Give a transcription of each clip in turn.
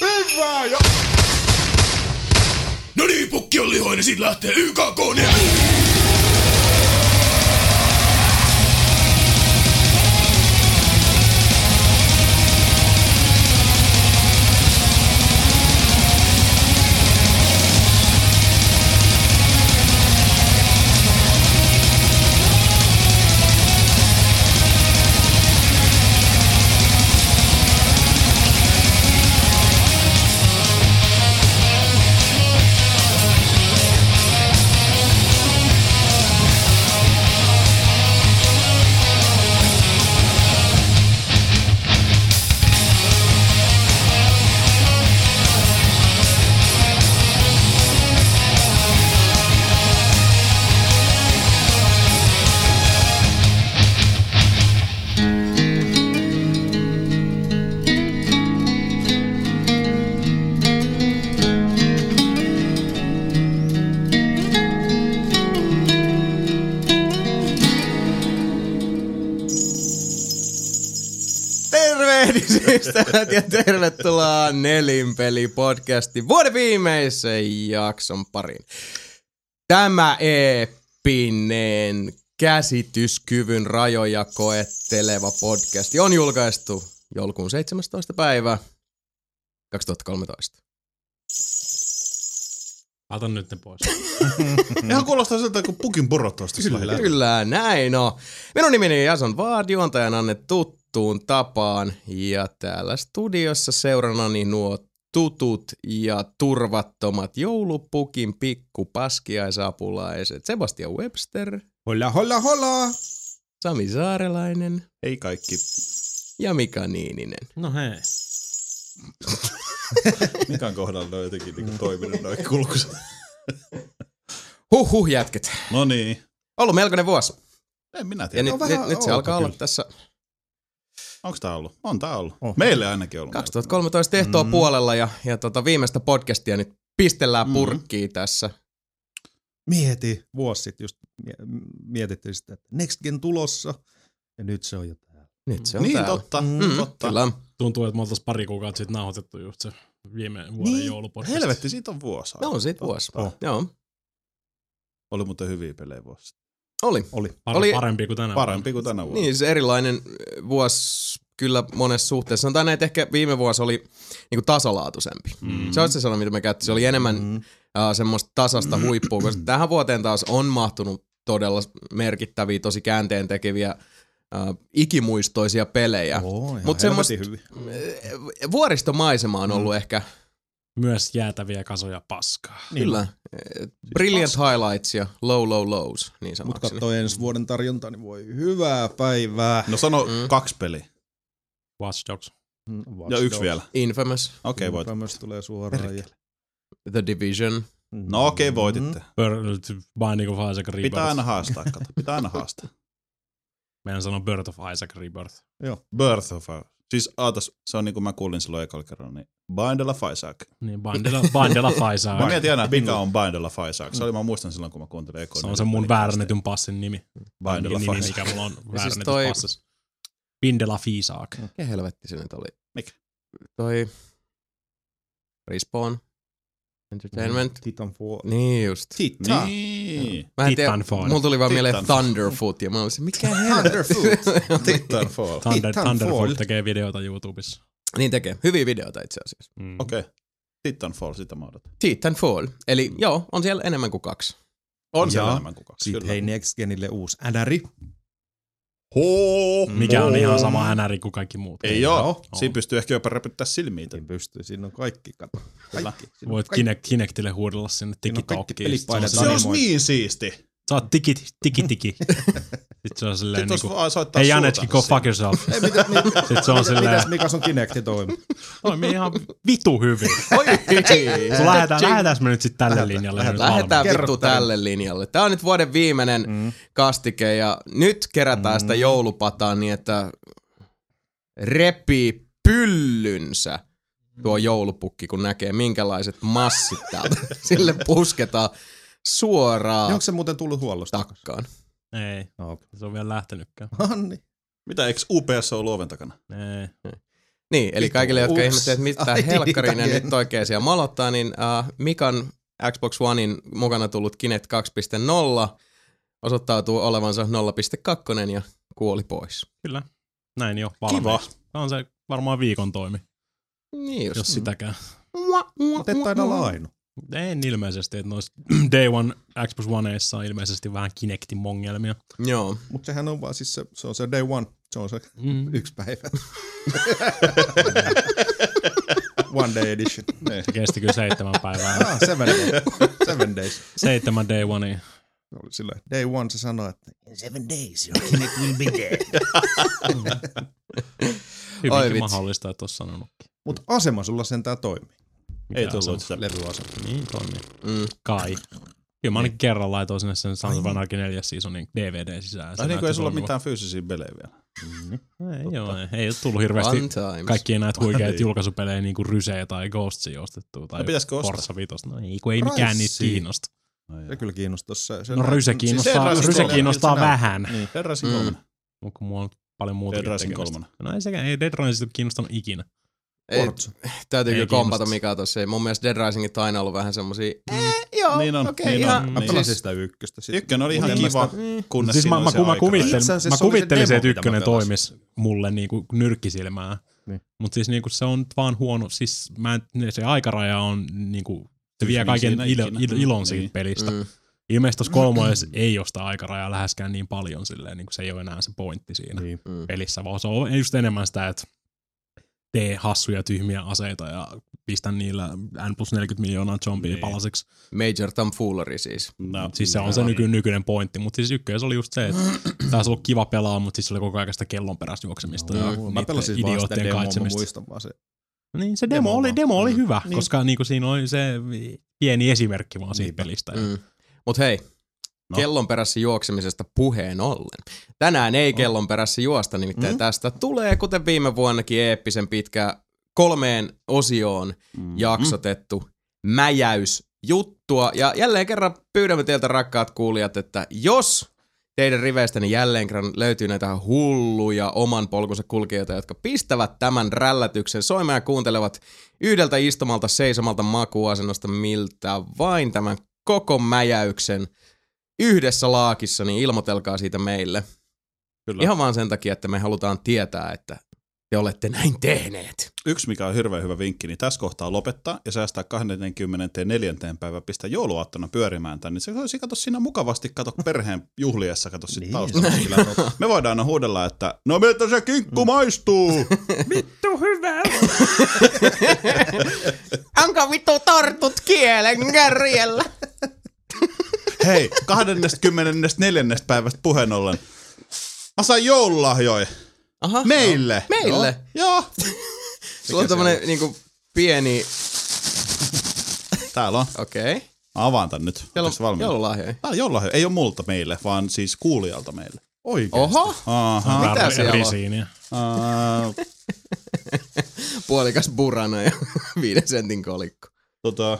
Hyvä ja... No niin, pukki on lihoinen, sit lähtee YKK Tervehdys ja tervetuloa Nelinpeli podcastin vuoden viimeisen jakson pariin. Tämä eeppinen käsityskyvyn rajoja koetteleva podcasti on julkaistu joulukuun 17. päivä 2013. Mä otan nyt ne pois. Ihan kuulostaa siltä, kun pukin porottavasti Kyllä, kyllä näin on. Minun nimeni on Jason Vaad, juontajana tuttuun tapaan. Ja täällä studiossa seuranani nuo tutut ja turvattomat joulupukin pikkupaskiaisapulaiset. Sebastian Webster, Holla, holla, holla! Sami Saarelainen Ei kaikki. ja Mika Niininen. No hei. Mikan kohdalla on jotenkin niinku toiminut noin kulkussa. Huhhuh jätket. No niin. Ollut melkoinen vuosi. En minä Ja tiedä. nyt, on nyt, nyt se outo alkaa olla kyllä. tässä. Onks tää ollut? On tää ollut. Oh. Meille ainakin ollut. 2013 ehtoa Mm. puolella ja, ja tota viimeistä podcastia nyt pistellään purkkiin tässä. mieti vuosi sitten just mie- mietittiin sitä, että Next Gen tulossa ja nyt se on jo täällä. Nyt se on Niin, täällä. totta. Mm, totta. Kyllä. Tuntuu, että me oltaisiin pari kuukautta sitten nauhoitettu just se viime vuoden Niin, joulupodcast. Helvetti, siitä on vuosi. No on siitä Totta. Oh, vuosi. Joo, Oli muuten hyviä pelejä vuosi. sitten. oli. Par- Oli- oli... Parempi kuin tänään. Parempi kuin tänä vuonna. Mm-hmm. Niin, se erilainen äh, vuosi kyllä monessa suhteessa. Sanotaan näin, että ehkä viime vuosi oli niinku tasalaatuisempi. Mm. Se on se sana, mitä me käytti. Se oli enemmän mm. Mm. uh, semmoista tasasta huippua, koska tähän vuoteen taas on mahtunut todella merkittäviä, tosi käänteen tekeviä, uh, ikimuistoisia pelejä. Oh. Oh, Mut Mut semmoista- semmoista... hyvin. Vuoristomaisema on ollut mm. ehkä, Myös jäätäviä kasoja paskaa. niin. kyllä, eh, brilliant highlights ja low low lows, niin Mut sanokseni. katsoo ensi Mm. vuoden tarjontaa, niin voi hyvää päivää. No sano Mm. mm. kaksi peliä. Watch Dogs. Mm, Ja Watch no yksi Dogs. vielä. Infamous, Okei, okay, voit. Kyllä, myös tulee suoraan. Ja... The Division, No okei, okay, voititte. Mm. Bird, Binding of Isaac Rebirth. Pitää aina haastaa, kato. Pitää aina haastaa. Meidän sanoo Birth of Isaac Rebirth. Birth of a... Siis aatas, se on niinku mä kuulin silloin ekalla kerralla, niin Bindle of Isaac. Niin, Bindela, Bindela Mä Isaac. mietin aina, mikä on Bindle of Isaac. Se oli, mä muistan silloin, kun mä kuuntelin ekoa. niin Se on se mun väärennetyn passin nimi. Bindle of nimi, Isaac. siis mikä mulla on väärennetys toi- toi... passissa. Bindela Fiisaak. mikä helvetti se nyt oli? Mikä? Toi Respawn Entertainment. Mm-hmm. Titanfall. Niin just. Titan. Niin. Mä en tiedä, Titanfall. mulla tuli vaan mieleen Titanfall. Thunderfoot ja mä olisin, mikä Thunderfoot. Titanfall. Thunder, Titanfall. Thunderfall tekee videoita YouTubessa. Niin tekee, hyviä videoita itse asiassa. Mm. Okei. Okay. Titanfall, sitä mä odotan. Titanfall, eli joo, on siellä enemmän kuin kaksi. On se Jaa. enemmän kuin kaksi, Sitten kyllä. hei Next Genille uusi ädäri. Hoo, Mikä on hoo. ihan sama No. NR kuin kaikki muut. No. Ei oo. Siinä pystyy ehkä jopa räpyttää silmiä. No Niin pystyy, siinä on kaikki. Kato. Kyllä. Kaikki. Siinä on Voit kaikki. Kinect, Kinectille huudella sinne Siinä on kaikki tikitokkiin. Sit se on pelipaidat Se silleen- olisi Animoit. niin siisti. Sä oot tiki, tiki, tiki. Sitten se on silleen Sitten olisi niinku, vaan soittaa hei suuta Janetski, go siinä. fuck yourself. Ei, mitä, mit, Sitten se on silleen, mitäs Mika sun Kinecti toimi? toimii ihan vitu hyvin. Oi, Sun lähetään, lähetään me nyt sit tälle linjalle. ja nyt Lähetään valmiiksi. vittu tälle linjalle. Tää on nyt vuoden viimeinen Mm. kastike ja nyt kerätään sitä joulupataa niin, että repii pyllynsä tuo joulupukki, kun näkee minkälaiset massit täältä. Sille pusketaan Ja suoraan onko se muuten tullut huollosta? takkaan. Ei, No, okay. niin. se on vielä lähtenytkään. Anni. Mitä, eikö UPS ole oven takana? Ei. Niin, eli Vitu, kaikille, jotka ups. ihmettelevät, että mitä Ai niin, helkkari ne kaikille. nyt oikein siellä malottaa, niin äh, Mikan Xbox Onein mukana tullut Kinect 2.0 osoittautuu olevansa 0.2 ja kuoli pois. Kyllä. Näin jo. Valmiiksi. Kiva. Tämä on se varmaan viikon toimi, Niin just. mm. jos sitäkään. Mutta et taida olla ainoa. En ilmeisesti, että noissa Day One Xbox Oneissa on ilmeisesti vähän Kinectin ongelmia. Joo. Mutta sehän on vaan siis se, se on se day one. Se on se Mm. yksi päivä. one day edition. Niin. Se kesti kyllä seitsemän päivää. Ah, seven, day. seven days. Seitsemän Day One. Se oli silleen. Day one se sanoi, että niin. Oi Hyvinkin vitsi. mahdollista, että olisi sanonutkin. mutta asema sulla sentään toimii. Mikä Ei asema? tullut sitä. Levyasema. Niin, toimii. Mm. Kai. Kyllä mä Niin. ainakin kerran laitoin sinne sen Sons of Anarchy 4 seasonin DVD sisään. Se Tai niin kuin näytti ei sulla toimivan. mitään fyysisiä pelejä vielä. Ei, joo, ei, ei ole tullut hirveästi Fun times. kaikkia näitä huikeita Niin. julkaisupelejä niin kuin Rysee tai Ghostsia ostettua. Tai No pitäisikö ostaa? Forza 5. No ei, kun ei mikään niitä Pricey. kiinnosta. Se kyllä kiinnostaisi. Se, se No Ryse kiinnostaa, Terrace Ryse kolme. kiinnostaa Ilta vähän. Niin, Terrasin Mm. kolmonen. Mutta kun mulla on paljon muuta Dead Rising tekemistä. kolmonen. No ei sekään, ei Dead Rising ole kiinnostanut ikinä. Ei, Forza. täytyy Ei kyllä kompata kiinnosta. Mikaa tossa. Ei, Mun mielestä Dead Risingit on aina ollut vähän semmosia, Mm, eh, joo, Niin on, okei, niin ihan. on. Mä Niin. pelasin sitä ykköstä. Sit. Ykkönen oli ihan Mutta en mä kiva, sitä- Mm. kunnes Siis siinä mä, oli mä, se kun mä aikaraja. kuvittelin, Itse asiassa mä se oli se kuvittelin se, demo, että mitä mä ykkönen pelasin. toimis mulle niinku nyrkkisilmää. Niin. Mutta siis niinku se on vaan huono, siis mä en, se aikaraja on niinku, se vie Tyhmin kaiken siinä ilo, ikinä. il, ilon siitä Niin. pelistä. Mm. Ilmeisesti tuossa kolmoessa ei ole sitä aikarajaa läheskään niin paljon silleen, niin kuin se ei ole enää se pointti siinä niin. Niin. Mm. pelissä, vaan se on just enemmän sitä, että tee hassuja tyhmiä aseita ja pistä niillä N plus 40 miljoonaa zombia Niin. niin. palasiksi. Major Tomfoolery siis. No, Siis se on se nyky, nykyinen pointti, mutta siis ykkös oli just se, että tämä olisi ollut kiva pelaa, mutta siis se oli koko ajan sitä kellon perässä juoksemista ja niinku Joo, mä niiden pelasin vaan sitä idioottien demoa, mä kaitsemista. muistan vaan se. Niin se Demo demo, vaan. oli, demo oli Mm. hyvä, Niin. koska niinku siinä oli se pieni esimerkki vaan siitä Niinpä. pelistä. Mm. Mut hei, no. No. kellon perässä juoksemisesta puheen ollen. Tänään ei kellon perässä juosta, nimittäin mm. tästä tulee, kuten viime vuonnakin, eeppisen pitkä kolmeen osioon Mm. Mm-hmm. jaksotettu mäjäysjuttua. Ja jälleen kerran pyydämme teiltä rakkaat kuulijat, että jos teidän riveistä, niin jälleen kerran löytyy näitä hulluja oman polkunsa kulkijoita, jotka pistävät tämän rällätyksen soimaan ja kuuntelevat yhdeltä istumalta seisomalta makuasennosta miltä vain tämän koko mäjäyksen yhdessä laakissa, niin ilmoitelkaa siitä meille. Kyllä. Ihan vaan sen takia, että me halutaan tietää, että te olette näin tehneet. Yksi, mikä on hirveän hyvä vinkki, niin tässä kohtaa lopettaa ja säästää 24. päivä, pistää jouluaattona pyörimään tän, niin se olisi kato siinä mukavasti, kato perheen juhliessa, kato sitten Niin, niin, taustalla. Kyllä, no, me voidaan aina huudella, että no miltä se kinkku maistuu? Anka vittu tartut kielen kärjellä. Hei, 24. päivästä puheen ollen. Mä sain joululahjoja. Aha. Meille. Meille? Joo. Sulla on tämmönen niinku pieni, Joo. Täällä on. okei. Okay. Mä avaan tän nyt. Siellä Ootteks on valmiita? joululahjoja. Tää on joululahjo. Ei ole multa meille, vaan siis kuulijalta meille. Oikein. Oho, Aha. Mitä Vähän siellä on? risiiniä. Äh, puolikas burana ja viiden sentin kolikko. tota,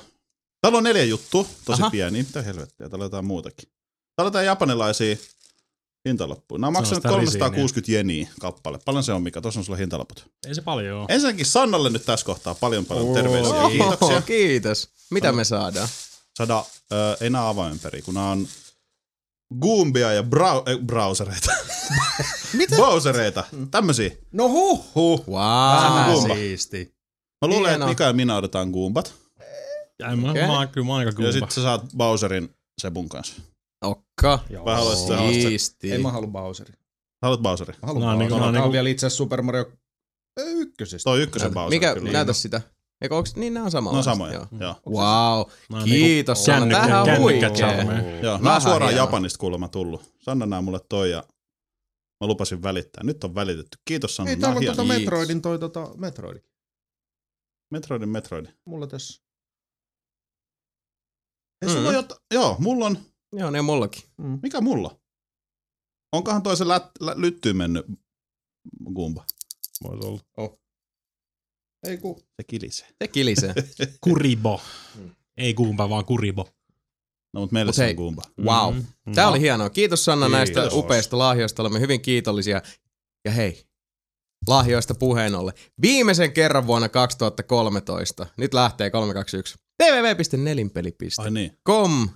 täällä on neljä juttu, tosi Aha. Aha. pieniä. Mitä helvettiä, täällä on jotain muutakin. Täällä on jotain japanilaisia hintalappuja. Nämä on Se on maksanut sitä 360 jeniä kappale. Paljon se on, Mika? Tuossa on sulla hintalaput. Ei se paljon ole. Ensinnäkin Sannalle nyt tässä kohtaa paljon paljon terveisiä. ja Kiitoksia. Oho, kiitos. Mitä me saadaan? Sada, ö, ei nää avaa ympäri, kun nää on Goombia ja brau, äh, browsereita. Mitä? Browsereita, tämmösiä. No huh huh. Wow. Gumba. siisti. Mä luulen, Hienoa. että Mika ja minä odotetaan Goombat. Ei, mä, Okei. mä, oon kyllä mä oon aika Ja kumpa. sit sä saat Bowserin Sebun kanssa. Okka. Vai haluaisit sä haluaisit sä- Siisti. Ei mä halua Bowseria. Haluat Bowserin? Mä haluan No, niin, Bowseria. no, Tää on niin kuin- vielä itse asiassa Super Mario ykkösestä. Toi ykkösen Bowser. Mikä, kyllä. näytä sitä. Eikö onks, niin nää on samanlaiset. No samoja, No, niinku Joo. joo. joo. Wow, Mä oon niinku kiitos. Sanna. kännykkä- Tähän on kännykkä huikee. charme. joo. Nää Vähän on suoraan hienoa. Japanista kuulemma tullut. Sanna nää mulle toi ja mä lupasin välittää. Nyt on välitetty. Kiitos Sanna, Ei nää täällä on on tota hienoja. hieno. Metroidin toi tota Metroidi. Metroidin, Metroidin. Mulla tässä. Ei sulla Mm. mm. jotain, joo, mulla on, Joo, ne on mullakin. Mm. mikä mulla? Onkohan toi se lät, lä, lyttyyn mennyt Goomba? Voisi olla. Oh. Ei ku. Se kilisee. Se kilisee. Kuribo. Mm. Ei kumpa, vaan kuribo. No mutta meillä Mut se hei. on Goomba. Wow. Mm. Tämä oli hienoa. Kiitos Sanna Kiitos. näistä upeista lahjoista. Olemme hyvin kiitollisia. Ja hei, lahjoista puheen ollen. Viimeisen kerran vuonna 2013. Nyt lähtee 321. www.nelinpeli.com Ai niin. com,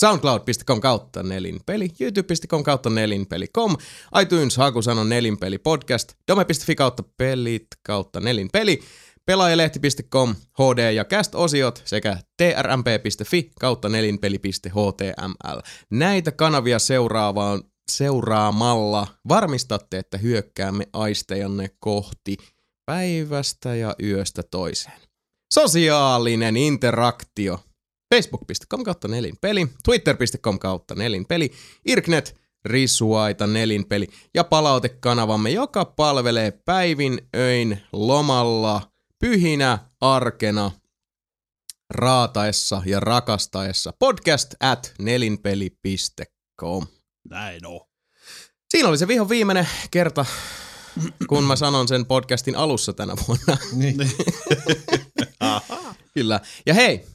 soundcloud.com kautta nelinpeli, youtube.com kautta nelinpeli, com, iTunes hakusana nelinpeli podcast, dome.fi kautta pelit kautta nelinpeli, pelaajalehti.com, hd ja cast-osiot sekä trmp.fi kautta nelinpeli.html. Näitä kanavia seuraavaan seuraamalla varmistatte, että hyökkäämme aistejanne kohti päivästä ja yöstä toiseen. Sosiaalinen interaktio facebook.com kautta nelinpeli, twitter.com kautta nelinpeli, irknet, risuaita nelinpeli ja palautekanavamme, joka palvelee päivin, öin, lomalla, pyhinä, arkena, raataessa ja rakastaessa podcast at nelinpeli.com. Näin on. Siinä oli se vihon viimeinen kerta, kun mä sanon sen podcastin alussa tänä vuonna. Niin. Kyllä. Ja hei,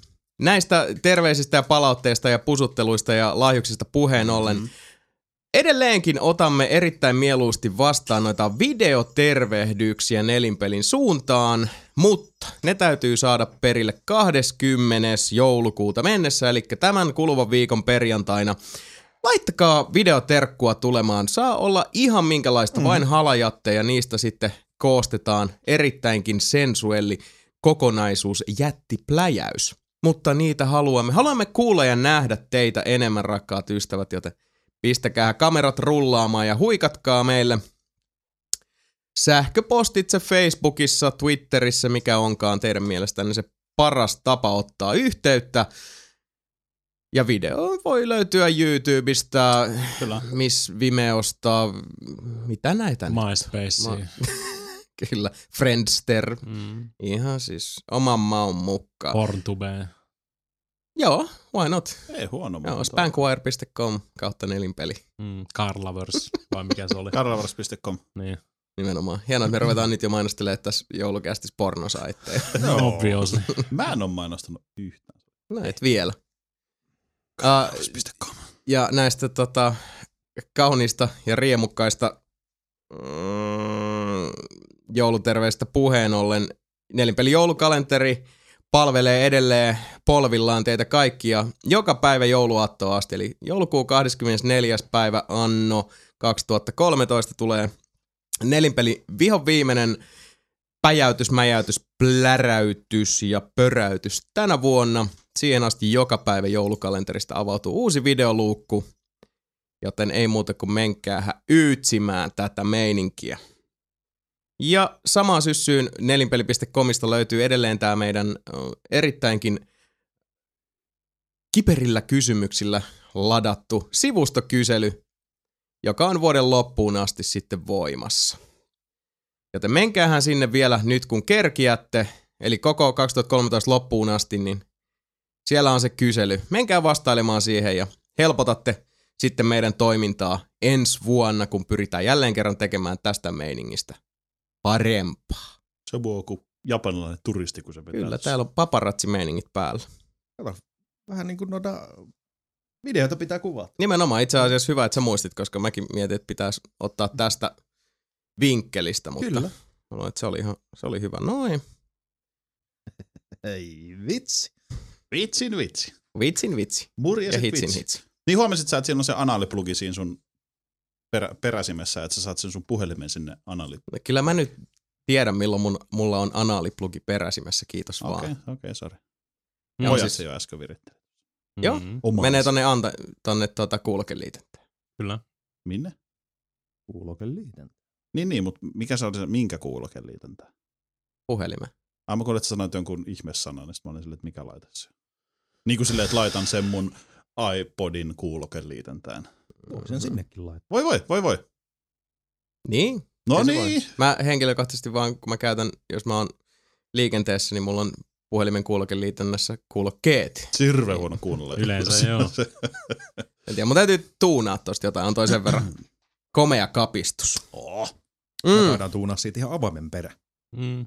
näistä terveisistä ja palautteista ja pusutteluista ja lahjuksista puheen ollen. Mm-hmm. Edelleenkin otamme erittäin mieluusti vastaan noita videotervehdyksiä nelinpelin suuntaan, mutta ne täytyy saada perille 20. joulukuuta mennessä, eli tämän kuluvan viikon perjantaina. Laittakaa videoterkkua tulemaan. Saa olla ihan minkälaista, vain halajatteja. Niistä sitten koostetaan erittäinkin sensuelli kokonaisuus, jättipläjäys. Mutta niitä haluamme. Haluamme kuulla ja nähdä teitä enemmän, rakkaat ystävät, joten pistäkää kamerat rullaamaan ja huikatkaa meille sähköpostitse Facebookissa, Twitterissä, mikä onkaan teidän mielestänne se paras tapa ottaa yhteyttä. Ja video voi löytyä YouTubesta, Kyllä. Miss Vimeosta, mitä näitä nyt? MySpaceen. Kyllä, Friendster. Mm. Ihan siis oman maun mukaan. Porntubeen. Joo, why not? Ei huono. Joo, muuten. spankwire.com kautta nelinpeli Mm. Carlovers, vai mikä se oli? Karlavars.com. niin. nimenomaan. Hienoa, että me ruvetaan nyt jo mainostelemaan tässä joulukästis pornosaitteja. No. Obviously. Mä en ole mainostanut yhtään. No et vielä. Uh, Karlavars.com. ja näistä tota, kauniista ja riemukkaista mm, jouluterveistä puheen ollen, nelinpeli joulukalenteri palvelee edelleen polvillaan teitä kaikkia joka päivä jouluaattoa asti. Eli joulukuun 24. päivä anno 2013 tulee nelinpeli vihon viimeinen päjäytys, mäjäytys, pläräytys ja pöräytys tänä vuonna. Siihen asti joka päivä joulukalenterista avautuu uusi videoluukku, joten ei muuta kuin menkäähän yytsimään tätä meininkiä. Ja samaan syssyyn nelinpeli.comista löytyy edelleen tämä meidän ö, erittäinkin kiperillä kysymyksillä ladattu sivustokysely, joka on vuoden loppuun asti sitten voimassa. Joten menkäähän sinne vielä nyt kun kerkiätte, eli koko 2013 loppuun asti, niin siellä on se kysely. Menkää vastailemaan siihen ja helpotatte sitten meidän toimintaa ensi vuonna, kun pyritään jälleen kerran tekemään tästä meiningistä parempaa. Se voi joku japanilainen turisti, kun se pitää. Kyllä, tässä. täällä on paparatsimeiningit päällä. Vähän niin kuin noita videoita pitää kuvata. Nimenomaan itse asiassa hyvä, että sä muistit, koska mäkin mietin, että pitäisi ottaa tästä vinkkelistä, mutta Kyllä. Kyllä. Luulen, että se oli, ihan, se oli hyvä. No niin. Noin. Ei vitsi. Vitsin vitsi. Vitsin vitsi. Ja Murjaiset hitsin vitsi. hitsi. Niin huomasit sä, että siinä on se analiplugi siinä sun perä, peräsimessä, että sä saat sen sun puhelimen sinne anali. No, Kyllä mä nyt tiedän, milloin mun, mulla on anaaliplugi peräsimessä, kiitos vaan. Okei, okei, sori. Ja Pojat siis- se jo äsken viritteli. Joo. Mm. Oma Menee asia. tonne, anta, tonne tuota kuulokeliitettä. Kyllä. Minne? Kuulokeliiten. Niin, niin, mutta mikä se oli se, minkä kuuloken liitäntä? Puhelimen. Ai mä kuulin, että sä sanoit jonkun ihmesanan, niin sit mä olin silleen, että mikä laita se. on. Niin kuin silleen, että laitan sen mun iPodin kuuloken liitäntään. Voi sen sinnekin laittaa. Voi voi, voi voi. Niin. No Ei se voi. niin. Mä henkilökohtaisesti vaan, kun mä käytän, jos mä oon liikenteessä, niin mulla on puhelimen kuulokeliitännässä kuulokkeet. Sirve huono kuunnella. Yleensä joo. Se- En tiedä, mun täytyy tuunaa tosta jotain, on toi sen verran komea kapistus. Oh. Mm. Mm. Voidaan tuunaa siitä ihan avaimen perä. Mm.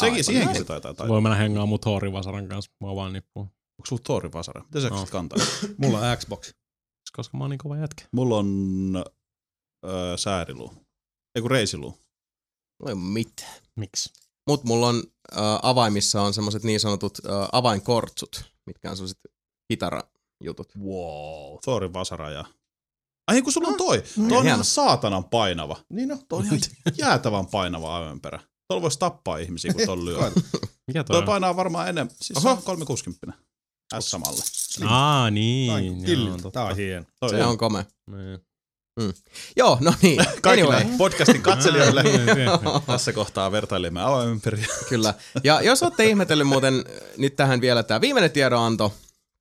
Sekin, Aivan siihenkin näin. se taitaa tai. Voi mennä hengaan mut hoorivasaran kanssa. Mua vaan nippuu. Onko sulla Tori Vasara? Mitä sä No. no. kantaa? Mulla on Xbox. Koska mä oon niin kova jätkä. Mulla on öö, sääriluu. Eiku reisiluu. No ei mitään. Miksi? Mut mulla on äh, avaimissa on semmoset niin sanotut äh, avainkortsut, mitkä on semmoset kitarajutut. Wow. Thorin vasaraja. Ai kun sulla on toi. Toi on hieno. ihan saatanan painava. Niin no. Toi on ihan jäätävän painava aivenperä. Tuolla voisi tappaa ihmisiä, kun tuolla lyö. Mikä toi Toi on? painaa varmaan enemmän. Siis Oho. on 360 S-samalle. Aa, niin. Killit. joo, Tää on hieno. Toi Se on. on komea. Niin. Joo, no niin. Kaikille anyway, podcastin katselijoille Niin, niin, niin. tässä kohtaa vertailimme avaimenperiä. kyllä. Ja jos olette ihmetellyt muuten äh, nyt tähän vielä tämä viimeinen tiedonanto,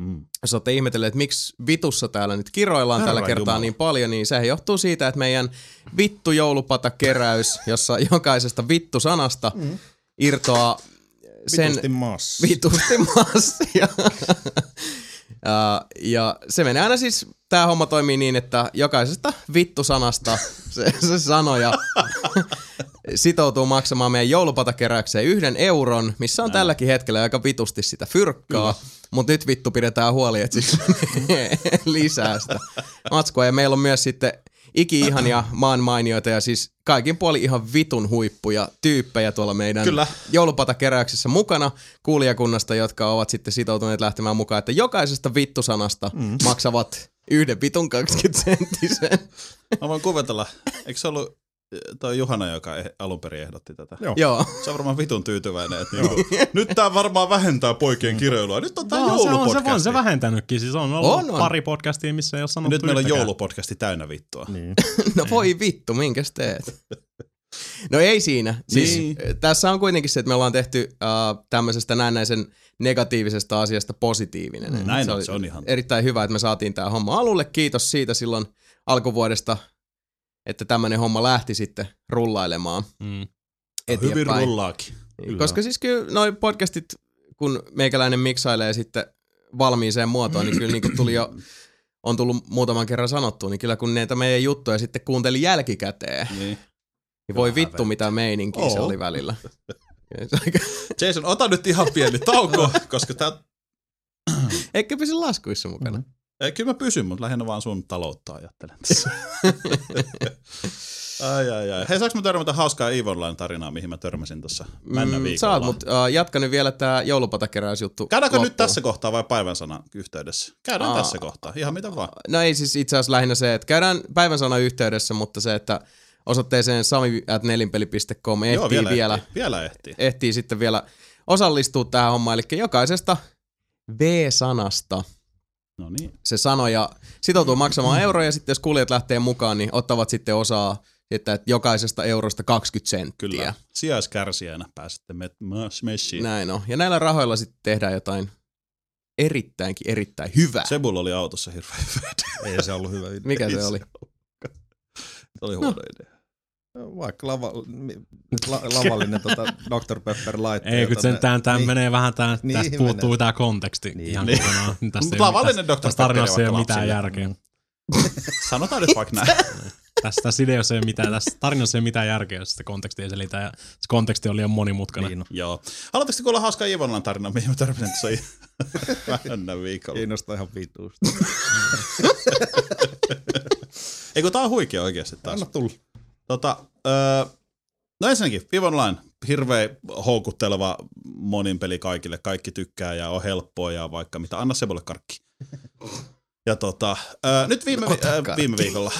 Mm. jos olette ihmetelleet, että miksi vitussa täällä nyt kiroillaan Herra tällä kertaa Jumala. niin paljon, niin sehän johtuu siitä, että meidän vittu joulupatakeräys, jossa jokaisesta vittu sanasta Mm. irtoaa sen Vitusti massa. vitusti massia. ja, ja se menee aina siis, tämä homma toimii niin, että jokaisesta vittu sanasta se, se sanoja sitoutuu maksamaan meidän joulupatakeräykseen yhden euron, missä on tälläkin hetkellä aika vitusti sitä fyrkkaa. Mutta nyt vittu pidetään huoli, että siis menee lisää sitä matskua. Ja meillä on myös sitten iki-ihania maan mainioita ja siis kaikin puolin ihan vitun huippuja tyyppejä tuolla meidän Kyllä. joulupatakeräyksessä mukana kuulijakunnasta, jotka ovat sitten sitoutuneet lähtemään mukaan, että jokaisesta vittusanasta mm. maksavat yhden vitun 20 senttisen. Mä voin kuvitella, eikö se ollut eh, toi Juhana, joka eh- alun perin ehdotti tätä? Joo. Joo. Se on varmaan vitun tyytyväinen, että niinku, nyt tää varmaan vähentää poikien kirjoilua. Nyt on tää Vaan se, on, se, on joulupodcasti. se vähentänytkin. Siis on ollut On, on. pari podcastia, missä ei ole sanottu Nyt meillä on yhtäkään. joulupodcasti täynnä vittua. Niin. No voi vittu, minkäs teet? No ei siinä. Siis, Niin. äh, Tässä on kuitenkin se, että me ollaan tehty äh, tämmöisestä näennäisen negatiivisesta asiasta positiivinen. Eli Mm. Näin on, oli se on ihan. Erittäin hyvä, että me saatiin tämä homma alulle. Kiitos siitä silloin alkuvuodesta, että tämmöinen homma lähti sitten rullailemaan Mm. eteenpäin. No, Hyvin rullaakin. Kyllä. Koska siis kyllä noi podcastit, kun meikäläinen miksailee sitten valmiiseen muotoon, niin kyllä niin kuin tuli jo, on tullut muutaman kerran sanottua, niin kyllä kun näitä meidän juttuja sitten kuunteli jälkikäteen, Niin. niin voi vittu mitä meininkiä se Oo. oli välillä. Ja se aika- Jason, ota nyt ihan pieni tauko, koska tää, Eikä pysy laskuissa mukana. ei, kyllä mä pysyn, mutta lähinnä vaan sun taloutta ajattelen tässä. ai, ai, ai. Hei, saanko mä törmätä hauskaa Ivonlain tarinaa, mihin mä törmäsin tuossa Mm, männä viikolla? Saat, mutta uh, jatka nyt vielä tää joulupatakeräysjuttu Käydäänkö loppuun. nyt tässä kohtaa vai päivän sanan yhteydessä? Käydään Aa. tässä kohtaa, ihan mitä vaan. No ei siis itse asiassa lähinnä se, että käydään päivän sana yhteydessä, mutta se, että osoitteeseen sami.nelinpeli.com ehtii Joo, vielä, vielä Ehtii, vielä ehtii. ehtii sitten vielä osallistua tähän hommaan. Eli jokaisesta V-sanasta No niin. se sanoja sitoutuu maksamaan euroja ja sitten jos kuljat lähtee mukaan, niin ottavat sitten osaa, että että jokaisesta eurosta 20 senttiä. Kyllä. Sijaiskärsijänä pääsette met- mä- smashiin. Näin on. Ja näillä rahoilla sitten tehdään jotain erittäinkin erittäin hyvää. Se, Sebul oli autossa hirveän hyvä. Ei se ollut hyvä idea. Mikä se se oli? Se oli No. huono idea. Vaikka lava, mi- la, lavallinen tota Dr. Pepper laittaa. Ei, kun jota sen, ne- tämän, tämän niin. Niin. menee vähän, tämän, Niin, tästä menee. puuttuu tämä konteksti Niin. ihan Niin. kokonaan. Tästä ei ole mitään- Tavallinen Dr. Tässä tarinassa ei Pepper ole vaikka mitään lapsille. järkeä. Sanotaan nyt vaikka näin. Tässä, tässä ideossa ei ole mitään, tässä tarinassa ei ole mitään järkeä, jos sitä kontekstia ei selitä. Ja se konteksti on liian monimutkainen. Niin, no. Joo. Haluatteko kuulla hauskaa Ivonlan tarina, mihin mä törmäsin tuossa vähän viikolla? Kiinnostaa ihan Niin vituusti. Ei kun tää on huikea oikeasti taas. Anna tulla. Tota, öö, no ensinnäkin, Viv Online, hirveä houkutteleva monin peli kaikille. Kaikki tykkää ja on helppoa ja vaikka mitä. Anna Sebolle karkki. Ja tota, öö, nyt viime, vi- öö, viime viikolla.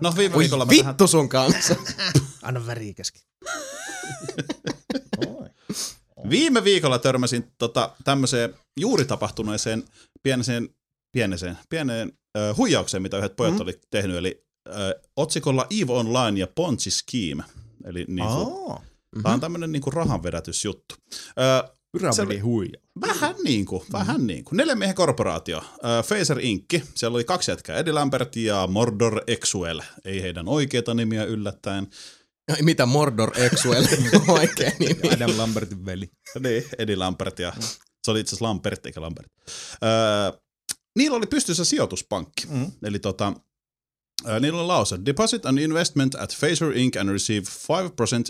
No viime Voi viikolla mä tähän... vittu sun kanssa. Anna värikäskin. Viime viikolla törmäsin tota, tämmöiseen juuri tapahtuneeseen pieneseen, pieneseen, pieneen ö, huijaukseen, mitä yhdet pojat mm. oli tehnyt, eli ö, otsikolla Eve Online ja Ponzi Scheme. Eli niin kuin, Aa, tämä on tämmöinen niin rahanvedätysjuttu. Ö, pyramidi huija. Vähän niin kuin, vähän niin kuin. Neljän miehen korporaatio, äh, Phaser Inc. Siellä oli kaksi jätkää, Eddie Lambert ja Mordor Exuel. Ei heidän oikeita nimiä yllättäen. Ai Mitä Mordor Exuel oikein niin. nimi. Adam Lambertin veli. Niin. Eddie Lambert ja se oli itse asiassa Lambert eikä Lambert. Öö, niillä oli pystyssä sijoituspankki. Mm. Mm. Eli tota, ö, niillä oli lause, deposit an investment at Phaser Inc. and receive 5%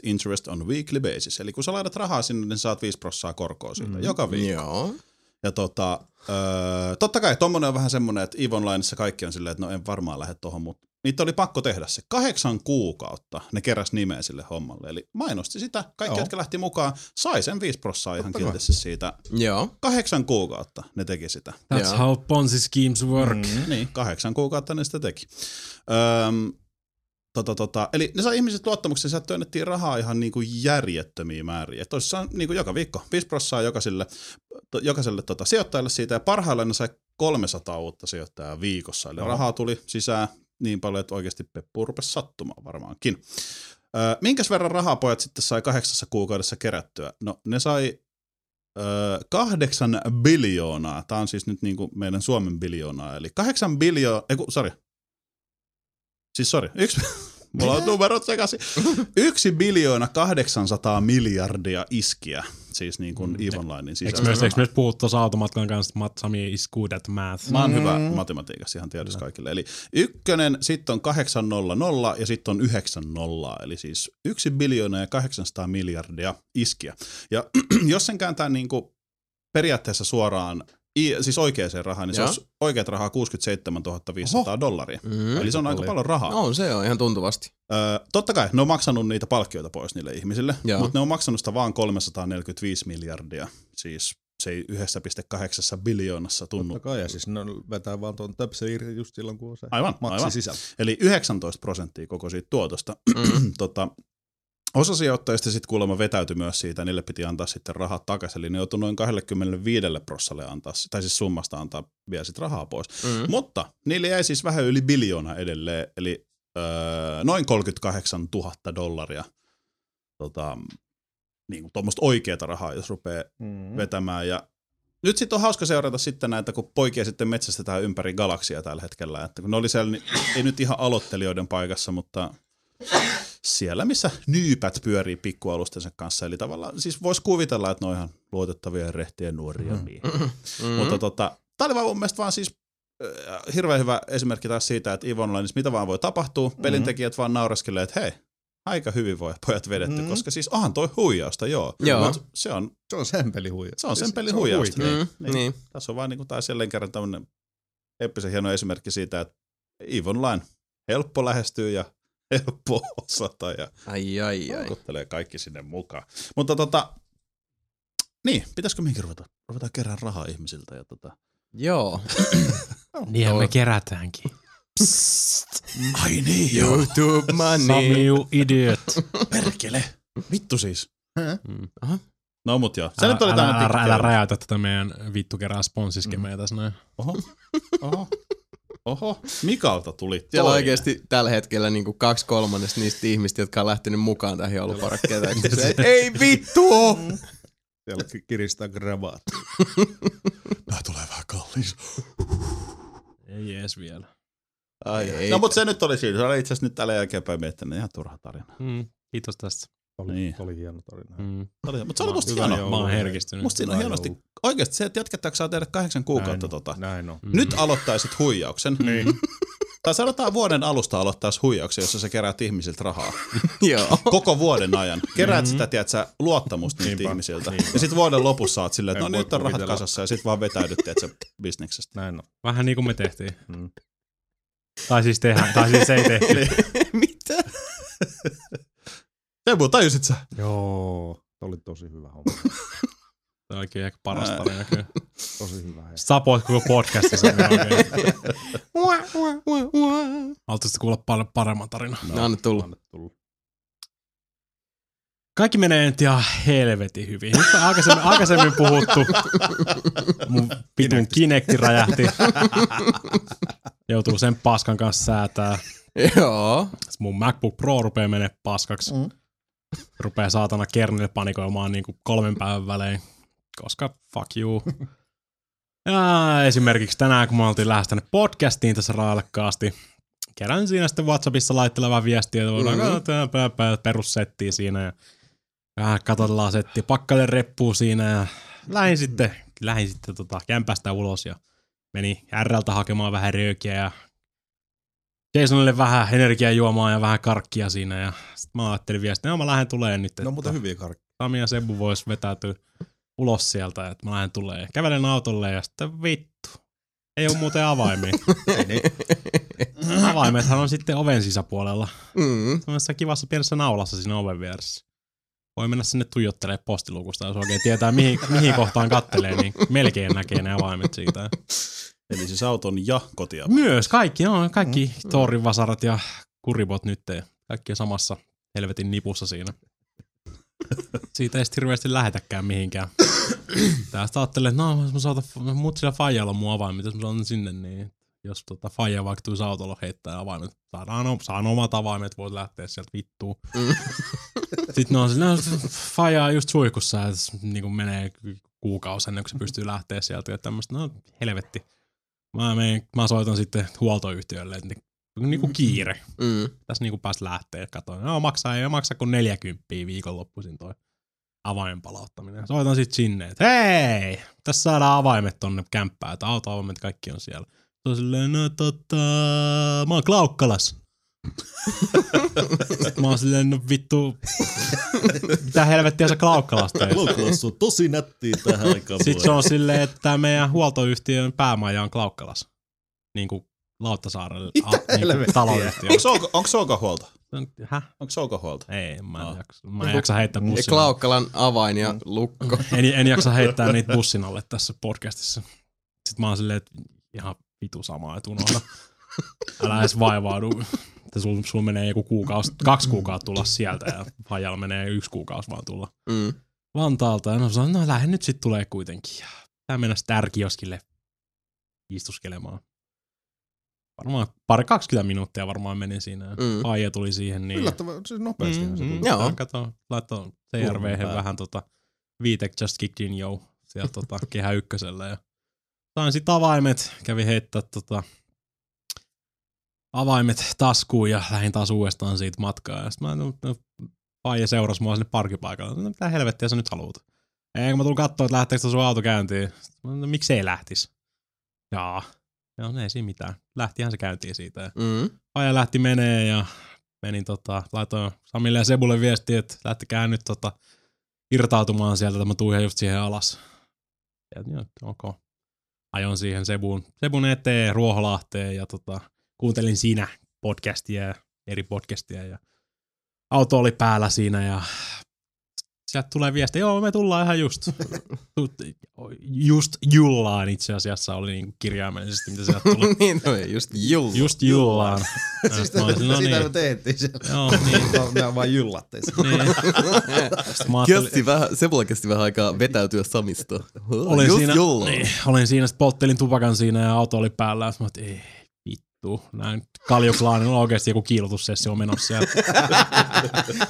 interest on weekly basis. Eli kun sä laitat rahaa sinne, niin saat 5 prosenttia korkoa siitä mm. joka viikko. Joo. Ja tota, öö, totta kai tommonen on vähän semmonen, että Ivonlainissa kaikki on silleen, että no en varmaan lähde tohon, mutta niitä oli pakko tehdä se. Kahdeksan kuukautta ne keräs nimeä sille hommalle. Eli mainosti sitä. Kaikki, Joo. jotka lähti mukaan, sai sen 5 prossaa ihan kiltissä siitä. Joo. Kahdeksan kuukautta ne teki sitä. That's Joo. how Ponzi schemes work. Mm. Niin, kahdeksan kuukautta ne sitä teki. Öm, tota, tota, eli ne sai ihmiset luottamuksen, sieltä työnnettiin rahaa ihan niin kuin järjettömiä määriä. Toisissaan niin kuin joka viikko, 5 prossaa jokaiselle, to, jokaiselle tota, sijoittajalle siitä, ja parhaillaan ne sai 300 uutta sijoittajaa viikossa. Eli rahaa tuli sisään niin paljon, että oikeasti Peppu rupesi sattumaan varmaankin. Öö, minkäs verran rahaa pojat sitten sai kahdeksassa kuukaudessa kerättyä? No ne sai Öö, kahdeksan biljoonaa. Tämä on siis nyt niin kuin meidän Suomen biljoonaa. Eli kahdeksan biljoonaa, ei kun, sori. Siis sori, yksi, mulla on numerot sekaisin. Yksi biljoona 800 miljardia iskiä, siis niin kuin mm. Ivonlainin Eikö sisällä. myös, eikö myös puhuttu tuossa automatkan kanssa, että Matt Sami is good at math? Mä oon hyvä matematiikassa ihan tiedossa kaikille. Eli ykkönen, sitten on 800 ja sitten on 90, eli siis 1 biljoona ja 800 miljardia iskiä. Ja jos sen kääntää niin kuin periaatteessa suoraan, i- siis oikeaan rahaan, niin se Joo. olisi oikeat rahaa 67 500 dollaria. Mm. No. Eli se on aika Paljon. paljon rahaa. On se on ihan tuntuvasti. Öö, totta kai ne on maksanut niitä palkkioita pois niille ihmisille, Joo. mutta ne on maksanut sitä vaan 345 miljardia. Siis se ei 1,8 biljoonassa tunnu Totta kai, ja siis ne vetää vaan tuon töpsön irti just silloin, kun on se Aivan, aivan. maksi sisällä. Eli 19 prosenttia koko siitä tuotosta. tota, osa sijoittajista sitten kuulemma vetäytyi myös siitä, niille piti antaa sitten rahat takaisin, eli ne joutui noin 25 prossalle antaa, tai siis summasta antaa vielä sitten rahaa pois. Mm. Mutta niille jäi siis vähän yli biljoona edelleen, eli öö, noin 38 000 dollaria tota, niin kuin tuommoista oikeata rahaa, jos rupeaa Mm. vetämään. Ja nyt sitten on hauska seurata sitten näitä, kun poikia sitten metsästetään ympäri galaksia tällä hetkellä. Että kun ne oli siellä, niin ei nyt ihan aloittelijoiden paikassa, mutta siellä, missä nyypät pyörii pikkualustensa kanssa. Eli tavallaan siis voisi kuvitella, että ne on ihan luotettavia ja rehtiä nuoria mm. miehiä. Mm. Mutta tota, tämä oli vaan mun mielestä vaan siis äh, hirveän hyvä esimerkki taas siitä, että Ivon Onlineissa mitä vaan voi tapahtua. Pelintekijät vaan naureskelee, että hei, aika hyvin voi pojat vedetty, Mm. koska siis onhan toi huijausta, joo. Joo. Mut se on, Se on sen peli huija. se on sen pelin huijausta. huikea. Mm. Niin. Niin. Tässä on vaan niin kuin taas jälleen kerran tämmöinen eppisen hieno esimerkki siitä, että Eve Online helppo lähestyy ja helppo osata ja Ai ai ai. houkuttelee kaikki sinne mukaan. Mutta tota, niin, pitäisikö minkin ruveta, ruveta kerään rahaa ihmisiltä ja tota. Joo. Niinhän me kerätäänkin. Mm. Ai niin, YouTube Sami, money. you idiot. Perkele. Vittu siis. Aha. No mut joo. Se Mm. Älä, nyt oli älä, tämmönen älä, älä tikkikerran. rajoita tätä meidän vittu kerää sponsiskemejä tässä näin. Oho. Oho. Oho. Mikalta tuli. Siellä toinen. on oikeasti tällä hetkellä niin kuin kaksi kolmannesta niistä ihmistä, jotka on lähtenyt mukaan tähän jouluparakkeita. Se, ei vittu oo! Siellä ki- kiristää gravaat. Tää tulee vähän kallis. Ei ees vielä. Ai, Ei. ei. No mut se nyt oli siinä. Se oli itse asiassa nyt tällä jälkeenpäin miettinyt. Ihan turha tarina. Mm, kiitos tästä. Oli, Niin. niin. oli hieno tarina. Mm. Oli, mutta se oli musta Hyvä hienoa. joo. Mä oon Joulu. herkistynyt. Musta siinä on Hyvä hienosti, joulu. oikeasti se, että jatkettaako saa tehdä kahdeksan kuukautta Näin on, tota. Näin on. Mm. Nyt aloittaisit huijauksen. Niin. Tai sanotaan vuoden alusta aloittaisi huijauksen, jossa sä keräät ihmisiltä rahaa. Joo. Koko vuoden ajan. Keräät sitä, tiedät sä, luottamusta niiltä ihmisiltä. Ja sitten vuoden lopussa saat silleen, että En no voi nyt on rahat kuvitella. kasassa ja sitten vaan vetäydyt, tiedät sä, bisneksestä. Näin on. Vähän niin kuin me tehtiin. Mm. Tai siis tehdään, tai siis ei tehty. Mitä? Teemu, tajusit sä? Joo. Tuo oli tosi hyvä homma. Tämä oli kyllä ehkä paras tarina kyllä. Tosi hyvä. hei. Sapoit koko podcastissa. niin Ua, ua, ua, ua. Haluaisitko kuulla paljon paremman tarinan? No, anna tulla. Anna tulla. Kaikki menee nyt ihan helvetin hyvin. Nyt on aikaisemmin, aikaisemmin puhuttu. Mun pitun kinekti räjähti. Joutuu sen paskan kanssa säätää. Joo. Sit Mun MacBook Pro rupeaa menee paskaksi. Mm. Rupeaa saatana kernille panikoimaan niinku kolmen päivän välein. Koska fuck you. Ja esimerkiksi tänään, kun me oltiin lähes tänne podcastiin tässä railakkaasti, kerään siinä sitten Whatsappissa laittelevaa viestiä, että voidaan Mhm. mm-hmm. perussettiä siinä ja vähän katsellaan setti pakkalle reppuun siinä ja lähin sitten, lähin sitten tota, kämpästä ulos ja meni RLtä hakemaan vähän röökiä ja Jasonille vähän energiajuomaa ja vähän karkkia siinä ja sitten mä ajattelin vielä, että no, mä lähden tulee nyt. No että- mutta hyviä karkkeja. Sami ja Sebu vois vetäytyä ulos sieltä, että mä lähden tulee. Kävelen autolle ja sitten vittu. Ei ole muuten avaimia. Ei niin. Avaimethan on sitten oven sisäpuolella. Mm. Tämmöisessä kivassa pienessä naulassa siinä oven vieressä. Voi mennä sinne tuijottelemaan postilukusta, jos oikein tietää mihin, mihin kohtaan kattelee, niin melkein näkee ne avaimet siitä. Eli siis auton ja kotia. Myös kaikki, no, kaikki Torin vasarat ja kuribot nyt. ja Kaikki on samassa helvetin nipussa siinä. Siitä ei sit hirveästi lähetäkään mihinkään. Tästä ajattelin, että no, jos mä saatan, mut sillä faijalla on mun avaimet, jos mä saan ne sinne, niin jos tota faija vaikka tulisi autolla heittää avaimet, saadaan, o- saan omat avaimet, voit lähteä sieltä vittuun. Mm. Sitten ne on sillä, no, faija on just suihkussa, ja s- niin kuin menee kuukausi ennen kuin se pystyy lähteä sieltä, ja tämmöistä, no helvetti. Mä, menen, mä soitan sitten huoltoyhtiölle, että ne- niinku kiire Mm. tässä niinku pääs lähtee ja katsoin, no maksaa, ei maksa kuin 40 viikonloppuisin toi avaimen palauttaminen. Soitan sitten sinne, että hei, tässä saadaan avaimet tonne kämppään, että autoavaimet kaikki on siellä. Se on silleen, no tota, mä oon Klaukkalas. Sit mä oon silleen, no vittu, mitä helvettiä sä Klaukkalasta ei Klaukkalas on tosi nättiä tähän aikaan. sitten se on silleen, että tää meidän huoltoyhtiön päämaja on Klaukkalas. Niin kuin Lauttasaarelle a, niin helvettiä? taloyhtiö. Onko, onko soukahuolta? Häh? Onko soukahuolta? Ei, mä en, Aa. jaksa, mä en jaksa heittää Ja bussin alle. Klaukkalan avain ja lukko. En, en jaksa heittää niitä bussin alle tässä podcastissa. Sitten mä oon silleen, että ihan vitu samaa, että unohda. Älä edes vaivaudu. Että sul, sul menee joku kuukausi, kaksi kuukautta tulla sieltä ja hajalla menee yksi kuukausi vaan tulla Mm. Vantaalta. Ja no, sanoin, no lähde nyt sitten tulee kuitenkin. Ja Pitää mennä stärkioskille istuskelemaan. Varmaan pari 20 minuuttia varmaan meni siinä. Mm. Mm. Aija tuli siihen. Niin... Yllättävän siis nopeasti. Mm, mm. Mm, Joo. joo. Kato, laitoin CRV Turun päälle. vähän tota Vitek just kicked in yo siellä tota kehä ykkösellä ja sain sit avaimet, kävin heittää tota avaimet taskuun ja lähdin taas uudestaan siitä matkaa ja sit mä no, no, Faija seurasi mua sinne parkkipaikalle. No, mitä helvettiä sä nyt haluut? Ei, kun mä tulin kattoo, että lähteekö tuo sun auto käyntiin. Sit mä, No, miksi ei lähtis? Jaa. Joo, no, ei siinä mitään. Lähtihän se käyntiin siitä. Ja Mm. aja lähti menee ja menin tota, laitoin Samille ja Sebulle viestiä, että lähtekää nyt tota, irtautumaan sieltä, että mä tuun ihan just siihen alas. Ja joo, ok. Ajoin siihen Sebun, Sebun eteen, Ruoholahteen ja tota, kuuntelin siinä podcastia ja eri podcastia ja auto oli päällä siinä ja sieltä tulee viesti, joo me tullaan ihan just. Tu- just jullaan itse asiassa oli niinku kirjaimellisesti, mitä sieltä tuli. niin, no ei, just julla. Just jullaan. Ja Siis sit mä olin, no no sitä niin. me tehtiin siellä. Joo, niin. Nämä vaan jyllattiin. niin. Sit Mä ajattelin, vähän, se mulla kesti vähän aikaa vetäytyä Samista. olin siinä, niin, olin siinä, sit polttelin tupakan siinä ja auto oli päällä. Ja sit mä oot, ei vittu, näin kaljuklaanilla on oikeasti joku kiilotussessio menossa. Ja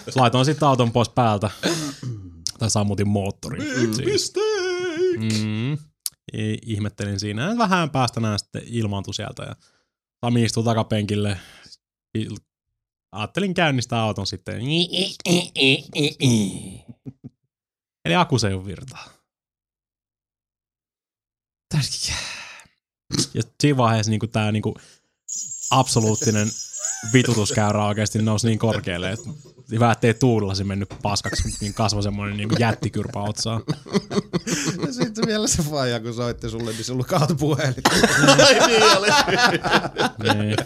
Sit laitoin sitten auton pois päältä. tai sammutin moottorin. siinä. Mm. I- Ihmettelin siinä. Ja Vähän päästä näin sitten ilmaantui sieltä. Ja Sami istui takapenkille. Il- Ajattelin käynnistää auton sitten. Eli akussa ei ole virtaa. Tärkeä. Ja siinä vaiheessa niin tämä niin absoluuttinen vitutuskäyrä oikeasti nousi niin korkealle, että hyvä, ettei tuulasi mennyt paskaksi, mutta niin kasvoi semmoinen niin jättikyrpä otsaan. Ja sitten vielä se faija, kun soitti sulle, niin sulla kaatui puhelin. Niin.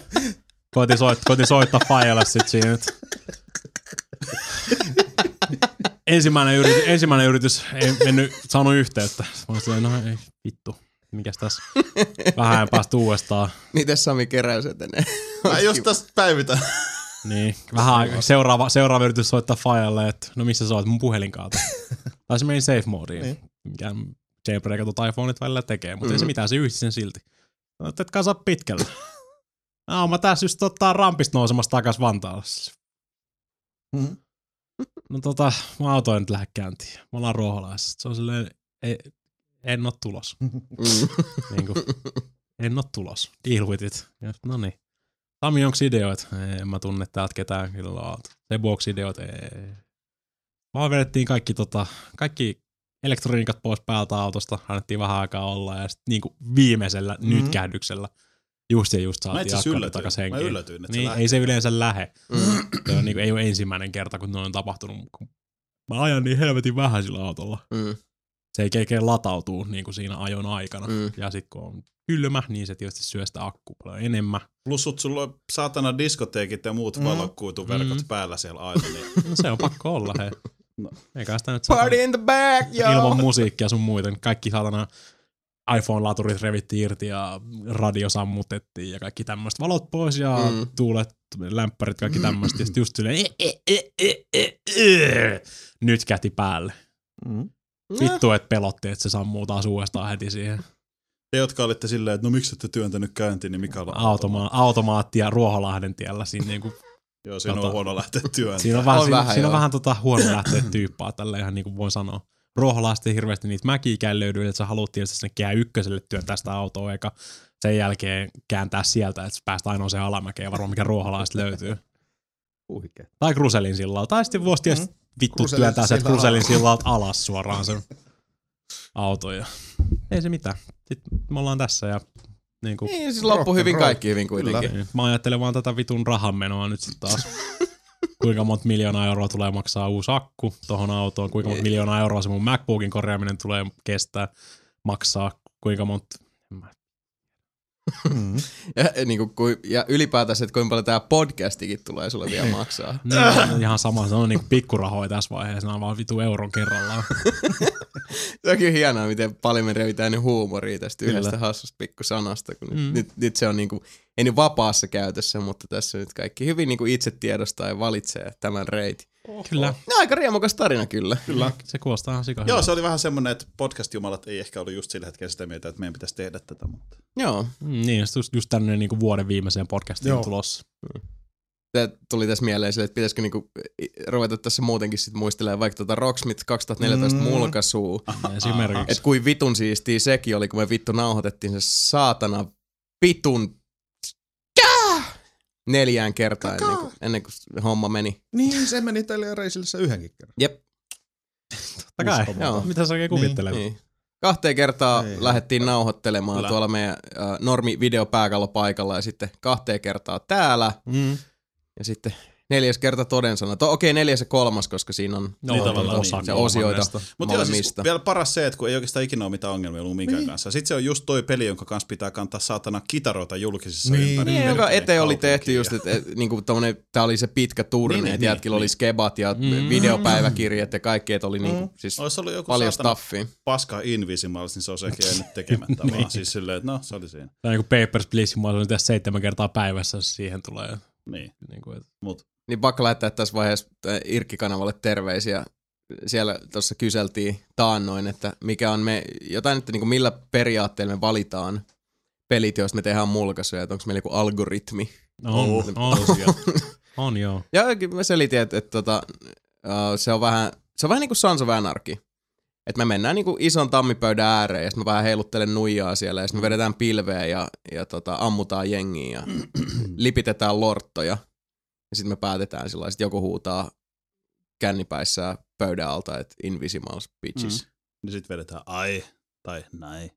Koitin, soit, koitin soittaa Fajalle sit siinä nyt. Ensimmäinen yritys, ensimmäinen yritys ei mennyt, saanut yhteyttä. Mä olin silleen, no ei vittu, mikäs tässä. Vähän ajan päästä uudestaan. Miten Sami keräys etenee? Mä just tästä päivitän. Niin, vähän aikaa. Seuraava, seuraava yritys soittaa Fajalle, että no missä sä oot, mun puhelin kaata. Tai se meni safe modeen, niin. mikä jailbreakatut iPhoneit välillä tekee, mutta mm. ei se Mm. mitään, se yhdisti sen silti. No, et kasa pitkällä. no, mä tässä just ottaa rampista nousemassa takas Vantaalle. Mm-hmm. Mm. No tota, mä autoin nyt lähde käyntiin. Me ollaan ruoholaisessa. Se on silleen, ei, en oo tulos Mm. niin kuin, en ole tulos. Deal with it. Ja sit, No niin. Sami, onko ideoita? Ei, En mä tunne täältä ketään kyllä laatu. Sen vuoksi ideoita ei. Vaan vedettiin kaikki, tota, kaikki elektroniikat pois päältä autosta, annettiin vähän aikaa olla ja sitten niinku viimeisellä mm. Mhm. nytkähdyksellä just ja just Mä saatiin itse asiassa akkaat yllätyin. takaisin Mä henkiin. yllätyin, että Niin, se ei se yleensä lähe. Mm. Se on, niin ei ole ensimmäinen kerta, kun noin on tapahtunut. kun Mä ajan niin helvetin vähän sillä autolla. Mm. se ei kekeä latautuu niin kuin siinä ajon aikana. Mm. Mm. Ja sitten kun on kylmä, niin se tietysti syö sitä akkua paljon enemmän. Plus sut sulla on saatana diskoteekit ja muut mm. valokuituverkot mm. päällä siellä aina. Niin No se on pakko olla, hei. No. Eikä sitä nyt Party in the back, saatana- ilman joo. musiikkia sun muita. niin Kaikki saatana iPhone-laturit revittiin irti ja radio sammutettiin ja kaikki tämmöistä. Valot pois ja Mm. mm. tuulet, lämpärit, kaikki tämmöistä. Ja sit just silleen, "Eh, eh, eh, eh, eh, eh." nyt käti päälle. Mm. No. Vittu, et pelotti, että se sammuu taas uudestaan heti siihen. te, jotka olitte silleen, että no miksi ette työntänyt käyntiin, niin mikä on automa- automaattia Ruoholahden tiellä. Siinä, niinku, Joo, siinä Tota. on huono lähteä työntämään. siinä on vähän, On siinä, vähän, vähän, siinä on joo. vähän tota huono lähteä tyyppaa, tällä ihan niin kuin voin sanoa. Ruoholahti ei hirveästi niitä mäkiikään löydy, että sä haluat tietysti sinne kehä ykköselle työntää sitä autoa, eikä sen jälkeen kääntää sieltä, että päästä ainoa se alamäkeen, varmaan mikä ruoholaista löytyy. Huikea. Tai Kruselin sillalta, tai sitten voisi tietysti vittu Kruselin työntää se sillalta. Kruselin sillalta alas suoraan sen auto. Ja. Ei se mitään. Sitten me ollaan tässä ja niin kuin, Niin, siis loppu hyvin kaikki hyvin kuitenkin. Niin. Mä ajattelen vaan tätä vitun rahanmenoa nyt sitten taas. kuinka monta miljoonaa euroa tulee maksaa uusi akku tohon autoon, kuinka monta miljoonaa euroa se mun MacBookin korjaaminen tulee kestää, maksaa, kuinka monta... en mä- Mm. Ja, niin kuin, kui- ja ylipäätänsä, että kuinka paljon tämä podcastikin tulee sulle vielä maksaa. Niin, ihan sama, se on niinku pikkurahoja tässä vaiheessa, nämä on vaan vitu euron kerrallaan. Se on kyllä hienoa, miten paljon me revitään nyt huumoria tästä Kyllä. yhdestä hassusta pikkusanasta, kun mm. Mm. nyt, nyt, se on niin kuin, ei nyt vapaassa käytössä, mutta tässä nyt kaikki hyvin niin kuin itse tiedostaa ja valitsee tämän reitin. Kyllä, No aika riemukas tarina kyllä. kyllä. Se kuulostaa ihan sikahyvältä. Joo, se oli vähän semmoinen, että podcast-jumalat ei ehkä ollut just sillä hetkellä sitä mieltä, että meidän pitäisi tehdä tätä, mutta Joo, Mm, niin, just, just tämmöinen niinku vuoden viimeiseen podcastiin Joo. Joo. tulossa. Tää tuli tässä mieleen sille, että pitäisikö niinku ruveta tässä muutenkin sit muistelemaan vaikka tota Rocksmith 2014 mm. Mm. mulkaisua. Esimerkiksi. Että kuin vitun siistiä sekin oli, kun me vittu nauhoitettiin se saatana vitun Kää! neljään kertaan ennen kuin, ennen kuin homma meni. Niin, se meni tälle reisille se yhdenkin kerran. Jep. Totta kai. uskomaton. Joo. Mitä sä oikein kuvittelet? Niin. Kahteen kertaan Ei. ei, lähdettiin ei. nauhoittelemaan Kyllä. tuolla meidän äh, normi videopääkallopaikalla ja sitten kahteen kertaa täällä Mm. ja sitten neljäs kerta toden sana. To, Okei, neljäs ja kolmas, koska siinä on No, Niin tavallaan se osa osioita. kolmannesta. Mutta joo, siis Molemmista. vielä paras se, että kun ei oikeastaan ikinä ole mitään ongelmia ollut minkään niin. kanssa. Sitten se on just toi peli, jonka kanssa pitää kantaa saatana kitaroita julkisissa Niin. ympäri. Niin, joka perkeleen eteen oli kaupunkia. tehty just, että et, niinku tommonen, tää oli se pitkä turne, Niin, niin, niin, että jätkillä niin, oli niin. skebat ja Mm. videopäiväkirjat ja kaikki, että oli niinku, Mm. siis Olisi ollut joku paljon Paljon saatana staffia. paska Invisimals, niin se olisi ehkä jäänyt tekemättä niin. vaan. Siis silleen, että no, se oli siinä. Tai joku niinku Papers, Please, mä olisin tehdä seitsemän kertaa päivässä, jos siihen tulee. Niin. Niin kuin, et, Niin pakko lähettää tässä vaiheessa äh, Irkki-kanavalle terveisiä. Siellä tuossa kyseltiin taannoin, että mikä on me, jotain, että niinku millä periaatteella me valitaan pelit, joista me tehdään mulkaisuja, että onko meillä joku algoritmi. on, Oh. oh, on, on, on joo. Ja mä selitin, että, että tota, äh, se on vähän, se on vähän niin kuin Sons of Anarchy. Että me mennään niin kuin ison tammipöydän ääreen ja sitten mä vähän heiluttelen nuijaa siellä ja sitten me vedetään pilveä ja, ja tota, ammutaan jengiä ja lipitetään lorttoja. Ja sitten me päätetään sillä lailla, sit joku huutaa kännipäissään pöydän alta, että invisibles bitches. Mm. Niin sitten vedetään ai tai näin.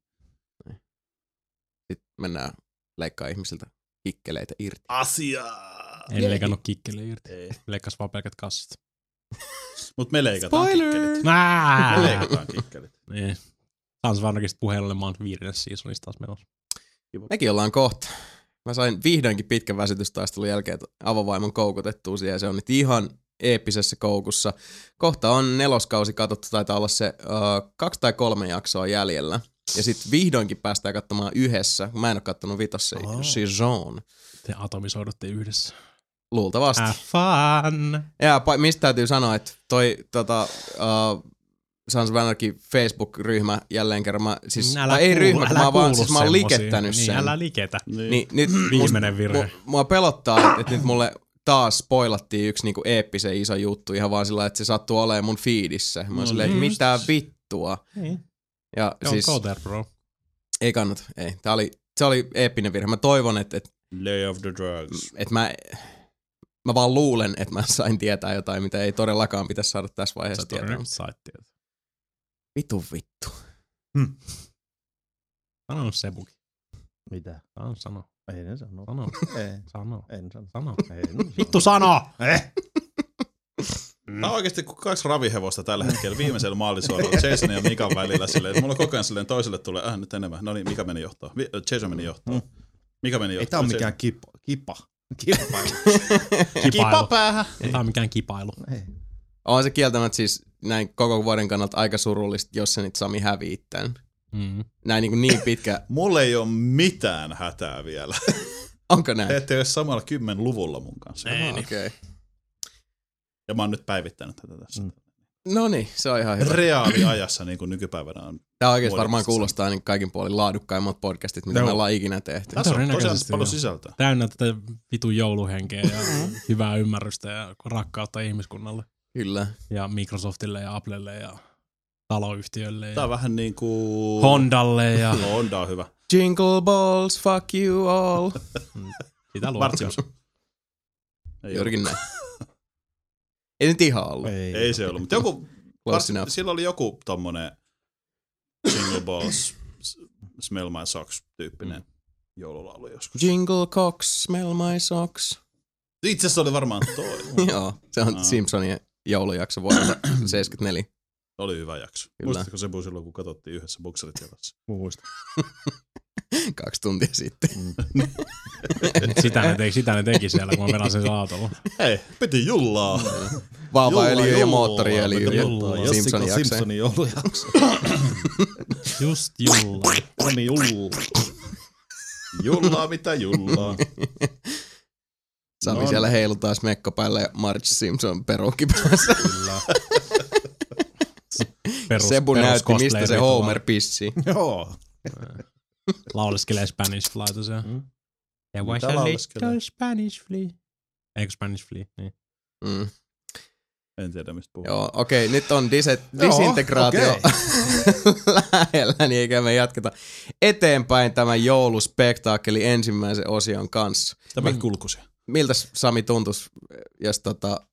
Sitten mennään leikkaa ihmisiltä hikkeleitä irti. Asiaa! En leikannut kikkeliä irti. Ei. Leikkas vaan pelkät kassat. Mut me leikataan Spoiler! kikkelit. Me Nää! leikataan kikkelit. niin. Sans Vanakista puheelle, mä oon viidennes seasonista taas menossa. Mekin ollaan kohta. Mä sain vihdoinkin pitkän väsytystaistelun jälkeen avovaimon koukutettua siihen. Se on nyt ihan eeppisessä koukussa. Kohta on neloskausi katsottu, taitaa olla se uh, kaksi tai kolme jaksoa jäljellä. Ja sitten vihdoinkin päästään katsomaan yhdessä. Mä en ole kattonut vitos se Oh. season. Te atomisoidutte yhdessä. Luultavasti. Have fun! Ja pa- mistä täytyy sanoa, että toi tota, uh, Sans Vanarkin Facebook-ryhmä jälleen kerran, mä, siis, tai ei kuulu- ryhmä, kun älä mä oon vaan, kuulu siis mä oon semmosiin. likettänyt sen. Niin, älä liketä. Niin, nyt Viimeinen virhe. Mua, mua pelottaa, että et nyt mulle taas spoilattiin yksi niinku eeppisen iso juttu ihan vaan sillä, että se sattuu olemaan mun fiidissä. Mä oon No silleen, että niin. mitä vittua. Niin. Ja Don't siis, siis... go there, bro. ei kannata, ei. Tää oli, se oli eeppinen virhe. Mä toivon, että, että, Lay of the drugs. että mä, mä vaan luulen, että mä sain tietää jotain, mitä ei todellakaan pitäisi saada tässä Sä vaiheessa tietää. todennäköisesti sait tietää. Vitu vittu. Sano Sebuki. Mitä? Sano, sano, Ei ne sano. sano, Ei, sano, en sano. no niin. sano. Eh, Ei, ne sano. Vittu sano! Eh. Tää on oikeesti kuin kaksi ravihevosta tällä hetkellä viimeisellä maalisuoralla Jason ja Mikan välillä. Silleen, mulla on koko ajan silleen, toiselle tulee, äh, nyt enemmän. No niin, Mika meni johtoon. Vi- äh, Jason meni johtoon. Mika meni johtoon. Ei tää ole Se- mikään kipa. Kipa. Kipa. Kipailu. päähän. Ei tää on mikään kipailu. Ei. On se kieltämättä siis näin koko vuoden kannalta aika surullista, jos se nyt Sami hävii tän. Mm. Näin niin, kuin niin pitkä. Mulla ei ole mitään hätää vielä. Onko näin? Te ette ole samalla kymmenluvulla mun kanssa. Ei niin. Okei. Okay. Ja mä oon nyt päivittänyt tätä tässä. Mm. No niin, se on ihan hyvä. Reaaliajassa niin kuin nykypäivänä on. Tämä oikeasti Puolitoista varmaan senttiä. kuulostaa niin kaikin puolin laadukkaimmat podcastit, mitä Joo. me ollaan ikinä tehty. Tässä on tosiaan todennäköisesti paljon joo. sisältöä. Täynnä tätä vitun jouluhenkeä ja hyvää ymmärrystä ja rakkautta ihmiskunnalle. Kyllä. Ja Microsoftille ja Applelle ja taloyhtiölle Tää on ja vähän niin kuin... Hondalle ja Honda on hyvä. Jingle balls, fuck you all. sitä luokkaa. Martsimus. Ei, Juurikin näin. Ei nyt ihan ollut. ollut. ei se ollut, mutta joku, Close Mart- enough. sillä oli joku tommonen Single Balls, s- Smell My Socks tyyppinen Mm. joululaulu joskus. Jingle cocks, smell my socks. Itse asiassa oli varmaan toi. Joo, se on Aa. Simpsonien joulujakso vuodelta 74. oli hyvä jakso. Kyllä. Muistatko se silloin, kun katsottiin yhdessä bokserit jalassa? Muista. Kaksi tuntia sitten. Sitä ne teki, sitä ne teki siellä, kun mä pelasin sen autolla. Hei, piti jullaa. Vaavaöljy Joulua, ja joulua, moottoriöljy. mitä ja joulua, Niin. Simpsonin Jessica jakso. Simpsonin joulujakso. Just julla. Meni jullu. Jullaa mitä jullaa. Sami No. siellä heilutaan smekko päällä ja Marge Simpson peruukki päässä. Perus, Sebu perus näytti, cosplay mistä se rituaali. Homer pissii. Joo. Lauleskelee Spanish Flyta se. Mm. Ja Mitä vois a lauleskelee? little Spanish Flea. Eikö Spanish Flea? Niin. Mm. En tiedä mistä puhuu. Joo, okei, nyt on dise- disintegraatio okei. lähellä, niin eikä me jatketa eteenpäin tämän jouluspektaakkelin ensimmäisen osion kanssa. Tämä kulkusia. Miltä Sami tuntus, jos tota...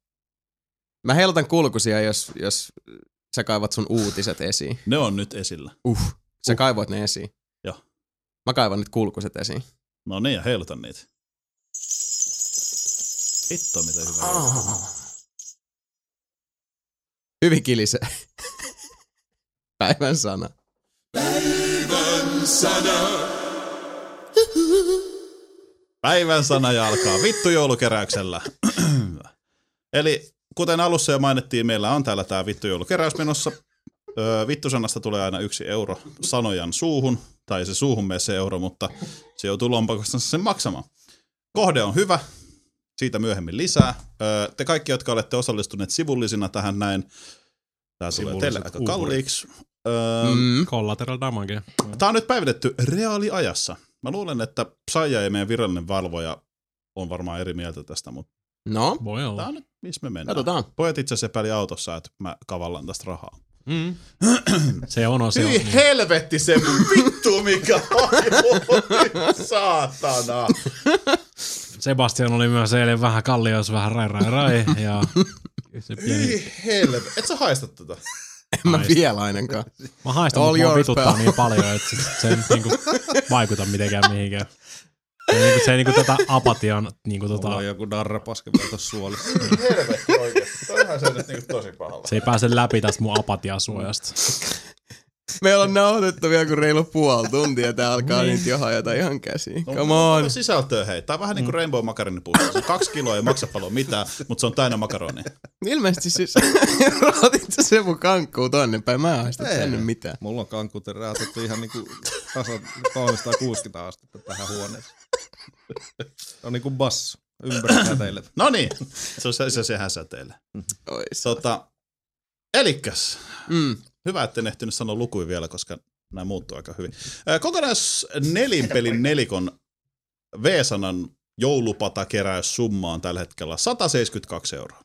Mä heilutan kulkusia, jos, jos sä kaivat sun uutiset esiin. Ne on nyt esillä. Uh. Sä kaivoit ne esiin. Joo. Mä kaivan nyt kulkuset esiin. No niin, ja heilutan niitä. Hitto, mitä hyvää. Oh. Hyvin kilise. Päivän sana. Päivän sana ja alkaa vittu joulukeräyksellä. Eli kuten alussa jo mainittiin, meillä on täällä tämä vittu joulukeräys menossa. Öö, vittusanasta tulee aina yksi euro sanojan suuhun, tai se suuhun menee se euro, mutta se joutuu lompakostansa sen maksamaan. Kohde on hyvä, siitä myöhemmin lisää. Öö, te kaikki, jotka olette osallistuneet sivullisina tähän näin, tämä tulee teille Sivulliset aika uhrit. kalliiksi. Öö, Mm. Collateral damage. Tämä on nyt päivitetty reaaliajassa. Mä luulen, että Saija ja meidän virallinen valvoja on varmaan eri mieltä tästä, mutta No, Voi tämä olla. on nyt, missä me mennään. katsotaan. Pojat itse asiassa epäili autossa, että mä kavallan tästä rahaa. Mm. se on se on. Hyi Niin. helvetti se vittu, mikä on. Saatana. Sebastian oli myös eilen vähän kallios, vähän rai rai rai. Ja se pieni, Hyi helvetti. Et sä haista tätä? En mä vielä ainakaan. mä haistan, All mutta mua yours, vituttaa pal. niin paljon, että se, se ei nyt niinku vaikuta mitenkään mihinkään. Se ei, niinku, se ei niinku tätä apatian niinku tota, Mulla on joku darrapaska vielä tossa suolissa. Helvetti oikeesti. Toihan se nyt niinku tosi pahalla. se ei pääse läpi tästä mun apatiasuojasta. Meillä on nauhoitettu vielä kuin reilu puoli tuntia, tää alkaa Niin. nyt jo hajata ihan käsiin. Come on. No sisältöä hei. Tää on vähän niinku Rainbow makaronipussi. Se on kaksi kiloa, ei maksa paljon mitään, mutta se on täynnä makaronia. Ilmeisesti siis rotit sä se mun kankkuu tonne päin. Mä en haista Ei. tänne mitään. Mulla on kankut räätetty ihan niinku tasan 360 astetta tähän huoneeseen. Se on niinku basso. Ympäri säteille. No niin, se on se, se, se häsäteille. Ois. Tota, elikkäs, Mm. hyvä, että en ehtinyt sanoa lukuja vielä, koska nämä muuttuu aika hyvin. Ää, Kokonais nelinpelin nelikon V-sanan joulupatakeräyssumma on tällä hetkellä 172 euroa.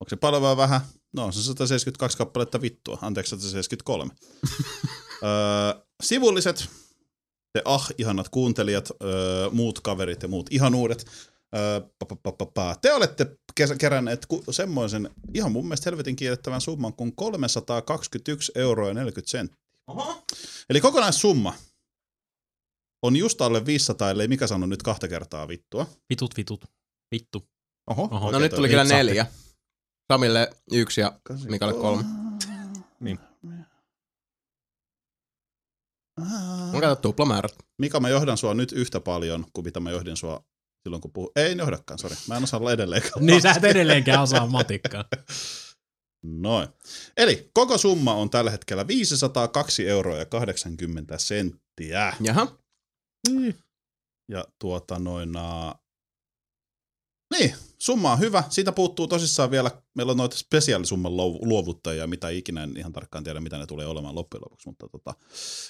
Onko se paljon vai vähän? No on se 172 kappaletta vittua. Anteeksi, 173. öö, sivulliset, te ah, ihanat kuuntelijat, öö, muut kaverit ja muut ihan uudet. Öö, pa, pa, pa, pa, pa. Te olette kes- keränneet ku- semmoisen ihan mun mielestä helvetin kiellettävän summan kuin 321 euroa ja 40 senttiä. Eli kokonaissumma on just alle 500, ellei mikä sano nyt kahta kertaa vittua. Vitut, vitut. Vittu. Oho. Oho. No nyt tuli kyllä neljä. Samille yksi ja Mikalle kolme. Niin. Mä katson tuplamäärät. Mika, mä johdan sua nyt yhtä paljon kuin mitä mä johdin sua silloin, kun puhuin. Ei en johdakaan, sori. Mä en osaa olla edelleenkaan. Niin sä et edelleenkään osaa matikkaa. Noin. Eli koko summa on tällä hetkellä 502 euroa ja 80 senttiä. Jaha. Ja tuota noin... aa, Niin, summa on hyvä. Siitä puuttuu tosissaan vielä, meillä on noita spesiaalisumman luov- luovuttajia, mitä ikinä en ihan tarkkaan tiedä, mitä ne tulee olemaan loppujen lopuksi, mutta tota,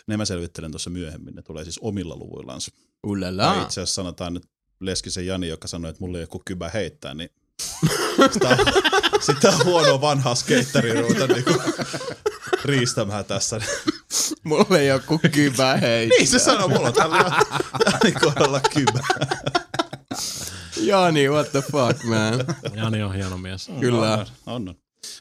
ne mä selvittelen tuossa myöhemmin. Ne tulee siis omilla luvuillansa. Tai Ullala. itse asiassa sanotaan nyt Leskisen Jani, joka sanoi, että mulle ei joku kybä heittää, niin sitä, on, sitä on huonoa vanhaa skeittariruuta niin riistämään tässä. Mulla ei oo kuin kybä hei. Niin se sanoi, mulla on tällä Jani kohdalla kybä. Jani, what the fuck, man. Jani on hieno mies. Kyllä. On, on, on.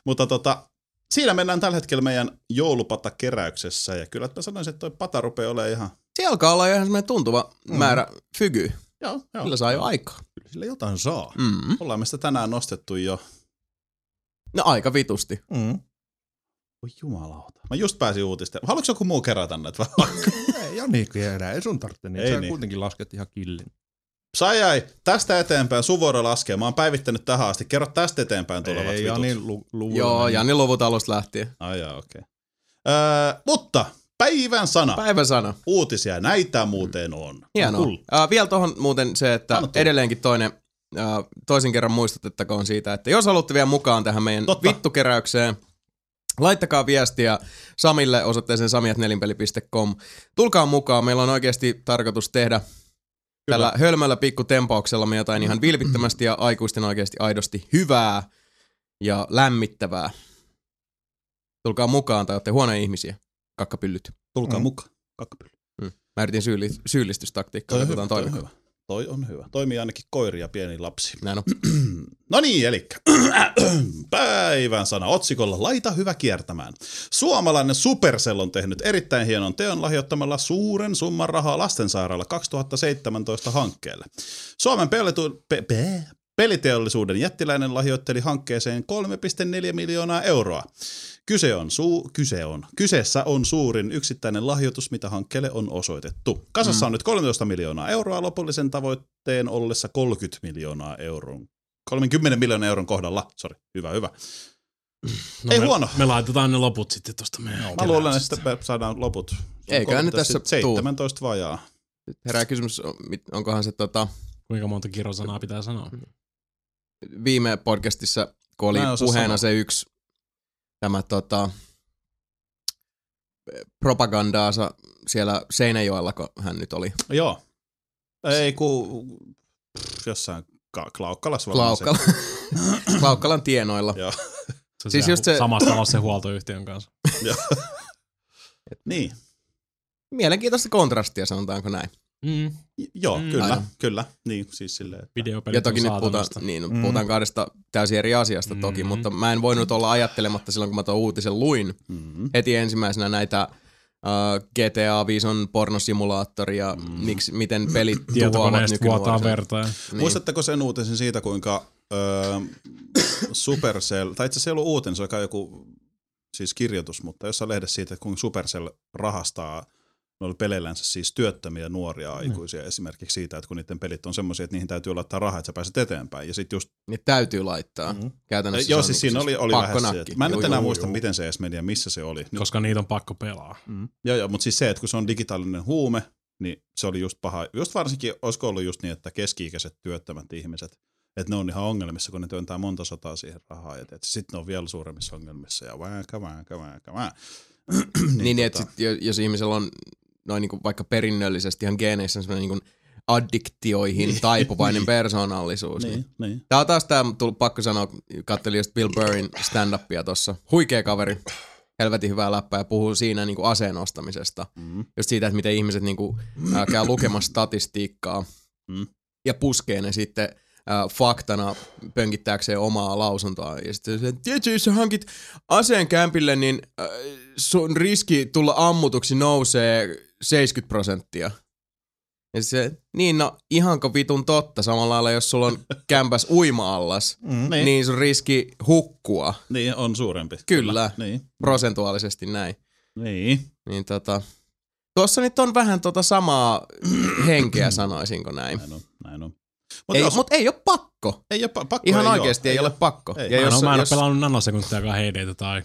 Mutta tota, siinä mennään tällä hetkellä meidän joulupatakeräyksessä ja kyllä mä sanoisin, että toi pata rupeaa olemaan ihan, Se alkaa olla ihan semmoinen tuntuva määrä fygy. Mm. joo, joo. Sillä saa jo aikaa. Kyllä sillä jotain saa. Mm. Ollaan me sitä tänään nostettu jo No aika vitusti. Mm. Voi jumalauta. Mä just pääsin uutista. Haluatko joku muu kerätä näitä vai? Ei Jani kerää, ei sun tarvitse niin. Ei Sä niin. kuitenkin lasket ihan killin. Sai ai, tästä eteenpäin Suvora laskee. Mä oon päivittänyt tähän asti. Kerro tästä eteenpäin tulevat Ei niin. vitut. Jani lu- luvulla. Joo, meni. Jani luvut alusta lähtien. Ai jaa, okei. Öö, mutta päivän sana. Päivän sana. Uutisia näitä muuten on. Hienoa. Cool. Äh, vielä tuohon muuten se, että Anna tulla. edelleenkin toinen, äh, toisen kerran muistutettakoon siitä, että jos haluatte vielä mukaan tähän meidän Totta. Totta. vittukeräykseen, laittakaa viestiä Samille osoitteeseen samiatnelinpeli.com. Tulkaa mukaan, meillä on oikeasti tarkoitus tehdä Kyllä. tällä hölmällä pikkutempauksella me jotain ihan vilpittömästi ja aikuisten oikeasti aidosti hyvää ja lämmittävää. Tulkaa mukaan tai olette huonoja ihmisiä, kakkapyllyt. Tulkaa Mm. mukaan. Kakkapylly. Mä yritin syylli, syyllistystaktiikkaa, katsotaan toi on toimiko. hyvä. Toi on hyvä. Toimii ainakin koiri ja pieni lapsi. Näin on. No niin, eli päivän sana otsikolla Laita hyvä kiertämään. Suomalainen Supercell on tehnyt erittäin hienon teon lahjoittamalla suuren summan rahaa lastensairaala 2017 hankkeelle. Suomen pelitu- pe- pe- peliteollisuuden jättiläinen lahjoitteli hankkeeseen 3,4 miljoonaa euroa. Kyse on, suu, kyse on. Kyseessä on suurin yksittäinen lahjoitus, mitä hankkeelle on osoitettu. Kasassa on nyt 13 miljoonaa euroa lopullisen tavoitteen ollessa 30 miljoonaa euron 30 miljoonan euron kohdalla. Sori, hyvä, hyvä. No Ei me, huono. Me laitetaan ne loput sitten tosta meidän no, Mä luulen, että me saadaan loput. Se on Eiköhän ne 13, tässä tuu. 17 vajaa. Nyt herää kysymys, on- mit- onkohan se tota, Kuinka monta kirosanaa pitää sanoa? Mm. viime podcastissa, kun oli Mä en osaa puheena sanoa. se yksi tämä tota, propagandaansa siellä Seinäjoella, kun hän nyt oli. Joo. Ei ku pff, jossain ka- Klaukkalassa varmaan se- Klaukkala. Klaukkalan tienoilla. Joo. Se Siis on siellä just se- Samassa talossa se huoltoyhtiön kanssa. Niin, Mielenkiintoista kontrastia, sanotaanko näin. Mm. J- joo, Mm. kyllä, Aivan. kyllä. Niin, siis silleen. että- Videopelit Ja toki on niinku nyt puhutaan, saatanasta. niin, Mm. puhutaan kahdesta täysin eri asiasta toki, Mm. mutta mä en voinut olla ajattelematta silloin, kun mä tuon uutisen luin, Mm. heti ensimmäisenä näitä äh, uh, GTA 5 on pornosimulaattori ja mm. miksi, miten pelit tuhoavat Tietokoneesta vuotaa nykynuorisoa. verta. ja- Niin. Muistatteko sen uutisen siitä, kuinka öö, Supercell, tai itse asiassa ei ollut uutinen, se oli kai joku siis kirjoitus, mutta jossain lehdessä siitä, että kuinka Supercell rahastaa noilla peleillänsä siis työttömiä nuoria aikuisia esimerkiksi siitä, että kun niiden pelit on semmoisia, että niihin täytyy laittaa rahaa, että sä pääset eteenpäin. Ja sit just, Niin täytyy laittaa. Mm. Mm. Käytännössä se joo, on siis niinku siinä oli, oli pakko vähän se, nakki. että mä en Juu, nyt enää juu, muista, juu. miten se edes meni ja missä se oli. Nyt, Koska niitä on pakko pelaa. joo, joo, mutta siis se, että kun se on digitaalinen huume, niin se oli just paha. Just varsinkin, olisiko ollut just niin, että keski-ikäiset työttömät ihmiset, että ne on ihan ongelmissa, kun ne työntää monta sataa siihen rahaa. Ja sitten ne on vielä suuremmissa ongelmissa ja vääkä, vääkä, vääkä, vää. Niin, niin tota- että sit, jo- jos ihmisellä on noin niinku vaikka perinnöllisesti ihan geeneissä semmoinen niinku addiktioihin Niin. taipuvainen Niin. persoonallisuus. Niin. Niin, niin. Tää on taas tää, tullut pakko sanoa, kun kattelin just Bill Burrin stand-upia tossa. Huikea kaveri, helvetin hyvää läppää ja puhuu siinä niinku aseen ostamisesta. Mm. just siitä, että miten ihmiset niinku, äh, käy lukemassa statistiikkaa Mm. ja puskee ne sitten äh, faktana pönkittääkseen omaa lausuntoa. Ja sitten se, tiedätkö, jos sä hankit aseen kämpille, niin äh, sun riski tulla ammutuksi nousee 70 prosenttia. Ja se, niin no, ihanko vitun totta samalla lailla, jos sulla on kämpäs uima-allas, Mm. niin. Niin. niin sun riski hukkua. niin, on suurempi. Kyllä. Niin. Prosentuaalisesti näin. Niin. Niin tota, tuossa nyt on vähän tota samaa henkeä, sanoisinko näin. Näin on. Näin on. Mutta ei, jos, mut ei ole pakko. ei ole pa- pakko. Ihan ei oikeasti ei, ei ole pakko. Ei. ja Mä en, jos, oo- mä en jos, jos... ole pelannut nanosekuntiakaan heideitä tai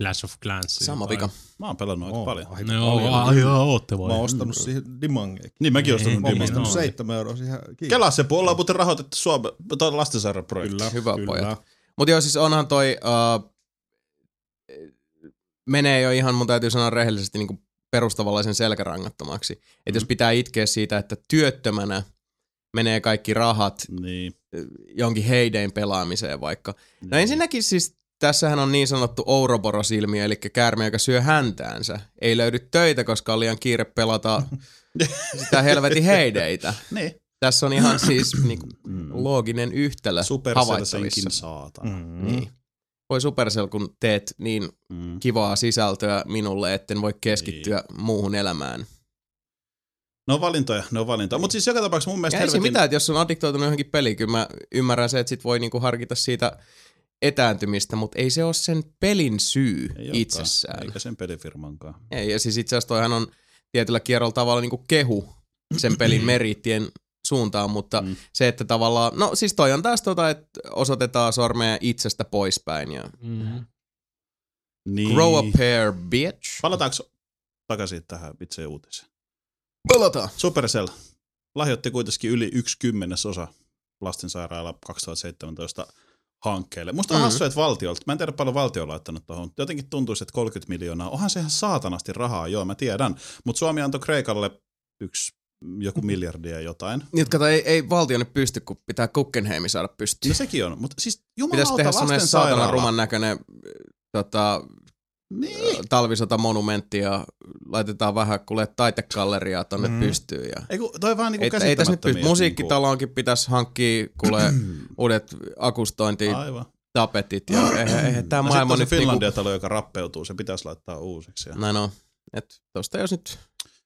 Clash of No, Clans. sama vika. Mä oon pelannut aika Oo, paljon. aika paljon. No, ihan ootte Mä oon voi. ostanut siihen Dimangeekin. Niin mäkin Ei, ostan niin, mun Mä oon niin, Dimonista. ostanut no. seitsemän euroa siihen kiinni. Kela se, kun ollaan muuten rahoitettu Suomen toi lastensairaanprojekti. Kyllä, Hyvä kyllä. pojat. Mutta joo, siis onhan toi, uh, menee jo ihan, mun täytyy sanoa rehellisesti, niin perustavanlaisen selkärangattomaksi. Että mm. jos pitää itkeä siitä, että työttömänä menee kaikki rahat Niin. jonkin heidein pelaamiseen vaikka. No Niin. ensinnäkin siis tässähän on niin sanottu Ouroboros-ilmiö, eli käärme, joka syö häntäänsä. Ei löydy töitä, koska on liian kiire pelata sitä helvetin heideitä. Niin. Tässä on ihan siis niin kuin, Mm. looginen yhtäälö Supercell havaittavissa. senkin saatana. Mm. Niin. Voi Supercell, kun teet niin Mm. kivaa sisältöä minulle, etten voi keskittyä niin. muuhun elämään. Ne on valintoja, ne on valintoja. Mutta siis joka tapauksessa mun mielestä Ja ei se helvetin... mitään, että jos on addiktoitunut johonkin peliin, kyllä mä ymmärrän se, että sit voi niinku harkita siitä etääntymistä, mutta ei se ole sen pelin syy Ei ei olekaan, itsessään. Eikä sen pelifirmankaan. Ei, ja siis itse asiassa toihan on tietyllä kierrolla tavalla niinku kehu sen pelin meriittien suuntaan, mutta Mm. mm. se, että tavallaan, no siis toi on taas tota, että osoitetaan sormea itsestä poispäin ja Mm. Niin. grow a pair, bitch. Palataanko takaisin tähän itse uutiseen? Palataan. Supercell lahjoitti kuitenkin yli yksi kymmenesosa lastensairaala 2017 hankkeelle. Musta on Mm. mm. hassu, että valtiolta, mä en tiedä paljon valtio on laittanut tuohon, jotenkin tuntuisi, että 30 miljoonaa, onhan se ihan saatanasti rahaa, joo mä tiedän, mutta Suomi antoi Kreikalle yksi Mm. joku miljardia jotain. Nyt kato, ei, ei valtio nyt pysty, kun pitää Kukkenheimi saada pystyyn. No sekin on, mutta siis Pitäisi tehdä jumalauta semmoinen saatana lastensairaala. ruman näköinen äh, tota, Niin. talvisotamonumentti ja laitetaan vähän kuule taitekalleriaa tonne Mm. mm. pystyyn. Ja... Ei kun, toi on vaan niinku Et, ei tässä nyt pysty. käsittämättömiä, Musiikkitaloonkin pitäisi hankkia kuule uudet akustointi niinku- Aivan. tapetit ja eihän, eihän tämä No sitten maailma on nyt se niinku, Finlandia-talo, joka rappeutuu, se pitäisi laittaa uusiksi. Ja... näin on. Et tosta jos nyt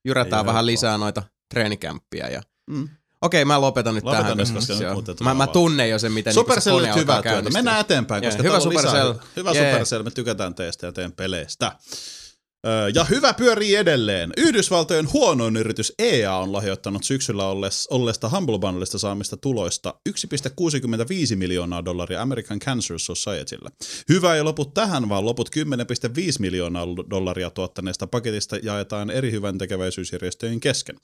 jyrätään Ei vähän helppoa. lisää noita treenikämppiä ja Mm. Okei, mä lopetan nyt Lopetan tähän. nyt, koska Se nyt on- muuten tulee mä, mä avaus. tunnen jo sen, miten niinku se Supercell kone nyt alkaa hyvää työtä. käynnistyä. tuota. Mennään eteenpäin, Jee, koska hyvä täällä on lisää- Supercell. Hyvä Jee. Supercell, me tykätään teistä ja teidän peleistä. Öö, Ja hyvä pyörii edelleen. Yhdysvaltojen huonoin yritys EA on lahjoittanut syksyllä olles- olleesta Humble Bundlesta saamista tuloista 1,65 miljoonaa dollaria American Cancer Societylle. Hyvä ei lopu tähän, vaan loput 10,5 miljoonaa dollaria tuottaneesta paketista jaetaan eri hyvän tekeväisyysjärjestöjen kesken.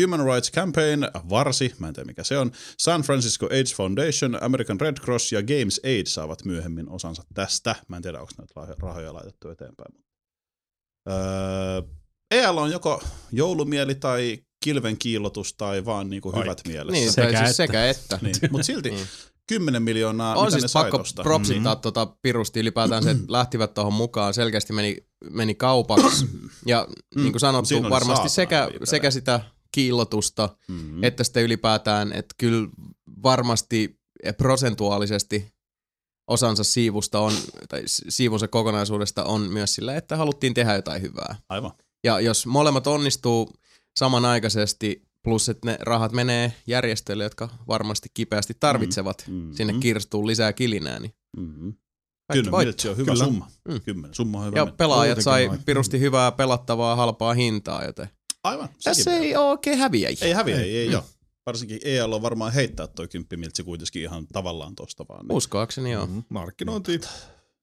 Human Rights Campaign, Varsi, mä en tiedä mikä se on, San Francisco AIDS Foundation, American Red Cross ja Games Aid saavat myöhemmin osansa tästä. Mä en tiedä, onko näitä lah- rahoja laitettu eteenpäin. Öö, EL on joko joulumieli tai kilven kiillotus tai vaan niinku Ai, hyvät mielessä. Niin, Sekä sekä, siis että. että. sekä että. Niin, mutta silti Niin. 10 miljoonaa, On mitä ne siis sai pakko tosta? Mm-hmm. propsitaa mm tota pirusti ylipäätään se, että lähtivät tuohon mukaan. Selkeästi meni, meni kaupaksi. ja Mm. niin kuin sanottu, Siinä oli varmasti saatana sekä, viipele. sekä sitä kiillotusta, Mm. mm. että sitten ylipäätään, että kyllä varmasti prosentuaalisesti osansa siivusta on, tai s- siivunsa kokonaisuudesta on myös sillä, että haluttiin tehdä jotain hyvää. Aivan. Ja jos molemmat onnistuu samanaikaisesti, plus että ne rahat menee järjestöille, jotka varmasti kipeästi tarvitsevat Mm. sinne kirstuun lisää kilinää, niin Mm. kaikki Kyllä, voittaa. miltä se on hyvä Kyllä. summa. Mm. Kymmenen. Summa on hyvä. Ja mennä. pelaajat sai Muutenkin noin. pirusti Mm-hmm. hyvää pelattavaa halpaa hintaa, joten Aivan. tässä sekin ei Mm. ole oikein häviäjiä. Ei häviä, ei, ei, joo. Varsinkin EL on varmaan heittää toi kymppimiltsi kuitenkin ihan tavallaan tosta vaan. Niin. Uskoakseni joo. Mm, Markkinointi.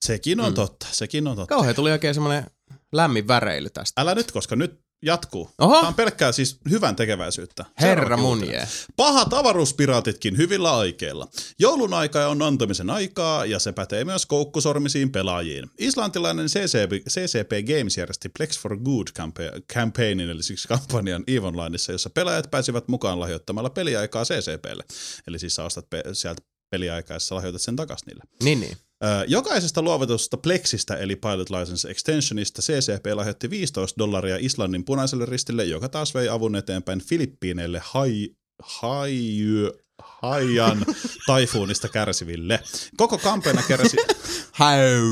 Sekin on Mm. totta, sekin on totta. Kauhean tuli oikein semmoinen lämmin väreily tästä. Älä nyt, koska nyt jatkuu. Tämä Oho, on pelkkää siis hyvän tekeväisyyttä. Ah! herra Seuraavakin mun uutinen. jee. Pahat avaruuspiraatitkin hyvillä aikeilla. Joulun aika on antamisen aikaa ja se pätee myös koukkusormisiin pelaajiin. Islantilainen CCP, CCP Games järjesti Plex for Good campa- campaignin, eli siis kampanjan Evonlineissa, jossa pelaajat pääsivät mukaan lahjoittamalla peliaikaa CCPlle. Eli siis sä ostat pe- sieltä peliaikaa ja sä lahjoitat sen takas niille. Niin, niin. Ö, Jokaisesta luovutusta Plexistä eli Pilot License Extensionista CCP lahjoitti 15 dollaria Islannin punaiselle ristille, joka taas vei avun eteenpäin Filippiineille hai, hai, haijan taifuunista kärsiville. Koko kampanja keräsi... Häy.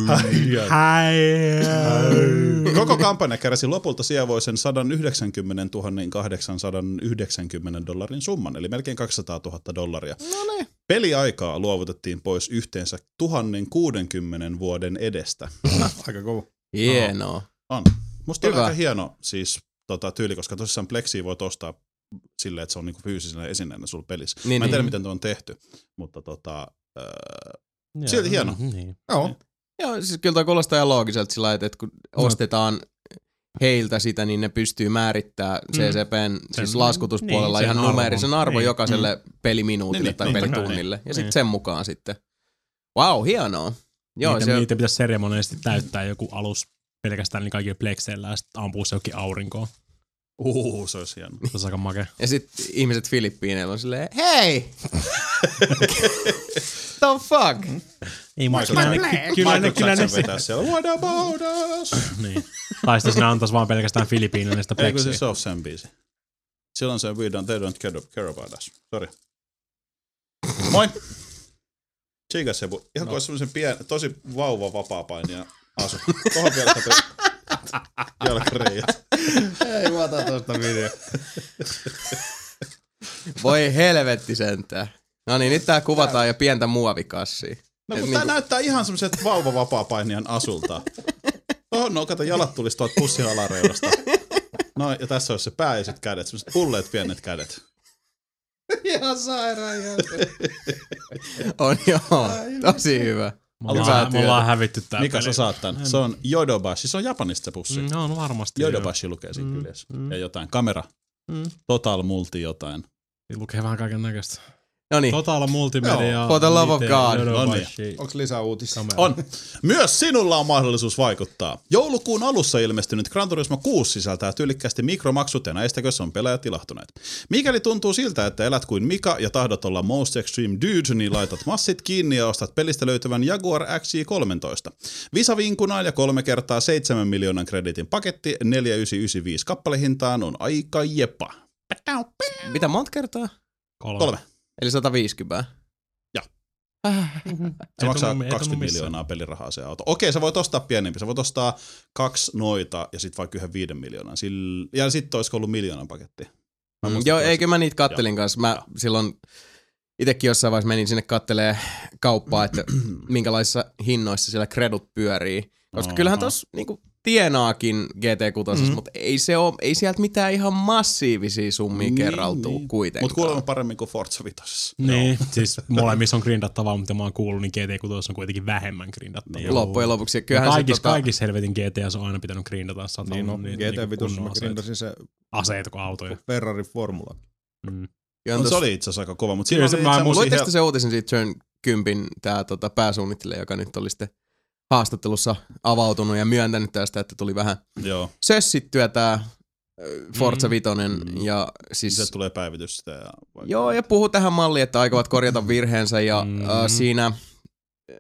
Koko kampanja kärsi lopulta sievoisen 190 890 dollarin summan, eli melkein 200 000 dollaria. No niin. Peliaikaa luovutettiin pois yhteensä 1060 vuoden edestä. Aika kova. Hienoa. On. Musta on Hyvä. aika hieno siis, tota, tyyli, koska tosissaan Plexi voi ostaa silleen, että se on niinku fyysisenä esineenä sulla pelissä. Niin, Mä en tiedä, niin. miten tuo on tehty, mutta tota, äh, Silti hieno. Niin. Joo. Joo, siis kyllä toi kuulostaa ihan loogiselta sillä lailla, että kun No. ostetaan heiltä sitä, niin ne pystyy määrittää CCPn siis Mm. Sen- laskutuspuolella niin, ihan sen arvon. numeerisen arvon Niin. jokaiselle peliminuutille Niin, niin, tai niin, pelitunnille. Ja sitten Niin. sen mukaan sitten. Vau, wow, hienoa. Joo, niitä, se niitä pitäisi seremoniallisesti täyttää joku alus pelkästään niin kaikilla plekseillä ja sitten ampuu se jokin aurinkoon. uhuhu, se olisi hieno. Se on aika make. Ja sitten ihmiset Filippiineillä on silleen, hei! The fuck? Ei Michael kyllä, ne, Jackson- ky- kyllä, ne, Michael kyllä ne, Jackson vetää siellä, what about us? niin. Tai sitten ne antaisi vaan pelkästään Filippiineille sitä Ei kun pleksiä. siis se ole sen biisi. Silloin se we don't, they don't care, care about us. Sorry. Moi! Chigasebu. Ihan no. kuin semmoisen pien, tosi vauva vapaa-painija asu. Tuohon vielä kato jalkariin. Ei mä otan tosta video. Voi helvetti sentään. No niin, nyt tää kuvataan jo pientä muovikassia. No Et kun tää niinku- näyttää ihan semmoiset vauva vapaa-painijan asulta. Tuohon no kato jalat tulisi tuolta pussin alareudasta. No ja tässä olisi se pää ja sit kädet, semmoiset pulleet pienet kädet. Ihan sairaan jälkeen. On joo, niin. tosi hyvä. Me Hyvää ollaan, me työtä. ollaan hävitty tää Mikä peli. sä saat tän? Se on Yodobashi, se on japanista se pussi. No on varmasti. joo. Yodobashi lukee siinä Mm, kyljessä. mm. Ja jotain. Kamera. Mm. Total multi jotain. Lukee vähän kaiken näköistä. No niin, Total multimedia. Joo. For the love of IT, God. Yodobashi. No niin. Onks lisää uutisia? Kamera. On. Myös sinulla on mahdollisuus vaikuttaa. Joulukuun alussa ilmestynyt Gran Turismo 6 sisältää tyylikkäästi mikromaksut ja näistä, jos on pelaajat ilahtuneet. Mikäli tuntuu siltä, että elät kuin Mika ja tahdot olla most extreme dude, niin laitat massit kiinni ja ostat pelistä löytyvän Jaguar XJ13. Visavinkunaan ja kolme kertaa 7 miljoonan kreditin paketti 4995 kappalehintaan on aika jepa. mitä monta kertaa? Kolme. Kolme. Eli 150. Se Ei maksaa tullut- ei tullut 20 missään. miljoonaa pelirahaa se auto. Okei, sä voit ostaa pienempi. Sä voit ostaa kaksi noita ja sitten vaikka yhden viiden miljoonan. Sill... Ja sitten olisiko ollut miljoonan paketti. Mä Mm, muistan Joo, kyllä eikö mä niitä kattelin kanssa. Mä silloin itekin jossain vaiheessa menin sinne kattelee kauppaa, että minkälaisissa hinnoissa siellä kredut pyörii. Koska Aha. kyllähän tos niinku tienaakin GT6, mm-hmm. mutta ei, se oo, ei sieltä mitään ihan massiivisia summia Niin, niin, kerraltuu niin. niin. kuitenkaan. Mut kuulemma paremmin kuin Forza 5. Niin, siis molemmissa on grindattavaa, mutta mä oon kuullut, niin GT6 on kuitenkin vähemmän Niin grindattavaa. Loppujen lopuksi. Ja Kyllähän Kyllähän kaikissa, se, tota, kaikissa helvetin GTS on aina pitänyt grindata sata. Niin no, GT Vitus mä aseet, grindasin se aseet kuin autoja. Ferrari formula. Mm. kyllähän No, se tos- oli itse asiassa aika kova, mutta Kyllä siinä se- oli mä itse muistan- asiassa Luitteko te se uutisen siitä Turn 10 tää tota, pääsuunnittelija, joka nyt oli sitten haastattelussa avautunut ja myöntänyt tästä, että tuli vähän Joo, sössittyä tää ö, Forza Mm. mm. Vitoinen Mm. ja siis... siis... se tulee päivitys sitä. Ja vaikka- Joo, ja puhu tähän malliin, että aikovat korjata virheensä ja Mm. mm. äh, siinä... ö,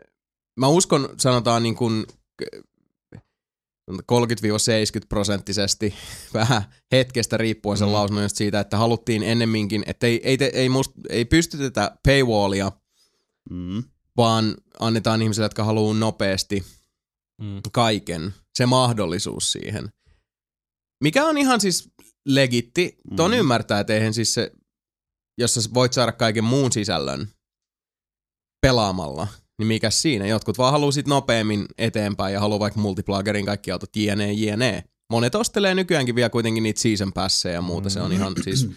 Mä uskon, sanotaan niin kuin ö, 30-70 prosenttisesti vähän hetkestä riippuen sen Mm. mm. lausunnon just siitä, että haluttiin ennemminkin, että ei, ei, te, ei, must, ei pystytetä paywallia, Mm. vaan annetaan ihmisille, jotka haluaa nopeasti Mm. kaiken, se mahdollisuus siihen. Mikä on ihan siis legitti, ton Mm. mm. ymmärtää, että eihän siis se, jos sä voit saada kaiken muun sisällön pelaamalla, niin mikä siinä? Jotkut vaan haluaa sit nopeammin eteenpäin ja haluaa vaikka multiplagerin kaikki autot, jne, jne. Monet ostelee nykyäänkin vielä kuitenkin niitä season passeja ja muuta, se on ihan siis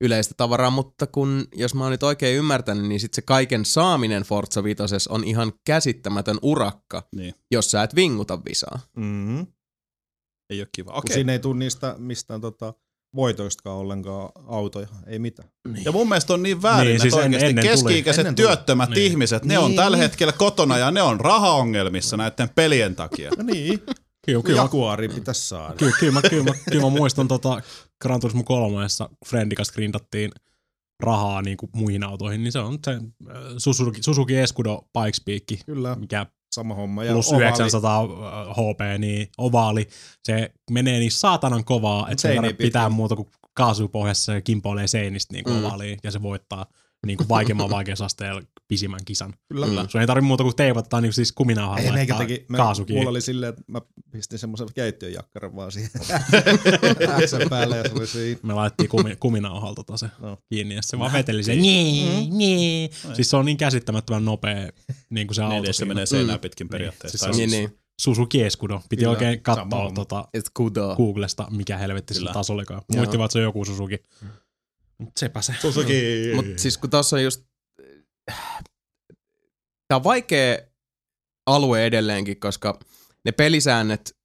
yleistä tavaraa, mutta kun, jos mä oon nyt oikein ymmärtänyt, niin sit se kaiken saaminen Forza Vitoses on ihan käsittämätön urakka, Niin. jos sä et vinguta visaa. Mm-hmm. Ei ole kiva. Okay. Okei. Siinä ei tule niistä mistään tota, voitoistakaan ollenkaan autoja, ei mitään. Ja mun mielestä on niin väärin, Niin, niin, että siis siis en- oikeasti ennen tuli. keski-ikäiset Ennen tuli. työttömät Niin. ihmiset, ne on Niin. tällä hetkellä kotona ja ne on rahaongelmissa näiden pelien takia. No niin, Kyllä, kyllä, mä, Jaguari pitäisi saada. kyllä, kyllä, mä, kyllä, mä, kyllä mä muistan tota Gran Turismo 3, Frendikas grindattiin rahaa niin kuin muihin autoihin, niin se on se äh, Suzuki, Suzuki Escudo Pikes Peak, Kyllä, mikä sama homma. Ja plus ovaali. 900 HP, niin ovaali, se menee niin saatanan kovaa, että se Seiniä pitää pitää muuta kuin kaasupohjassa ja kimpoilee seinistä niin kuin Mm. ovaaliin, ja se voittaa. niin kuin vaikeamman vaikeusasteella pisimmän kisan. Kyllä. Mm. Sun ei tarvitse muuta kuin teipata tai niin siis kuminauhaa Ei, meikä laittaa teki, me, kaasukiin. mulla oli silleen, että mä pistin semmoisen keittiöjakkaran vaan siihen äksän päälle ja se oli siinä. Me laitettiin kumi, kuminauhalta tota se No. Mm. no. kiinni ja se vaan veteli sen. Nii, nii. Siis se on niin käsittämättömän nopea niin kuin se auto. Neljässä se siinä. menee seinää pitkin periaatteessa. Siis Tai se Niin, niin. Suzuki Escudo. Piti Kyllä, oikein sama katsoa homma. tota Et kudaa. Googlesta, mikä helvetti sillä taas olikaan. Joo. Muitti vaan, että se on joku Suzuki. Mut sepä se. Suzuki. Mut siis kun tässä on just... Tää on vaikea alue edelleenkin, koska ne pelisäännöt,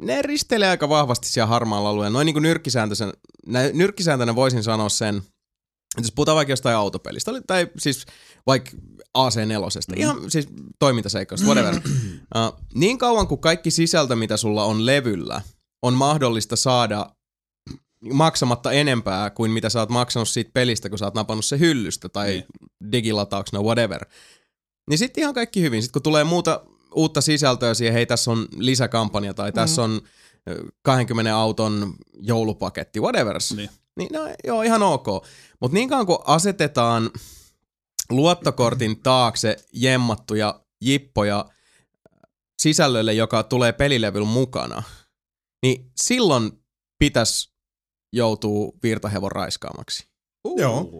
ne ristelee aika vahvasti siellä harmaalla alueella. Noin niin kuin nyrkkisääntöisen, nä- nyrkkisääntönä voisin sanoa sen, että jos puhutaan vaikka jostain autopelistä, oli- tai siis vaikka AC4, mm. ihan siis toimintaseikkaista, whatever. uh, niin kauan kuin kaikki sisältö, mitä sulla on levyllä, on mahdollista saada maksamatta enempää kuin mitä sä oot maksanut siitä pelistä, kun sä oot napannut se hyllystä tai niin. digilatauksena, whatever. Niin sitten ihan kaikki hyvin. Sitten kun tulee muuta uutta sisältöä siihen, hei tässä on lisäkampanja tai tässä on ö, 20 auton joulupaketti, whatever. Niin. niin no, joo, ihan ok. Mutta niin kauan kun asetetaan luottokortin taakse jemmattuja jippoja sisällölle, joka tulee pelilevyn mukana, niin silloin pitäisi joutuu virtahevon raiskaamaksi. Joo.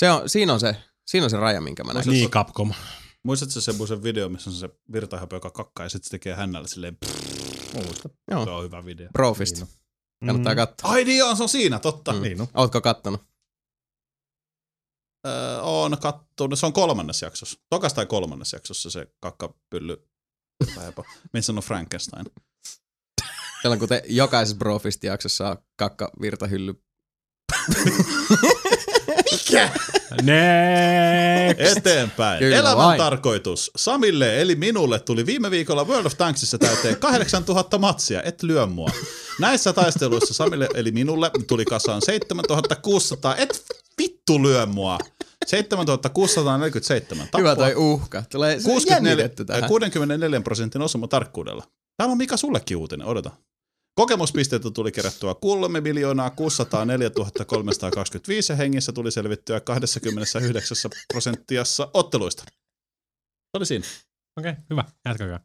Se on, siinä, on se, siinä on se raja, minkä No mä näen. Niin Capcom. Muistatko semmoisen video, missä on se virtahäpö, joka kakkaa ja sitten se tekee hännällä silleen pff, Muista. se on hyvä video. Brofist. Mm. Kannattaa katsoa. Ai niin joo, se on siinä, totta. Mm. Mm. Niin no. Ootko kattonut? Öö, on kattonut, se on kolmannes jaksossa. Tokas tai kolmannes jaksossa se kakkapylly virtahäpö, missä on Frankenstein. Siellä on kuten jokaisessa Brofist jaksossa kakka virtahylly. Ne. Eteenpäin. Kyllä Elämän vain. tarkoitus. Samille eli minulle tuli viime viikolla World of Tanksissa täyteen 8000 matsia. Et lyö mua. Näissä taisteluissa Samille eli minulle tuli kasaan 7600. Et vittu lyö mua. 7647 tappua. Hyvä toi uhka. Tulee 64, 64, tähän. 64 äh, prosentin osuma tarkkuudella. Täällä on Mika sullekin uutinen, odota. Kokemuspisteitä tuli kerättyä 3 miljoonaa 604 325 ja hengissä tuli selvittyä 29 prosenttiassa otteluista. Se oli siinä. Okei, hyvä. Jatkakaa.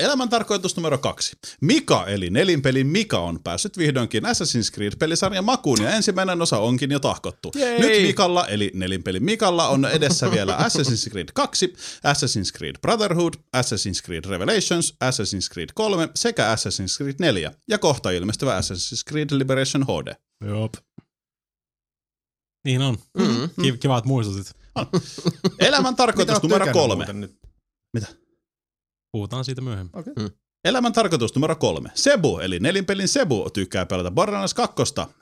Elämän tarkoitus numero kaksi. Mika eli nelinpeli Mika on päässyt vihdoinkin Assassin's Creed-pelisarjan makuun ja ensimmäinen osa onkin jo tahkottu. Jei! Nyt Mikalla eli nelinpeli Mikalla on edessä vielä Assassin's Creed 2, Assassin's Creed Brotherhood, Assassin's Creed Revelations, Assassin's Creed 3 sekä Assassin's Creed 4 ja kohta ilmestyvä Assassin's Creed Liberation HD. Jop. Niin on. Mm-hmm. Ki- Kiva, että muistutit. Elämän tarkoitus numero kolme. Nyt? Puhutaan siitä myöhemmin. Elämän tarkoitus numero kolme. Sebu, eli nelinpelin Sebu, tykkää pelata Borderlands 2.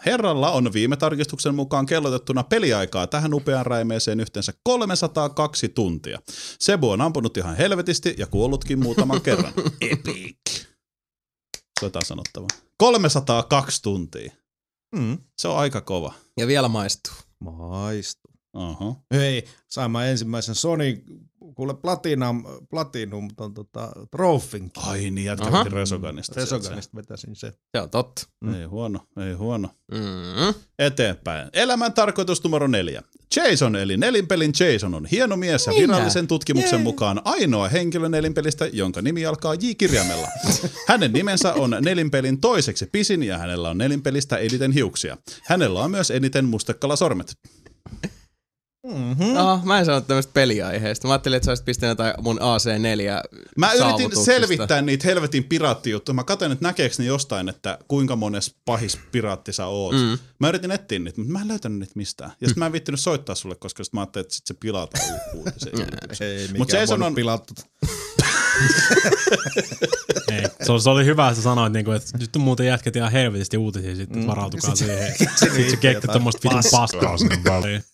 Herralla on viime tarkistuksen mukaan kellotettuna peliaikaa tähän upeaan raimeeseen yhteensä 302 tuntia. Sebu on ampunut ihan helvetisti ja kuollutkin muutaman kerran. Epic. Jotain sanottavaa. 302 tuntia. Mm. Se on aika kova. Ja vielä maistuu. Maistu. Oho. Hei, sain mä ensimmäisen Sony, kuule Platinum, Platinum ton, tota, Trophin. Ai niin, Aha. jatketaan Resoganista. Resoganista vetäsin se. Se on totta. Ei huono, ei huono. Mm-hmm. Eteenpäin. Elämän tarkoitus numero neljä. Jason eli nelinpelin Jason on hieno mies ja Minä. virallisen tutkimuksen Jee. mukaan ainoa henkilö nelinpelistä, jonka nimi alkaa J-kirjaimella. Hänen nimensä on nelinpelin toiseksi pisin ja hänellä on nelinpelistä eniten hiuksia. Hänellä on myös eniten mustekala sormet. Mm. Mm-hmm. No, mä en sano tämmöistä peliaiheesta. Mä ajattelin, että sä olisit pistänyt jotain mun AC4 Mä yritin saavutuksista. selvittää niitä helvetin piraattijuttuja. Mä katsoin, että näkeekö ne jostain, että kuinka mones pahis piraatti sä oot. Mm. Mä yritin etsiä niitä, mutta mä en löytänyt niitä mistään. Ja sit mä en viittinyt soittaa sulle, koska sit mä ajattelin, että sit se pilataan uutisen. Ei mikään Mut se ei sanon- voinut pilattu. Ei. Se, oli- se oli hyvä, että sä sanoit, niinku, että nyt on muuten jätkät ihan helvetisti uutisia, sitten mm. varautukaa siihen. Sitten se kekti tommoista vitun paskaa sen väliin.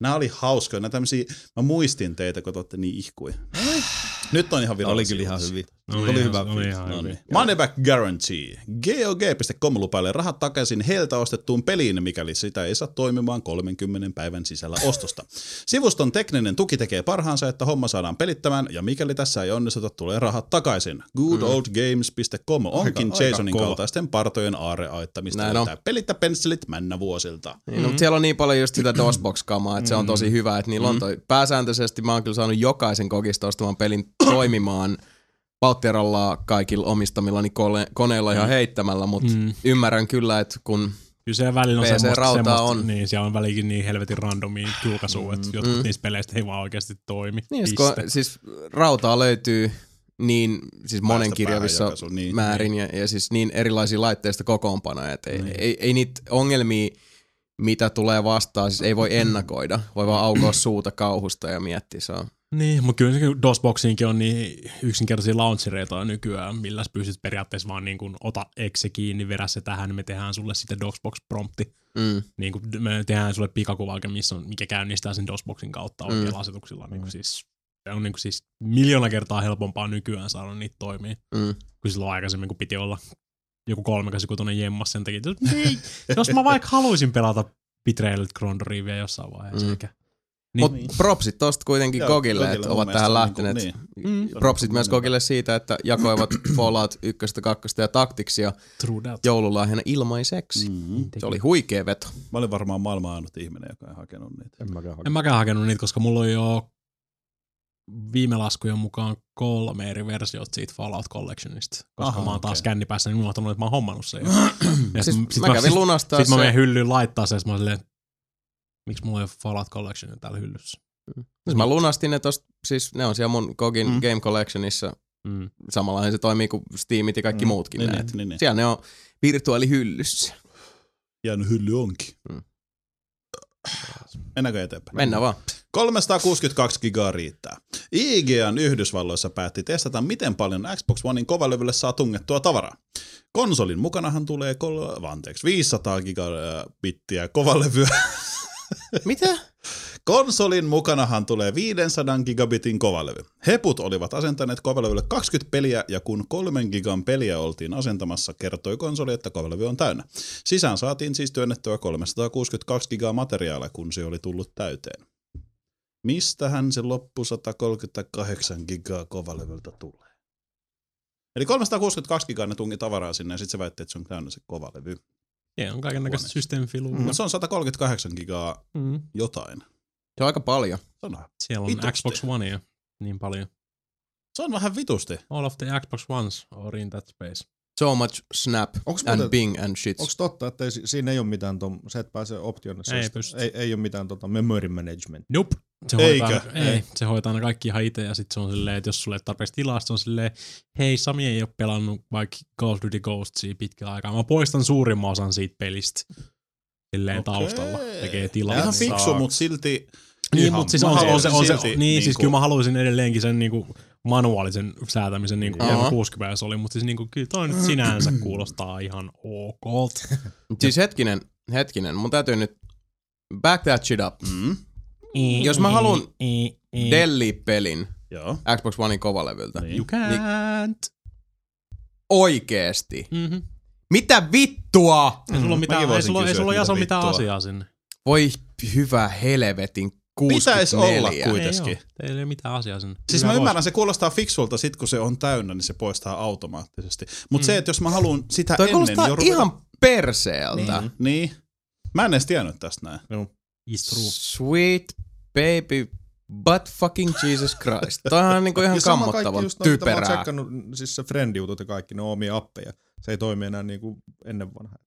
Nämä oli hauskoja. Nämä tämmösiä, mä muistin teitä, kun te olette niin ihkuja. Nyt on ihan Ne virallisia. oli kyllä ihan uutisia. hyvin. Oli, Oli ihan- hyvä Oli ihan No hyvin. niin. Money back guarantee. GOG.com lupaille rahat takaisin heiltä ostettuun peliin, mikäli sitä ei saa toimimaan 30 päivän sisällä ostosta. Sivuston tekninen tuki tekee parhaansa, että homma saadaan pelittämään, ja mikäli tässä ei onnistuta, tulee rahat takaisin. Goodoldgames.com onkin aika Jasonin kova. kaltaisten partojen aareaittamista. Näin on. löytää Pelittä pensselit männä vuosilta. Niin, mm-hmm. mutta siellä on niin paljon just sitä DOSBox-kamaa, että se on tosi hyvä, että niillä on toi. Pääsääntöisesti mä oon kyllä saanut jokaisen kokista ostamaan pelin toimimaan Paltteralla kaikilla omistamillani kole- koneilla ihan heittämällä, mutta mm. Mm. ymmärrän kyllä, että kun Kyllä siellä välillä on PC semmoista, rautaa semmoista on. Mm-hmm. on. niin siellä on välikin niin helvetin randomia julkaisuja, että jotkut niistä peleistä ei vaan oikeasti toimi. Niin, just kun, Piste. siis rautaa löytyy niin siis monenkirjavissa päähän jakaisu, niin, määrin ja, ja siis niin erilaisia laitteista kokoonpanoja, että ei, niin. ei, ei niitä ongelmia, mitä tulee vastaan, siis ei voi ennakoida. Voi vaan aukoa suuta kauhusta ja miettiä, se on Niin, mutta kyllä se DOSBoxiinkin on niin yksinkertaisia launchereita nykyään, millä sä pystyt periaatteessa vaan niin kuin, ota exe kiinni, vedä se tähän, me tehdään sulle sitten DOSBox-prompti. mm, Niin kuin, me tehdään sulle pikakuva, missä on, mikä käynnistää sen DOSBoxin kautta Mm. oikeilla asetuksilla. Niin kuin, siis, se on niin kuin, siis miljoona kertaa helpompaa nykyään saada niitä toimii, mm. kuin silloin aikaisemmin, kun piti olla joku 386 jemmas sen takia. että Ei, jos mä vaikka haluaisin pelata Betrayal Ground Reevea jossain vaiheessa, Mm. mm. ehkä. Niin. Mutta propsit tosta kuitenkin Joo, Gogille, Gogille että mun ovat mielestä tähän on lähteneet. niinku- Mm. Propsit myös Gogille siitä, että jakoivat Fallout 1, 2 ja taktiksia True that. joululahjana ilmaiseksi. Mm. Mm-hmm. Se oli huikea veto. Mä olin varmaan maailman ainut ihminen, joka ei hakenut niitä. En mäkään En mäkään hakenut niitä, koska mulla on jo viime laskujen mukaan kolme eri versiota siitä Fallout Collectionista, koska Aha, Aha, mä oon taas okei. okay. kännipäässä, niin unohtanut, että mä oon hommannut sen. jo. Ja Siis sit mä kävin sit, lunastaa sit mä sen. menen hyllyyn laittaa sen, ja sit mä oon silleen, miksi mulla ei ole Fallout Collectionia täällä hyllyssä. Siis mä lunastin ne tosta, siis ne on siellä mun Kogin Mm. mm. Game Collectionissa. Mm. Samallahan se toimii kuin Steamit ja kaikki Mm. mm. muutkin Niin, näet. niin, niin, niin. Siellä ne on virtuaalihyllyssä. Jäänyt hylly onkin. Mm. Mennäänkö eteenpäin? Mennään vaan. 362 gigaa riittää. IGN Yhdysvalloissa päätti testata, miten paljon Xbox Onein kovalevylle saa tungettua tavaraa. Konsolin mukanahan tulee kol- vaan anteeksi, 500 gigabittiä kovalevyä. Mitä? Konsolin mukanahan tulee 500 gigabitin kovalevy. Heput olivat asentaneet kovalevylle 20 peliä ja kun kolmen gigan peliä oltiin asentamassa, kertoi konsoli, että kovalevy on täynnä. Sisään saatiin siis työnnettyä 362 gigaa materiaalia, kun se oli tullut täyteen. Mistähän se loppu 138 gigaa kovalevyltä tulee? Eli 362 gigaa ne tunki tavaraa sinne ja sitten se väitti, että se on täynnä se kovalevy. Niin, on kaiken näköistä Huone. systeemifiluja. Mutta se on 138 gigaa Mm. jotain. Se on aika paljon. Se on, Siellä on Vitusti. Xbox Onea niin paljon. se on vähän vitusti. All of the Xbox Ones are in that space. So much snap Onks and muuten- bing and shit. Onko totta, että ei, si- siinä ei ole mitään tuon, se et pääse option, se- Ei pysty. ei, ei ole mitään tota memory management. Nope. Se Eikö? hoitaa, ei, Ei. ei, se hoitaa ne kaikki ihan itse ja sit se on silleen, että jos sulle ei ole tarpeeksi tilaa, sit se on silleen, hei Sami ei ole pelannut vaikka Call of Duty Ghostsia pitkään aikaa, mä poistan suurimman osan siitä pelistä. Silleen Okei. okay. taustalla tekee tilaa. Ihan Niin. fiksu, mutta silti Niin, ihan- mutta siis mä on se, on haluaisin se, on se, silti niin, niinku- niin siis kyllä mä haluaisin edelleenkin sen niinku manuaalisen säätämisen niin kuin Joo. 60 se oli, mutta siis niinku, kyllä toi Mm. nyt sinänsä kuulostaa ihan ok. Siis hetkinen, hetkinen. Mun täytyy nyt back that shit up. Mm, Jos mä haluan Del- Delli-pelin joo. Xbox Onein kovalevyltä. Niin. You can't. Oikeesti. Mm-hmm. Mitä vittua? Ei Mm. sulla, ole Mäkin mitään, ei voisin sulla, ei kysyä, sulla että jaso mitä mitään vittua. asiaa sinne. Voi hyvä helvetin 64. Pitäis olla kuitenkin. Ei oo. Teillä ei ole mitään asiaa sinne. Siis mä ymmärrän, se kuulostaa fiksulta sit kun se on täynnä, niin se poistaa automaattisesti. Mutta mm. se, että jos mä haluan sitä Toi ennen, kuulostaa niin jo ihan perseeltä. ruveta... Niin. Mä en edes tiennyt tästä näin. It's true. Sweet baby but fucking Jesus Christ. Toihan on niinku ihan Ja sama kaikki kammottavan just noin, mitä mä oon typerää. tsekkannut, siis se friendjutut ja kaikki, ne on omia appeja. Se ei toimi enää niin kuin ennen vanhaa.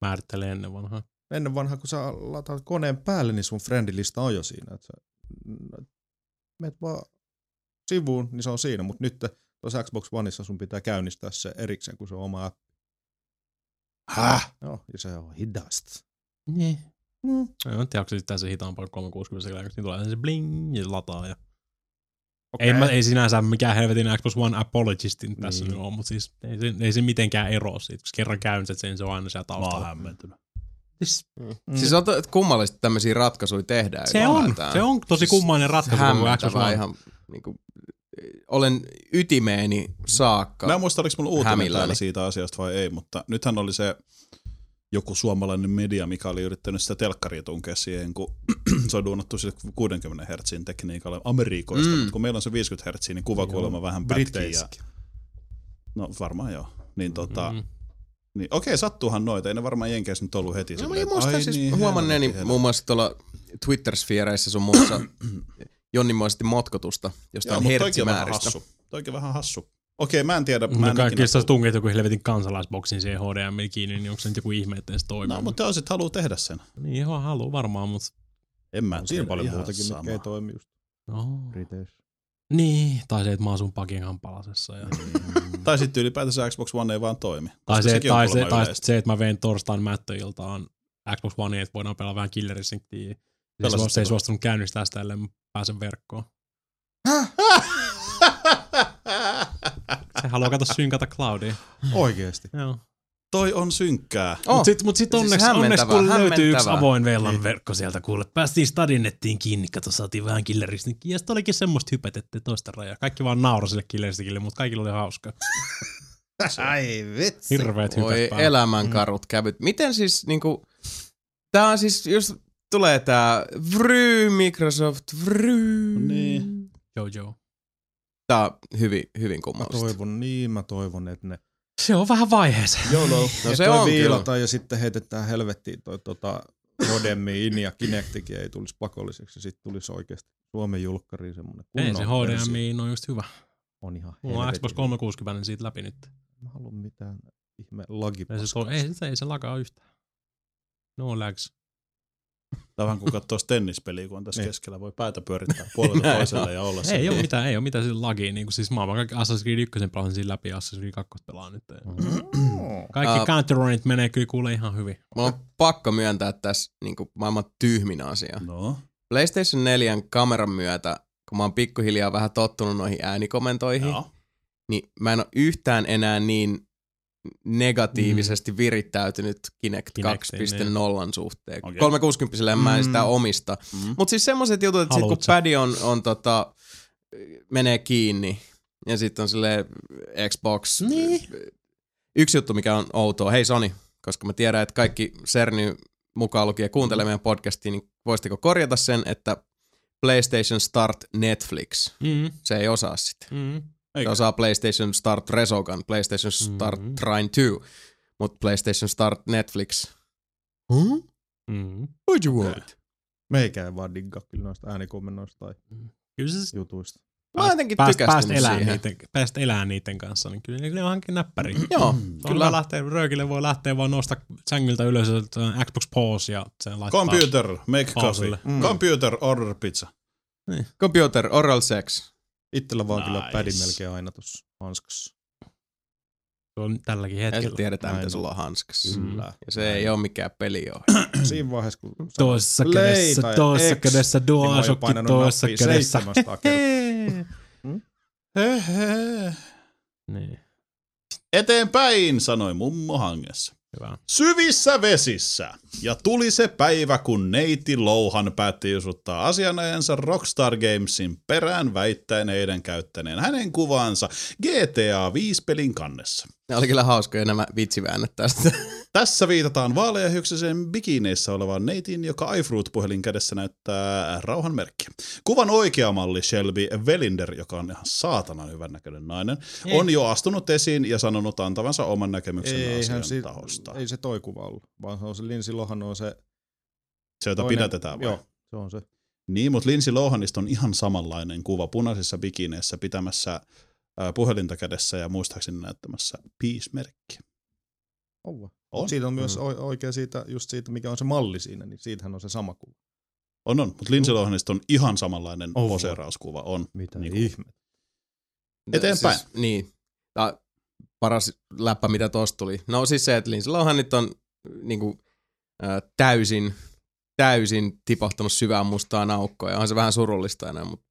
Määrittelee ennen vanhaa. Ennen vanhaa, kun sä lataat koneen päälle, niin sun friendilista on jo siinä. Että sä n- meet vaan sivuun, niin se on siinä. Mutta nyt tuossa Xbox Oneissa sun pitää käynnistää se erikseen, kun se on oma appi. Häh? Joo, ja se on hidasta. Niin. Mm. Mä en tiedä, onko se sitten se hitaampaa 360 sekään, niin tulee se bling ja lataa. Ja. Okei. Ei, mä, ei sinänsä mikään helvetin Xbox One apologisti tässä Niin. nyt ole, mutta siis ei se, ei se mitenkään eroa siitä, koska kerran käynnistät sen, se on aina siellä taustalla. hämmentynyt. Siis, Mm. Siis on to- että kummallisesti tämmöisiä ratkaisuja tehdään. se on, ylipäätään. se on tosi Siis kummainen ratkaisu koko Xbox Hämmentävää One. ihan niinku olen ytimeeni saakka. Mä en muista, oliko mulla uutinen Hämilläni. täällä siitä asiasta vai ei, mutta nythän oli se joku suomalainen media, mikä oli yrittänyt sitä telkkaria tunkea siihen, kun se on duunattu sille 60 hertsin tekniikalla Amerikoista, Mm. mm. mutta kun meillä on se 50 hertsiä, niin kuvakuolema vähän pätkii. Ja... Briteiski. No varmaan joo. Niin tota, mm. niin, okei, sattuuhan noita. Ei ne varmaan Jenkeissä nyt ollut heti. No, silleen, mä että, muistan ai siis niin, niin, huomanneeni helvetti, muun muassa tuolla Twitter-sfeereissä sun muussa jonninmoisesti motkotusta Joo, jostain mutta toikin on vähän hertsimääristä. hassu. Toikin vähän hassu. Okei, mä en tiedä. Mä Mä en kaikki, ikinä... No, jos sä tungit joku helvetin kansalaisboksin siihen HDM kiinni, niin onko se nyt joku ihme, että se toimii? No, mutta teosit haluaa tehdä sen. Niin joo, haluu varmaan, mutta... En mä On tiedä. siinä paljon ihan muutakin, sama. mitkä ei toimi just No. Briteissä. Niin, tai se, että mä asun pakin kampalasessa. Mm. Ja... Tai sitten ylipäätänsä Xbox One ei vaan toimi. tai se, sekin on tai, se, kuulemma tai yleistä. se, että mä vein torstain mättöiltaan Xbox One, että voidaan pelaa vähän Killer Instinctia. Se, Pelasit se, se ei sitä. suostunut käynnistää sitä, ellei mä pääsen verkkoon. Se haluaa kato synkata cloudia. Oikeesti. Joo. Toi on synkkää. Oh, Mut sit, mut sit Siis onneksi, siis onneksi hämmentävää, kun löytyy yksi hämmentävää. avoin Niin. vellan verkko sieltä kuule. Päästiin stadinnettiin kiinni, kato saatiin vähän killeristikin. Ja sit olikin semmoista hypet, ettei toista rajaa. Kaikki vaan nauroi sille killeristikille, mutta kaikilla oli hauska. Ai vitsi. Hirveet Voi hypet päällä. Mm. elämänkarut kävyt. Miten siis niinku, tää on siis, jos tulee tää vryy Microsoft, vryy. Niin. Joo, joo. Tää on hyvin, hyvin Mä kummallista. toivon niin, mä toivon, että ne Se on vähän vaiheessa. Joulu. No No se se on on viilataan ja sitten heitetään helvettiin toi tota, Hodemiin ja Kinectikin ei tulisi pakolliseksi. Sitten tulisi oikeasti Suomen julkkariin semmoinen kunnon Ei se versio. HDMI on no just hyvä. On ihan Mulla on helvetin Xbox 360 niin siitä läpi nyt. hyvä. Mä haluan mitään ihme lagi. Ei se, so- ei, se, ei se lagaa yhtään. No lags. Tää on vähän kuin katsois tennispeliä, kun on tässä Niin. keskellä. Voi päätä pyörittää puolelta Näin toiselle ja olla Ei se. ole mitään, ei ole mitään sillä lagia. Niin kuin siis mä oon vaan kaikki Assassin's Creed 1 pelasin siinä läpi ja Assassin's Creed 2 pelaa nyt. Mm. Kaikki Ah. uh, counter menee kyllä kuule ihan hyvin. Mulla on pakko myöntää tässä niinku maailman tyhmin asia. No. PlayStation 4 kameran myötä, kun mä oon pikkuhiljaa vähän tottunut noihin äänikomentoihin, Joo. niin mä en ole yhtään enää niin negatiivisesti mm. virittäytynyt Kinect Kinectiin, 2.0 suhteen. Okay. Okei. 360 mä en Mm. sitä omista. Mm. Mutta siis semmoset jutut, että sit kun Haluut sä? pädi on, on tota, menee kiinni ja sitten on sille Xbox. Niin. Yksi juttu, mikä on outoa. Hei Sony, koska mä tiedän, että kaikki Cerny mukaan lukien kuuntelee Mm. meidän podcastia, niin voisitteko korjata sen, että PlayStation Start Netflix. Mm, Se ei osaa sitä. mm. Se Eikä. osaa PlayStation Start Resogun, PlayStation Start Mhm. mm-hmm. Trine 2, mutta PlayStation Start Netflix. Huh? Mm. What you want? Meikään vaan digga kyllä noista äänikomennoista tai Kyllä se jutuista. Mä oon jotenkin pääst, pääst, tykästynyt elää siihen. niiden, pääst elää niiden kanssa, niin kyllä ne on hankin näppäri. Joo, Kyllä. kyllä. Lähtee, röökille voi lähteä vaan nousta sängyltä ylös, että Xbox pause ja sen laittaa. Computer, make Pauselle. coffee. Mm. Computer, order pizza. Computer, oral sex. Itsellä vaan kyllä Nice. pädi melkein aina tuossa hanskassa. Se on tälläkin Ja se hetkellä. tiedetään, Näin mitä on. sulla on hanskassa. Mm. Kyllä. Ja se ei ole mikään peli oo. Siinä vaiheessa kun Toisessa Play kädessä, tai toisessa X, kädessä niin mä oon jo DualShock, painanut toisessa nappia kädessä. 700 kertaa. Niin, Eteenpäin, sanoi mummo hangessa. hyvä. Syvissä vesissä. Ja tuli se päivä, kun neiti Louhan päätti jusuttaa asianajansa Rockstar Gamesin perään väittäen heidän käyttäneen hänen kuvaansa GTA 5-pelin kannessa. Ne oli kyllä hauskoja nämä vitsiväännöt tästä. Tässä viitataan vaaleahyksisen bikineissä olevaan neitiin, joka iFruit-puhelin kädessä näyttää rauhanmerkkiä. Kuvan oikea malli Shelby Velinder, joka on ihan saatanan hyvän näköinen nainen, Ei. on jo astunut esiin ja sanonut antavansa oman näkemyksen asian Niin. Eihän si- tahosta. ei se toi kuva ollut, vaan se on se Linsi Lohan on se Se, jota toinen- pidätetään vai? Joo, se on se. Niin, mutta Lindsay Lohanista on ihan samanlainen kuva punaisissa bikineissä pitämässä ää, puhelinta kädessä ja muistaakseni näyttämässä peace-merkkiä. On vaan. On, Siitä on myös Mm. o- oikein siitä, just siitä, mikä on se malli siinä, niin siitähän on se sama kuva. on, on. mutta Lindsay Lohanista on ihan samanlainen On. poseerauskuva. On. Mitä Niin niin kuin- ihme. Eteenpäin. Siis, niin. Tää on paras läppä, mitä tosta tuli. No siis se, että Lindsay Lohan nyt on niinku, äh, täysin, täysin tipahtanut syvään mustaan aukkoon. Ja on se vähän surullista enää, mutta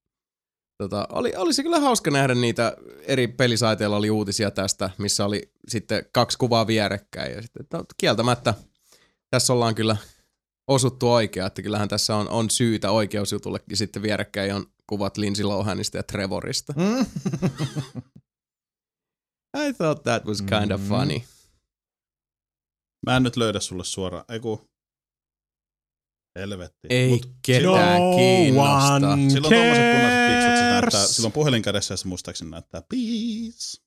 tota, oli, oli se kyllä hauska nähdä niitä eri pelisaiteilla oli uutisia tästä, missä oli sitten kaksi kuvaa vierekkäin. Ja sitten, no, kieltämättä tässä ollaan kyllä osuttu oikea, että kyllähän tässä on, on syytä oikeusjutullekin sitten vierekkäin on kuvat Lindsay Lohanista ja Trevorista. Mm. I thought that was kind of Mm. funny. Mä en nyt löydä sulle suoraan. Eiku. Helvetti. Ei Mut ketään No kiinnosta. one Silloin tommoset punaiset piksut, se näyttää, cares. silloin puhelin kädessä ja se muistaakseni näyttää peace.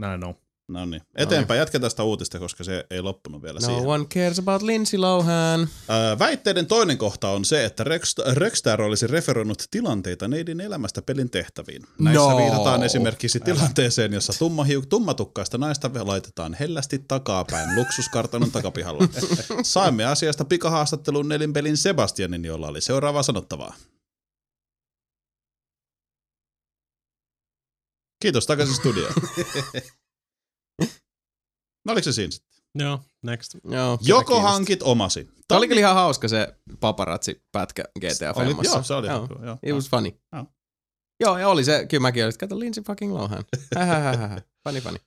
Näin on. No niin. Eteenpäin, jatketaan sitä uutista, koska se ei loppunut vielä No siihen. one cares about Lindsay Lohan. Öö, Väitteiden toinen kohta on se, että Rex, Rexstar olisi referoinut tilanteita neidin elämästä pelin tehtäviin. Näissä No. viitataan esimerkiksi tilanteeseen, jossa tummahiu- tummatukkaista naista laitetaan hellästi takapäin luksuskartanon takapihalla. Saimme asiasta pikahaastattelun nelinpelin Sebastianin, jolla oli seuraavaa sanottavaa. Kiitos, takaisin studioon. No oliko se siinä sitten? Joo, next. Joo, sitä Joko kiinnostaa. hankit omasi. Tämä oli kyllä ihan hauska se paparazzi-pätkä GTA Oli- Femmassa. Joo, se oli Joo. ihan hyvä, It joo. was funny. Joo. Joo, ja oli se. Kyllä mäkin olin, että kato Lindsay fucking Lohan. Hähähähä. funny, funny.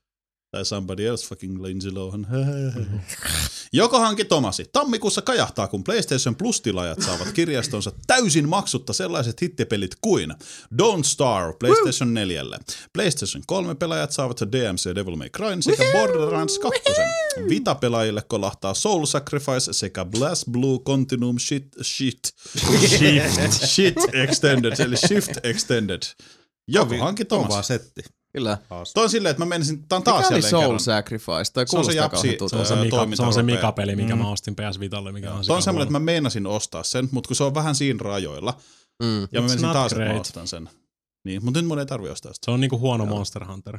Tai somebody else fucking Lindsay Lohan. Joko hanki Tomasi. Tammikuussa kajahtaa, kun PlayStation Plus-tilaajat saavat kirjastonsa täysin maksutta sellaiset hittipelit kuin Don't Star PlayStation 4. PlayStation 3 pelaajat saavat DMC Devil May Cry sekä Borderlands 2. Vita-pelaajille kolahtaa Soul Sacrifice sekä Blast Blue Continuum Shit Shit Shift Shit Extended eli Shift Extended. Joko hanki Kovaa Tomasi. setti. Kyllä. Toi on silleen, että mä menisin, tää on Mikä taas oli jälleen Soul kerran. Sacrifice? Toi Se on se kuulostaa kauhean japsi- Se on se, Öö, Mika, se, on se toimintarupea. Mika-peli, mikä mä ostin PS Vitalle, mikä on Toi on sika semmoinen, että huono. mä meinasin ostaa sen, mutta kun se on vähän siinä rajoilla, Mm. ja mä It's menisin not taas, että mä great. ostan sen. Niin, mutta nyt mun ei tarvi ostaa sitä. Se on niinku huono Monster Hunter.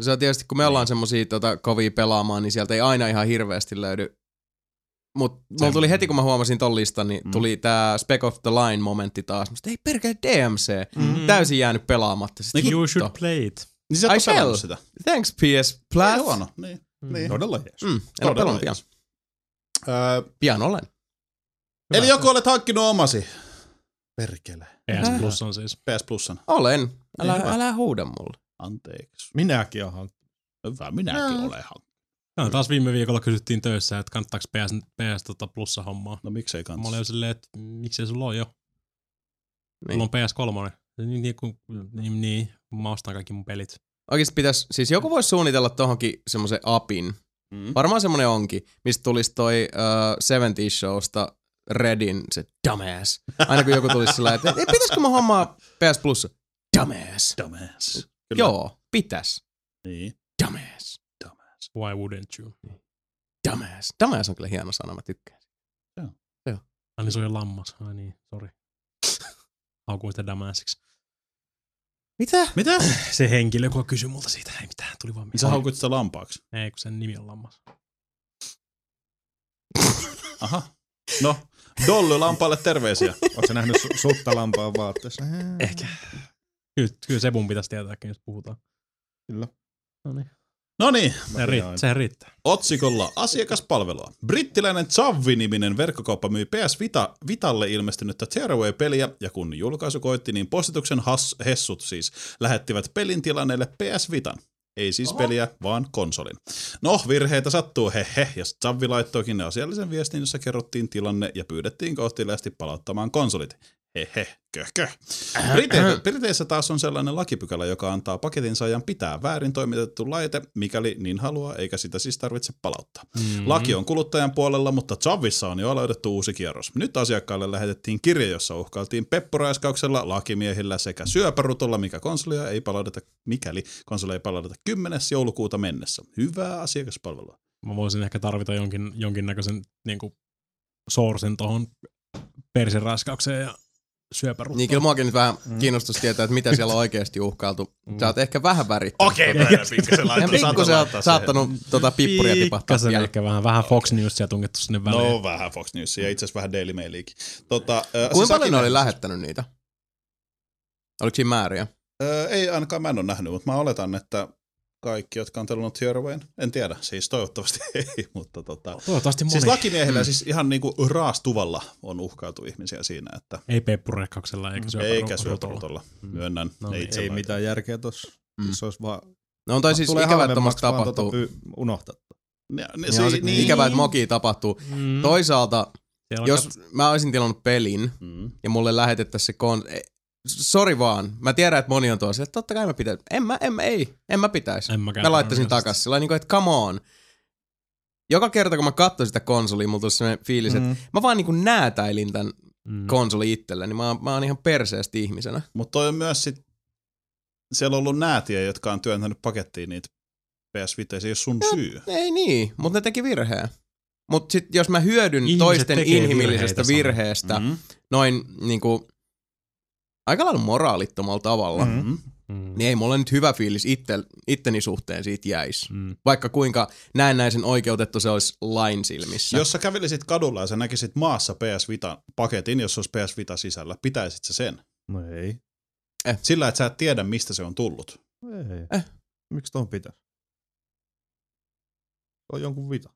Se on tietysti, kun me ollaan semmosia tota, kovia pelaamaan, niin sieltä ei aina ihan hirveästi löydy. Mutta mulla tuli heti, kun mä huomasin ton listan, niin tuli tää Spec of the Line momentti taas. Mutta ei perkele DMC. Mm. Täysin jäänyt pelaamatta. Sit, Niin You hitto. should play it. Niin sä et I oo pelannut shall. sitä. Thanks PS Plus. Ei huono, niin. niin. Todella jees. Mm, en ole pelannut pian. jees. Öö, Pian olen. eli joku olet hankkinut omasi. Perkele. PS Plus on siis. PS Plusan. Olen. Älä, Niin, hyvä. älä huuda mulle. Anteeksi. Minäkin olen hankkinut. Hyvä, minäkin olen hankkinut. No, taas viime viikolla kysyttiin töissä, että kannattaako PS, PS tota plussa hommaa. No miksei kans. Mä olin jo silleen, että miksei sulla ole jo. Niin. Mulla on PS3. Niin, niin, kun, niin, niin, mä ostan kaikki mun pelit. Oikeasti pitäisi, siis joku voisi suunnitella tohonkin semmoisen apin. Mm. Varmaan semmonen onkin, mistä tulisi toi uh, 70 showsta Redin se dumbass. Aina kun joku tulisi sillä että "Ei, pitäisikö mä hommaa PS Plus? Dumbass. Dumbass. Kyllä. Joo, pitäis. Niin. Dumbass. Why wouldn't you? Dumbass. Dumbass on kyllä hieno sana, mä tykkään. Ai niin, se on jo lammas. Ai niin, sori. Haukuin sitä damassiksi. Mitä? Mitä? Se henkilö, joka kysyi multa siitä, ei mitään, tuli vaan Niin Sä mieleen. haukut sitä lampaaksi. Ei, kun sen nimi on lammas. Aha. No, Dolly lampaalle terveisiä. Oletko nähnyt su- sutta lampaan vaatteessa? Eh. Ehkä. Kyllä, kyllä se mun pitäisi tietääkin, jos puhutaan. Kyllä. No niin. No niin, Se, riitt- aina. se riittää. Otsikolla asiakaspalvelua. Brittiläinen Zavvi-niminen verkkokauppa myy PS Vita, Vitalle ilmestynyttä Tearaway-peliä, ja kun julkaisu koitti, niin postituksen has, hessut siis lähettivät pelin tilanneelle PS Vitan. Ei siis peliä, vaan konsolin. No, virheitä sattuu, he he, ja Zavvi laittoikin ne asiallisen viestin, jossa kerrottiin tilanne ja pyydettiin kohteliaasti palauttamaan konsolit. He he, köhkö. Brite- Briteissä taas on sellainen lakipykälä, joka antaa paketin saajan pitää väärin toimitettu laite, mikäli niin haluaa, eikä sitä siis tarvitse palauttaa. Mm. Mm-hmm. Laki on kuluttajan puolella, mutta Chavissa on jo aloitettu uusi kierros. Nyt asiakkaalle lähetettiin kirje, jossa uhkailtiin pepporaiskauksella, lakimiehillä sekä syöpärutolla, mikä konsolia ei palauteta, mikäli konsolia ei palauteta 10. joulukuuta mennessä. Hyvää asiakaspalvelua. Mä voisin ehkä tarvita jonkin, jonkinnäköisen niin kuin, sourcen tuohon persiraskaukseen ja syöpäruttoon. Niin kyllä muakin nyt vähän kiinnostaisi tietää, että mitä siellä on oikeasti uhkailtu. Sä oot ehkä vähän värittänyt. Okei, tota. okay, pikkasen Ihan laittaa. pikkusen oot saattanut tota pippuria tipahtaa Pikkasen jäljellä. ehkä vähän, vähän Fox Newsia tungettu sinne väliin. No vähän Fox Newsia ja itse asiassa vähän Daily Mailiakin. Tota, ö, Kuinka paljon sisäkin- ne oli lähettänyt niitä? Oliko siinä määriä? Öö, ei ainakaan mä en ole nähnyt, mutta mä oletan, että kaikki, jotka on telunut Heroin, en tiedä, siis toivottavasti ei, mutta tota. Toivottavasti moni. Siis Mm. lakimiehillä siis ihan niinku raastuvalla on uhkailtu ihmisiä siinä, että Ei peppurekkauksella eikä syöpärutolla. eikä syöpärutolla. Myönnän, No no, ei niin. itse Ei laita. mitään järkeä tossa. Mm. Mm. Se olisi vaan, No tai siis tulee ikävä, että halvemmaksi tommoista vaan tapahtuu. Tota py- unohtaa. Ne, ne, Niin, on se se, niin. niin, Ikävä, että moki tapahtuu. Mm. no, Toisaalta, Siellä on jos mä olisin tilannut pelin mm, ja mulle lähetettäisiin se kon... e- sori vaan. Mä tiedän, että moni on tuossa, että totta kai mä pitäis. En mä, en mä, ei. En mä pitäis. En mäkään. Mä laittaisin takas. Sillä niin kuin, että come on. Joka kerta, kun mä katsoin sitä konsolia, mulla tuli sellainen fiilis, mm. että mä vaan niin kuin näätäilin tämän Mm. konsoli itselleni. Mä, oon- mä oon ihan perseesti ihmisenä. Mutta toi on myös sit, siellä on ollut näätiä, jotka on työntänyt pakettiin niitä PS5, se ei ole sun syy. Ei niin, mutta ne teki virheen. Mutta sit jos mä hyödyn Ihmiset Ihmiset toisten tekee inhimillisestä virheitä, virheestä Mm. mm-hmm. noin niinku aika lailla moraalittomalla tavalla, mm-hmm. Mm. Mm. niin ei mulle nyt hyvä fiilis itte, itteni suhteen siitä jäisi. Mm. Vaikka kuinka näennäisen oikeutettu se olisi lain silmissä. Jos sä kävelisit kadulla ja sä näkisit maassa PS Vita paketin, jos olisi PS Vita sisällä, pitäisit sä sen? No ei. Sillä, että sä et tiedä, mistä se on tullut. ei. Eh. Miksi tuon pitää? Se on jonkun vita.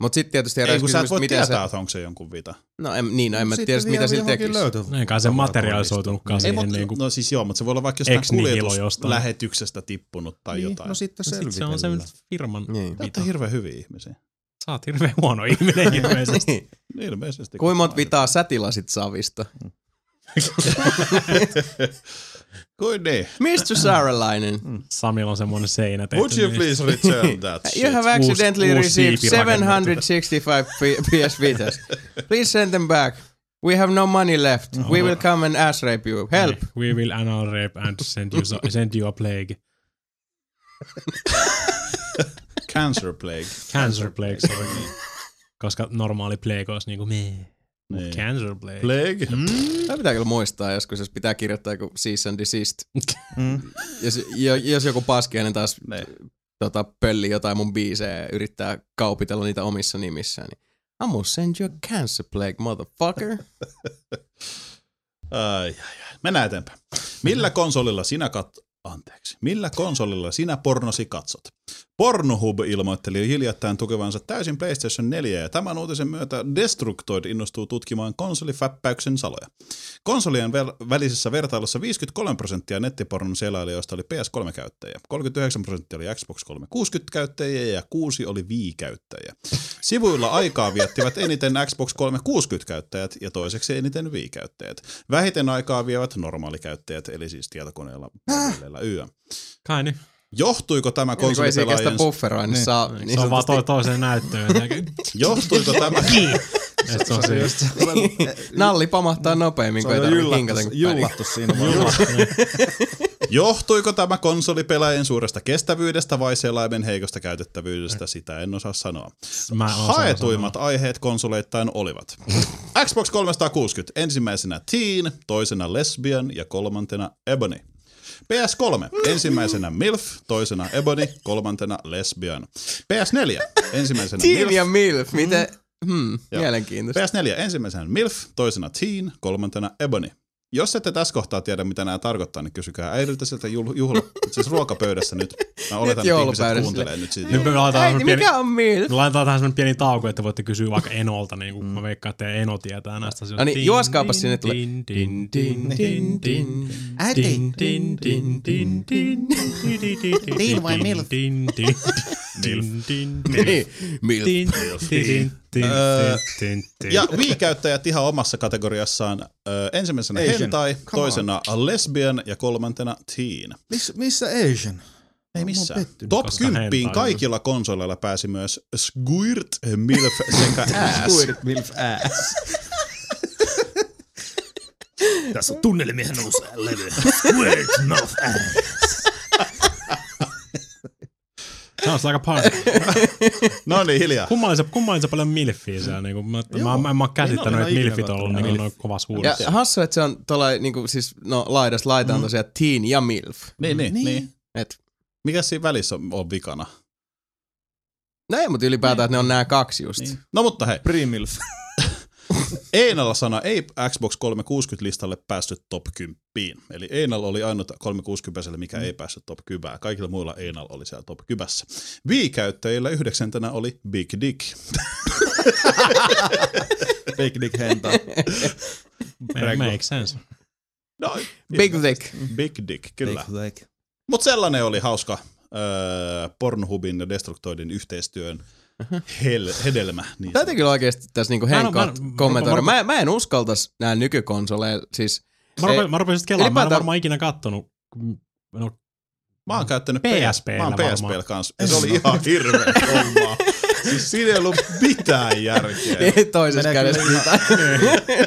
Mutta sitten tietysti Ei, herää kun sä kysymys, et voi tietää, miten se... se... että onko se jonkun Vita. No en, niin, no en mä Sitten tiedä, sit, mitä vielä sillä johonkin tekisi. löytö- No Eikä se materialisoitunukaan Ei, siihen mutta, niin niin kuin... No siis joo, mutta se voi olla vaikka Ex jostain nihilo kuljetuslähetyksestä jostain. lähetyksestä tippunut tai niin, niin, jotain. No tota- No sit... sitten Sit selvitellään. se on se firman... Niin. Te olette hirveän hyviä ihmisiä. Sä oot hirveen huono ihminen ilmeisesti. Niin. Ilmeisesti. Kuinka monta vitaa sä tilasit Savista? Kuin niin. Mr. Saarelainen, Samilla on semmoinen seinä tehty. Would you niin- please return that You shit? have accidentally Uusi- uusi received siipi rakennettu. 765 P- PS Vitas. Please send them back. We have no money left. We will come and ass rape you. Help. Niin. We will anal rape and send you, so, send you a plague. Cancer plague. Cancer plague, sorry. Koska normaali plague olisi niinku me. Niin. Mut Cancer plague. Plague? Tämä pitää kyllä muistaa joskus, jos pitää kirjoittaa joku cease and desist. Mm. Jos, jo, jos joku paskiainen taas Ne. tota, pölli jotain mun biisejä ja yrittää kaupitella niitä omissa nimissään, niin I'm gonna send you a cancer plague, motherfucker. Ai, ai, ai. Mennään eteenpäin. Millä konsolilla sinä kat... Anteeksi. Millä konsolilla sinä pornosi katsot? Pornohub ilmoitteli jo hiljattain tukevansa täysin PlayStation 4 ja tämän uutisen myötä Destructoid innostuu tutkimaan konsolifäppäyksen saloja. Konsolien vel- välisessä vertailussa 53 prosenttia nettipornon selailijoista oli PS3-käyttäjiä, 39 prosenttia oli Xbox 360-käyttäjiä ja 6 oli Wii-käyttäjiä. Sivuilla aikaa viettivät eniten Xbox 360-käyttäjät ja toiseksi eniten Wii-käyttäjät. Vähiten aikaa vievät normaalikäyttäjät, eli siis tietokoneella, mobiileilla yö. Kai nyt. Johtuiko tämä Eli kun ei siinä kestä konsolipelaajien... bufferoa, niin, saa niin Se on vaan sanotusti toi toiseen näyttöön. Johtuiko tämä... Niin. Et se on se just nalli pamahtaa nopeammin, Se kun ei on jo tarvitse hinkata. jyllattu, kuin pädi. jyllattu siinä. vaan. Johtuiko tämä konsolipelaajien suuresta kestävyydestä vai selaimen heikosta käytettävyydestä, sitä en osaa sanoa. Mä osaan Haetuimmat aiheet konsoleittain olivat. Xbox 360, ensimmäisenä Teen, toisena Lesbian ja kolmantena Ebony. PS3, ensimmäisenä MILF, toisena Ebony, kolmantena Lesbian. PS4, ensimmäisenä Teen ja MILF. Milf, miten... Mm. Hmm, mielenkiintoista. PS4, ensimmäisenä MILF, toisena Teen, kolmantena Ebony. Jos ette tässä kohtaa tiedä, mitä nämä tarkoittaa, niin kysykää äidiltä sieltä juhl- juhla, siis ruokapöydässä nyt. Mä oletan, että ihmiset joulupöydässä. kuuntelee nyt siitä. Nyt me laitetaan Äiti, semmonen pieni, niin mikä on milf? me laitetaan tähän semmonen pieni tauko, että voitte kysyä vaikka Enolta, niin kuin mä veikkaan, että Eno tietää näistä asioista. No niin, Din, juoskaapas din, sinne, tulee. din, din, din, din, din. Äiti. Din, din, din, din, din, din, din, din, Teen vai din, milf? din, din, din, din, din, Niin, Äh, milf. din, din, din, din, Öö, din, din. Ja Wii-käyttäjät ihan omassa kategoriassaan ö, ensimmäisenä Asian. hentai, Come toisena lesbian ja kolmantena teen. Miss, missä Asian? Ei Mä oon missään. pettynyt. Top Koska 10 hentai. kaikilla konsoleilla pääsi myös Squirt, Milf sekä Ass. Weird Milf ass. Tässä on tunnelimiehen uusi levy. Word mouth ass. Se on sitä aika paljon. No niin, hiljaa. Kummallin se, kummallin se paljon milfiä siellä. Niin kuin, mä, mä, mä, en mä oon En käsittänyt, oo että ikinä milfit on ollut niin kuin, noin kovassa Ja huudossa. hassu, että se on tuolla niinku, siis, no laidasta laitaan mm. tosiaan teen ja milf. Niin, niin, niin. Niin. niin. Et, Mikä siinä välissä on, on vikana? no ei, mutta ylipäätään, että ne on nämä kaksi just. Niin. No mutta hei, Primilf. Einalla sana ei Xbox 360-listalle päässyt top 10. Eli Einalla oli ainut 360 mikä ei päässyt top 10. Kaikilla muilla Einalla oli siellä top 10. Wii-käyttäjillä yhdeksäntenä oli Big Dick. Big Dick Henta. It makes sense. No, Big Niin. Dick. Big Dick, kyllä. Big Dick. Mutta sellainen oli hauska öö, Pornhubin ja Destructoidin yhteistyön hel- hedelmä. Niin Täytyy kyllä oikeasti tässä niinku Mä en oo- henkot mä en- kommentoida. mä- Mä, mä en uskaltais nää nykykonsoleilla, siis Mä, Ei. rupesin, mä rupesin sit kelaamaan. Mä en Ylipäätään- Niin. varmaan ikinä kattonut. No, Mä oon käyttänyt PSP -llä Mä oon PSPllä varmaan. kanssa. Ja se oli ihan hirveä hommaa. Siis siinä ei ollut mitään järkeä. Ei toisessa Menee kädessä mitään.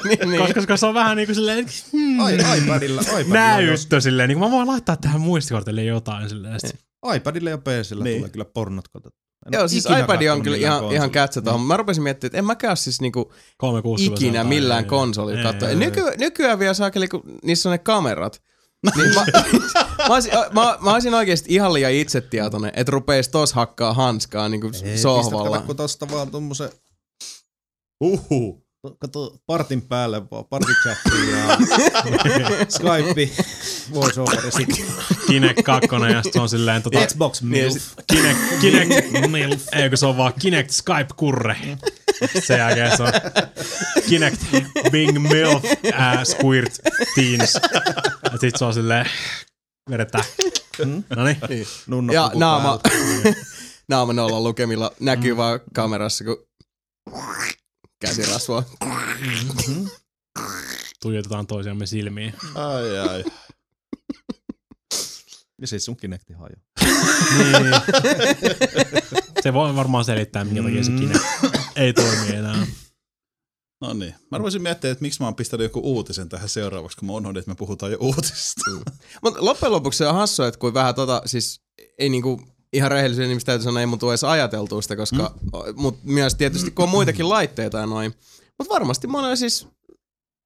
niin, niin. koska, koska se on vähän niin kuin silleen, hmm, I, iPadilla, iPadilla, jos, näyttö silleen. Niin kuin mä voin laittaa tähän muistikortille jotain silleen. Sit, iPadilla ja Niin. PCllä niin. tulee kyllä pornot katsottua. En Joo, oo siis ikinä iPad on kattonut kyllä millään ihan, ihan konsolilla. kätsä tuohon. Mä rupesin miettimään, että en mäkään siis niinku 360 ikinä tai- millään ei, konsolilla niin- ei, katsoa. ei, Nyky, ei. nykyään vielä saakeli, kun niissä on ne kamerat. Niin mä, mä, olisin, mä, mä olisin oikeesti ihan liian itsetietoinen, että rupeis tos hakkaa hanskaa niinku Ei, sohvalla. pistätkö tosta vaan tommosen Uhu. kato, partin päälle vaan, partichattiin ja Skype, voiceoveri, sit Kinect 2 ja sit se on silleen tota... Xbox MILF. Kinect, Kinect, milf. Ei kun se on vaan Kinect Skype kurre. Sen jälkeen se on Kinect Bing Milf äh, Squirt Teens. Ja sit se on silleen vedetään. No niin. Noniin. Nunna Ja puku naama, päällä. naama nolla lukemilla näkyy Mm. vaan kamerassa, kun käsirasvaa. Tuijotetaan toisiamme silmiin. Ai ai. Ja siis sun Kinecti hajoaa. Niin. Se voi varmaan selittää, minkä takia se Kinect ei toimi enää. No niin. Mä rupesin miettimään, että miksi mä oon pistänyt joku uutisen tähän seuraavaksi, kun mä unohdin, että me puhutaan jo uutisista. Mutta loppujen lopuksi se on hassua, että kuin vähän tota, siis ei niinku, ihan rehellisyyden nimistä täytyy sanoa, ei mun tule edes ajateltua sitä, koska, mm. mut myös tietysti kun on muitakin laitteita ja noin. Mutta varmasti monella siis,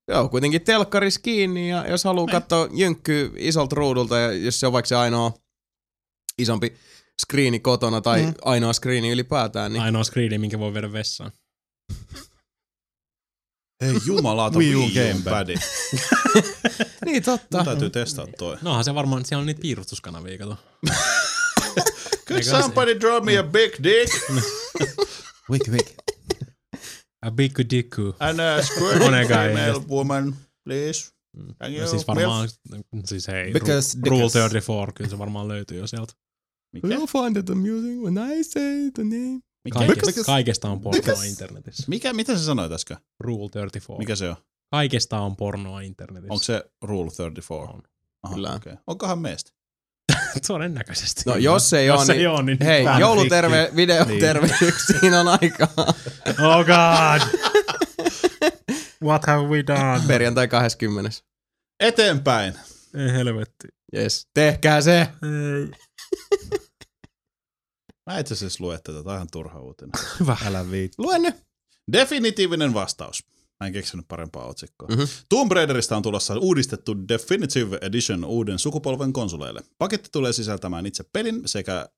joo, kuitenkin telkkaris kiinni ja jos haluaa katsoa jynkkyä isolta ruudulta ja jos se on vaikka se ainoa isompi skriini kotona tai mm. ainoa skriini ylipäätään, niin Ainoa screeni, minkä voi viedä vessaan. Hei jumalauta, Wii U Pad. gamepad. Niin totta. Mun täytyy testata toi. Noohan No se varmaan, siellä on niitä piirustuskanavia, kato. Could somebody draw me a big dick Wik, wik. A big dicku. and a squirting Monega ei female woman, please? Thank No you. siis varmaan, siis hei, Because Ru- Rule because- 34, kyllä se varmaan löytyy jo sieltä. Mikä? find it amusing when I say the name. Kaikesta, Because- kaikesta on pornoa because- internetissä. Mikä, mitä sä sanoit äsken? Rule 34. Mikä se on? Kaikesta on pornoa internetissä. Onko se Rule 34? On. Aha, Kyllä. Okay. Onkohan meistä? Todennäköisesti. No jos ei jos ole, ei niin, oo, niin hei, vähän jouluterve, video Niin. terveyksiin on aikaa. rikki. Oh god! What have we done? Perjantai 20. Eteenpäin. Ei helvetti. Yes. Tehkää se. Ei. Mä itse asiassa lue tätä, tää on ihan turha uutinen. Hyvä. Älä viit. Luen nyt. Definitiivinen vastaus. Mä en keksinyt parempaa otsikkoa. Mhm. Mm-hmm. Tomb Raiderista on tulossa uudistettu Definitive Edition uuden sukupolven konsoleille. Paketti tulee sisältämään itse pelin sekä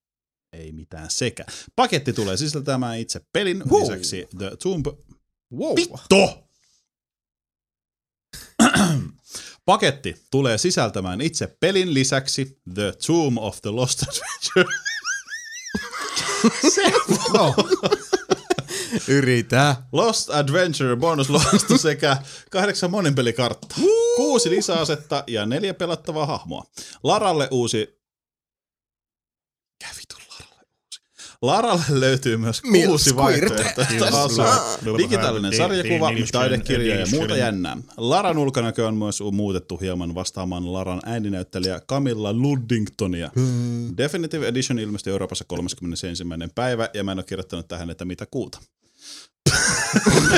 ei mitään sekä. Paketti tulee sisältämään itse pelin Wow. wow. lisäksi The Tomb... Wow. Vittu! Paketti tulee sisältämään itse pelin lisäksi The Tomb of the Lost Adventure. Se No, Yritä. Lost Adventure bonusloisto sekä kahdeksan monin pelikarttaa. Kuusi lisäasetta ja neljä pelattavaa hahmoa. Laralle uusi... Kävi tuon Laralle uusi. Laralle löytyy myös Milk kuusi Squirt. vaihtoehtoista asua. Digitaalinen sarjakuva, taidekirja ja muuta jännää. Laran ulkonäkö on myös muutettu hieman vastaamaan Laran ääninäyttelijä Camilla Luddingtonia. Hmm. Definitive Edition ilmestyi Euroopassa 31. päivä, ja mä en ole kirjoittanut tähän, että mitä kuuta.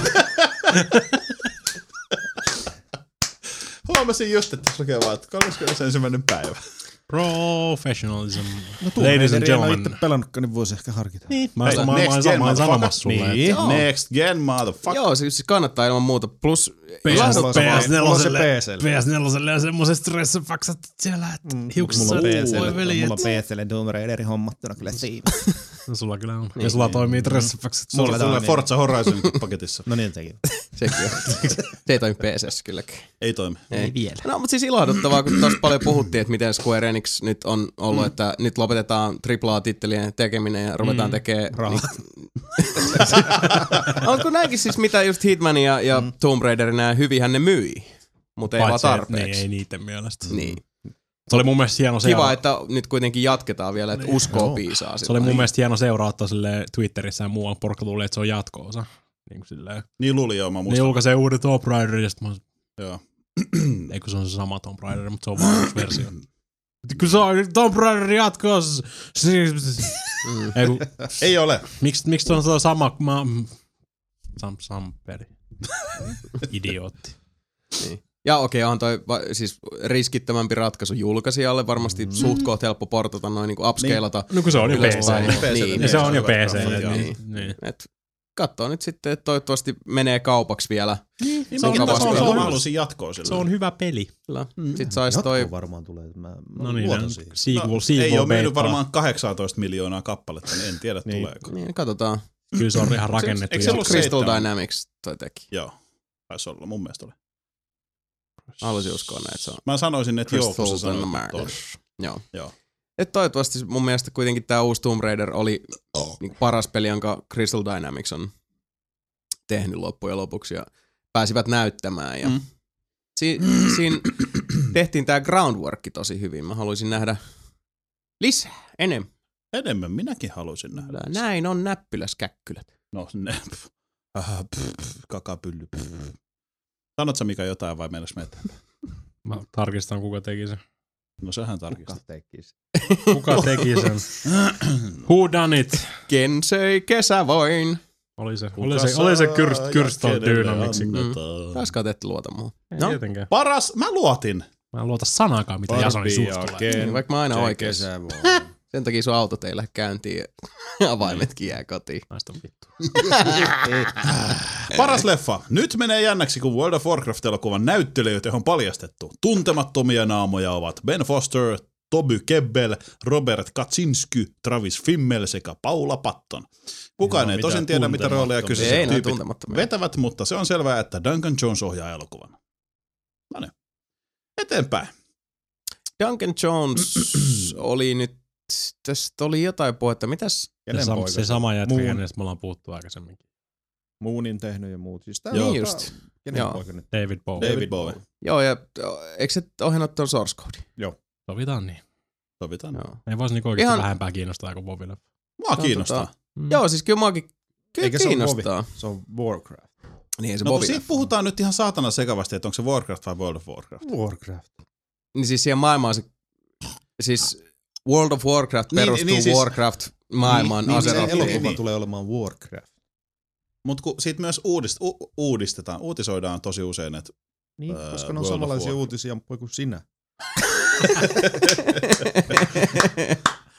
Huomasin just, että tässä lukee vaan, että 31. päivä. Professionalism. No, Ladies Ladies and en ole itse gentlemen. pelannutkaan, niin voisi ehkä harkita. Niin, mä oon Hei, mä- mä next oon- gen, mä oon motherfucker. sanomassa sulle. että- Niin. Next gen, motherfucker. Joo, siis siis kannattaa ilman muuta. Plus, PS- lahdut- Mulla on se PS4. PClle. PS4 on semmoiset stressifaksat siellä, että hiuksissa voi veljet. PClle Doom Raiderin hommattuna kyllä siinä. No sulla kyllä on. Ja sulla toimii stressifaksat. Mulla tulee toimii. Forza Horizon paketissa. No niin sekin. sekin on. Se ei toimi PCS kylläkin. Ei toimi. Ei vielä. No, mutta siis ilahduttavaa, kun tuossa paljon puhuttiin, että miten Square Enix nyt on ollut, mm. että nyt lopetetaan AAA-tittelien tekeminen ja ruvetaan mm. tekemään... Rahaa. Onko näinkin siis mitä just Hitman ja, ja mm. Tomb Raider nämä hyvihän ne myi, mutta ei vaan Paitsi, että tarpeeksi. Niin, ei Niin, niiden mielestä. niin. Se oli mun mielestä hieno Kiva, seura. että nyt kuitenkin jatketaan vielä, että uskoo piisaa Se oli mun mielestä hieno seuraa, että sille Twitterissä ja muualla porukka tuli, että se on jatkoosa. Niin kuin silleen. Niin luulin joo, mä Ne muistan. julkaisee uuden Top Rider ja sit mä oon, Joo. Ei kun se on se sama Tomb Raider, mutta se on vaan yksi versio. Kun se on Tomb Raider jatkoos. Ei kun, Ei ole. No miksi, miksi se on se sama, mä, sam, samperi. Idiootti. Ja okei, okay, on toi va- siis riskittömämpi ratkaisu julkaisijalle varmasti mm. suht kohta helppo portata noin niinku upscaleata. No kun se on jo Ylöspäin. PC. Niin, Ja se on jo PC. Niin, et joo. Niin, niin. Et katsoo nyt sitten, että toivottavasti menee kaupaksi vielä. Se on, Mäkin taas se on- kyllä se on- haluaisin jatkoa sille. se on hyvä peli. Kyllä. Mm. Sitten saisi toi... Jatkoa varmaan tulee. Mä, mä No niin, luotan nää- siihen. sequel, sequel No, Ei ole myynyt beta. varmaan 18 miljoonaa kappaletta, niin en tiedä Niin. tuleeko. Niin, katsotaan. Kyllä se on ihan rakennettu. Eikö se ja- ollut Crystal seitsemän? Dynamics toi teki. Joo, taisi olla, mun mielestä oli. Haluaisin uskoa näin, että se on. Mä sanoisin, että joo, kun Crystal sä sanoit, että Dynamics. oli. Joo. Joo. Et toivottavasti mun mielestä kuitenkin tämä uusi Tomb Raider oli Oh. niinku paras peli, jonka Crystal Dynamics on tehnyt loppujen lopuksi ja pääsivät näyttämään. Ja Mm. mm. si- siinä tehtiin tämä groundwork tosi hyvin. Mä haluaisin nähdä lisää, enemmän. Enemmän minäkin haluaisin nähdä. Näin on näppyläskäkkylät. No, ne. pff, Aha, pff, pff, kakapylly. pff. Sanot sä Mika jotain vai mennäks meitä? Mä tarkistan, kuka teki sen. No sähän Kuka tarkistat. tekisi? Kuka teki sen? Who done it? Ken söi kesävoin. Oli se, oli se, oli se kyrst, Kyrstal Dynamics. Taas katettu luota muuhun. No. No. Tietenkään. Paras, mä luotin. Mä en luota sanaakaan, mitä Jasoni suusta tulee. Niin, vaikka mä aina oikeassa. Kesä voi. Sen takia sun auto teillä käyntiin ja avaimetkin jää kotiin. Naista vittu. Paras leffa. Nyt menee jännäksi, kun World of Warcraft-elokuvan näyttelijöitä on paljastettu. Tuntemattomia naamoja ovat Ben Foster, Toby Kebbel, Robert Kaczynski, Travis Fimmel sekä Paula Patton. Kukaan Joo, ei mitä tosin tiedä, mitä rooleja tuntemattomia. kyseiset Ei, ne on tyypit tuntemattomia. vetävät, mutta se on selvää, että Duncan Jones ohjaa elokuvan. No niin. Eteenpäin. Duncan Jones oli nyt, tästä oli jotain puhetta, mitäs? Se, Kenen sama, poika? se sama jätkä, Muun. kenestä me ollaan puhuttu aikaisemminkin. Muunin tehnyt ja muut. Siis tää Joo. on Niin tää- just. Kenen Joo. poika nyt? David Bowie. David Bowie. Joo, ja o, eikö se ohjannut tuon source code? Sovitaan niin. Sovitaan. Joo. Ei voisi niinku oikeasti Ihan- Ihan... vähempää kiinnostaa kuin Bobille. Mua kiinnostaa. Mm. Tota, Joo, siis kyllä muakin kyllä Eikä se ole kiinnostaa. Se on Warcraft. Niin, se No no, kun siitä puhutaan nyt ihan saatana sekavasti, että onko se Warcraft vai World of Warcraft. Warcraft. Niin siis siihen maailmaan se, siis World of Warcraft Niin, perustuu niin siis- Warcraft-maailman Niin, niin, niin, Se Asennon aserotiin. elokuva niin, niin. tulee olemaan Warcraft. Mutta kun siitä myös uudist, u, uudistetaan, uutisoidaan tosi usein, että Niin, Ää, koska ne on World of samanlaisia Warcraft. uutisiamppuja kuin sinä.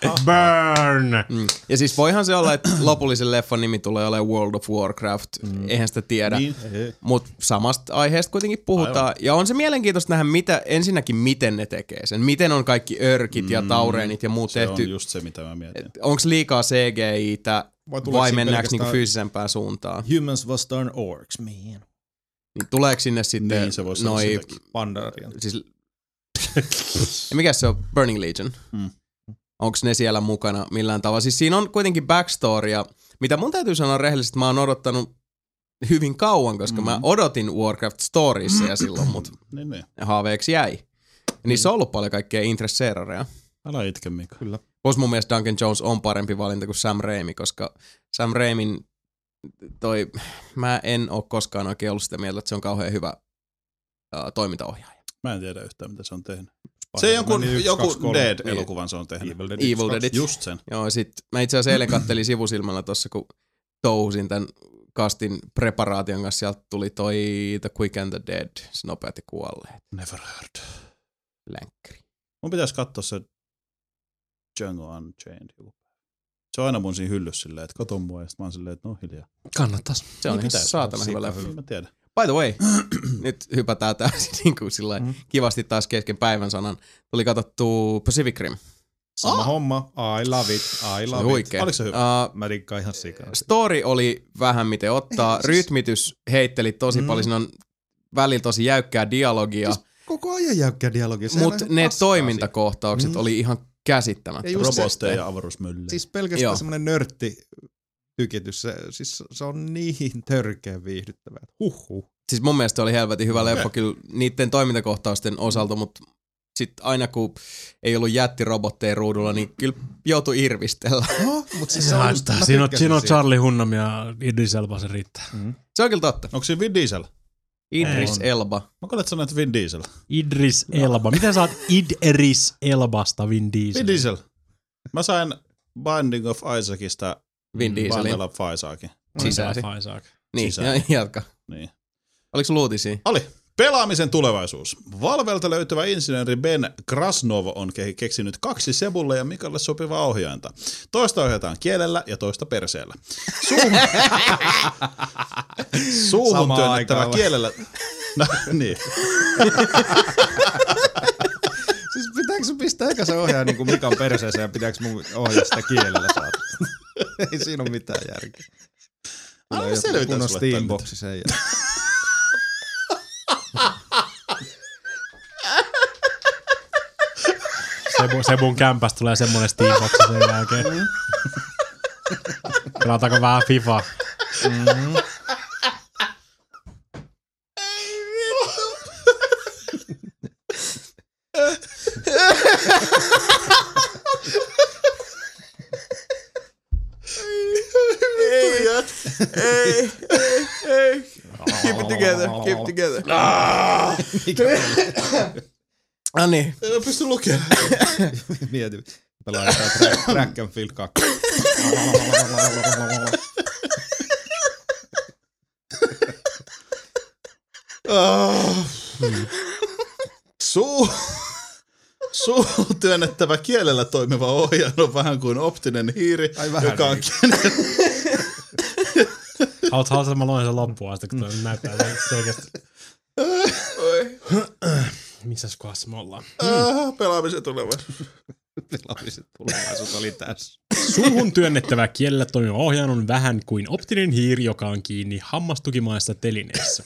Burn! Mm. Ja siis voihan se olla, että lopullisen leffan nimi tulee olemaan World of Warcraft. Mm. Eihän sitä tiedä. Niin. Niin. Ei, Mutta samasta aiheesta kuitenkin puhutaan. Aivan. Ja on se mielenkiintoista nähdä, mitä, ensinnäkin miten ne tekee sen. Miten on kaikki örkit mm. ja taureenit ja muut se tehty. on just se, mitä mä mietin. Onko liikaa CGI-tä Vai vai, tuleeko vai siinä mennäänkö niinku pelkästään- fyysisempään suuntaan? Humans vastaan orcs, man. Niin tuleeko sinne sitten Niin, se voisi olla noi, sitäkin. Pandarian. siis, Ja mikä se on? Burning Legion. Mm. Mm. Onko ne siellä mukana millään tavalla? Siis siinä on kuitenkin backstorya, mitä mun täytyy sanoa rehellisesti, mä oon odottanut hyvin kauan, koska mm. mä odotin Warcraft Storiessa ja silloin mut Niin, niin. haaveeksi jäi. Ja niissä on ollut paljon kaikkea intresseerareja. Älä itke, Mika. Kyllä. Plus mun mielestä Duncan Jones on parempi valinta kuin Sam Raimi, koska Sam Raimin toi, mä en oo koskaan oikein ollut sitä mieltä, että se on kauhean hyvä uh, toimintaohjaaja. Mä en tiedä yhtään, mitä se on tehnyt. Se joku, Spider-Man yksi, kaksi, joku kolme. Dead-elokuvan se on tehnyt. Evil Dead. Evil Deadit. Just sen. Joo, ja sit mä itse asiassa eilen kattelin sivusilmällä tossa, kun touhusin tämän kastin preparaation kanssa, sieltä tuli toi The Quick and the Dead, se nopeasti kuolleet, Never heard. länkkäri. Mun pitäisi katsoa se Django Unchained. joku. Se on aina mun siinä hyllyssä silleen, että katon mua ja sit mä oon silleen, että no hiljaa. Kannattas. Se on Niin ihan pitäisi saatana olla hyvä sika leffa. Mä tiedän. By the way, nyt hypätään täysin niin kuin sillä mm. kivasti taas kesken päivän sanan. Tuli katsottu Pacific Rim. Sama homma. I love it. I Ah! Se oli love it. huikea. Oliko se hyvä? Uh, Mä rikkaan ihan sikana. story oli vähän miten ottaa. Rytmitys heitteli tosi mm. paljon. Siinä on välillä tosi jäykkää dialogia. Siis, Koko ajan jäykkää dialogia. Se mutta on ihan ne paskaa toimintakohtaukset Mm. mm. oli ihan käsittämättä. Ja just se- Robotteja ja avaruusmyllyjä. siinä. Siis pelkästään Joo. semmonen nörtti tykitys. Se, siis se on niin törkeä viihdyttävää. Huhhuh. Siis mun mielestä oli helvetin hyvä leffa kyllä niiden toimintakohtausten osalta, mutta sitten aina kun ei ollut jättirobotteja ruudulla, niin kyllä joutui irvistellä. No, mutta siis se on just, Saattaa. mä Siinä on, tykkäsin siinä on siitä. Mm-hmm. Charlie Hunnam ja Idris Elba, se riittää. Se on kyllä totta. Onko se Vin Diesel? Idris On. Elba. Mä kuulen, että sanoit Vin Diesel. Idris Elba. Miten saat Idris Elbasta Vin Diesel? Vin Diesel. Mä sain Binding of Isaacista Vin Dieselin Binding of Isaac. sisääsi. Niin, sisään. ja, jatka. Niin. Oliko sulla uutisia? Oli. Pelaamisen tulevaisuus. Valvelta löytyvä insinööri Ben Krasnov on ke- keksinyt kaksi Sebulle ja Mikalle sopivaa ohjainta. Toista ohjataan kielellä ja toista perseellä. Suuhun, Suuhun Samaan työnnettävä aikaan vai? kielellä... No, niin. Siis pitääkö sun pistää eikä se ohjaa niin kuin Mikan perseeseen ja pitääkö mun ohjaa sitä kielellä saada? Ei siinä ole mitään järkeä. Anna Tulee joku selvitä kunnon sulle tää nyt. Steamboxi sen jälkeen. Sebu, Sebun kämpästä tulee semmoinen steamboxi sen jälkeen. Mm. Pelataanko vähän FIFA? Keep it together, keep it together. no niin, En mä pysty lukemaan. Mieti, pelaa jotain Track- Track and Field 2. Suu... Suuhun työnnettävä kielellä toimiva ohjaan on vähän kuin optinen hiiri, Ai vähän joka on niin. Haluat, haluat että mä luen sen loppuun asti, kun toi näyttää se selkeästi. Missä kohdassa me ollaan? Ah, pelaamisen tulevaisuus. Pelaamiset tulevaisuus oli tässä. Suuhun työnnettävä kielellä toimiva ohjaan on vähän kuin optinen hiiri, joka on kiinni hammastukimaissa telineessä.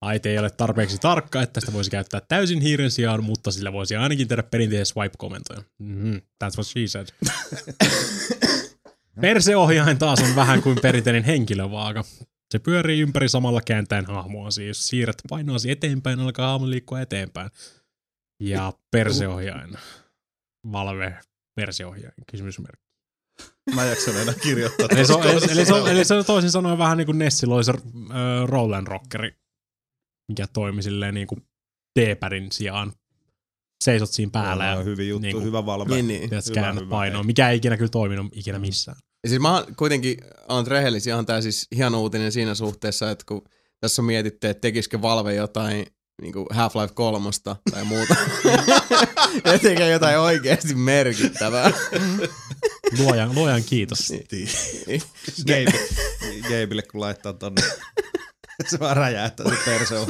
Aite ei ole tarpeeksi tarkka, että sitä voisi käyttää täysin hiiren sijaan, mutta sillä voisi ainakin tehdä perinteisiä swipe-komentoja. Mm-hmm. That's what she said. Perseohjain taas on vähän kuin perinteinen henkilövaaga. Se pyörii ympäri samalla kääntäen hahmoasi. Jos siirrät painoasi eteenpäin, alkaa hahmo liikkua eteenpäin. Ja perseohjain. Valve perseohjain, kysymysmerkki. Mä en jaksanut enää kirjoittaa. Eli se, on, tuosta eli, eli, se on, kohdasta. eli se on toisin sanoen vähän niin kuin Nessi loi se ö, Roland Rockeri, mikä toimi silleen niin kuin D-pärin sijaan. Seisot siinä päällä ja on hyvin juttu, niinku- niin hyvä valve. niin, niin. tiedät, hyvä, käännät hyvä, painoa, mikä ei ikinä kyllä toiminut ikinä missään. Ja Siis mä oon kuitenkin oon rehellisiä, on tää siis hieno uutinen siinä suhteessa, että kun tässä mietitte, että tekisikö Valve jotain niin kuin Half-Life 3 tai muuta. ja tekee jotain oikeasti merkittävää. Luojan, luojan kiitos. Gabe, Gabeille kun laittaa tonne. Se vaan räjähtää se perse on.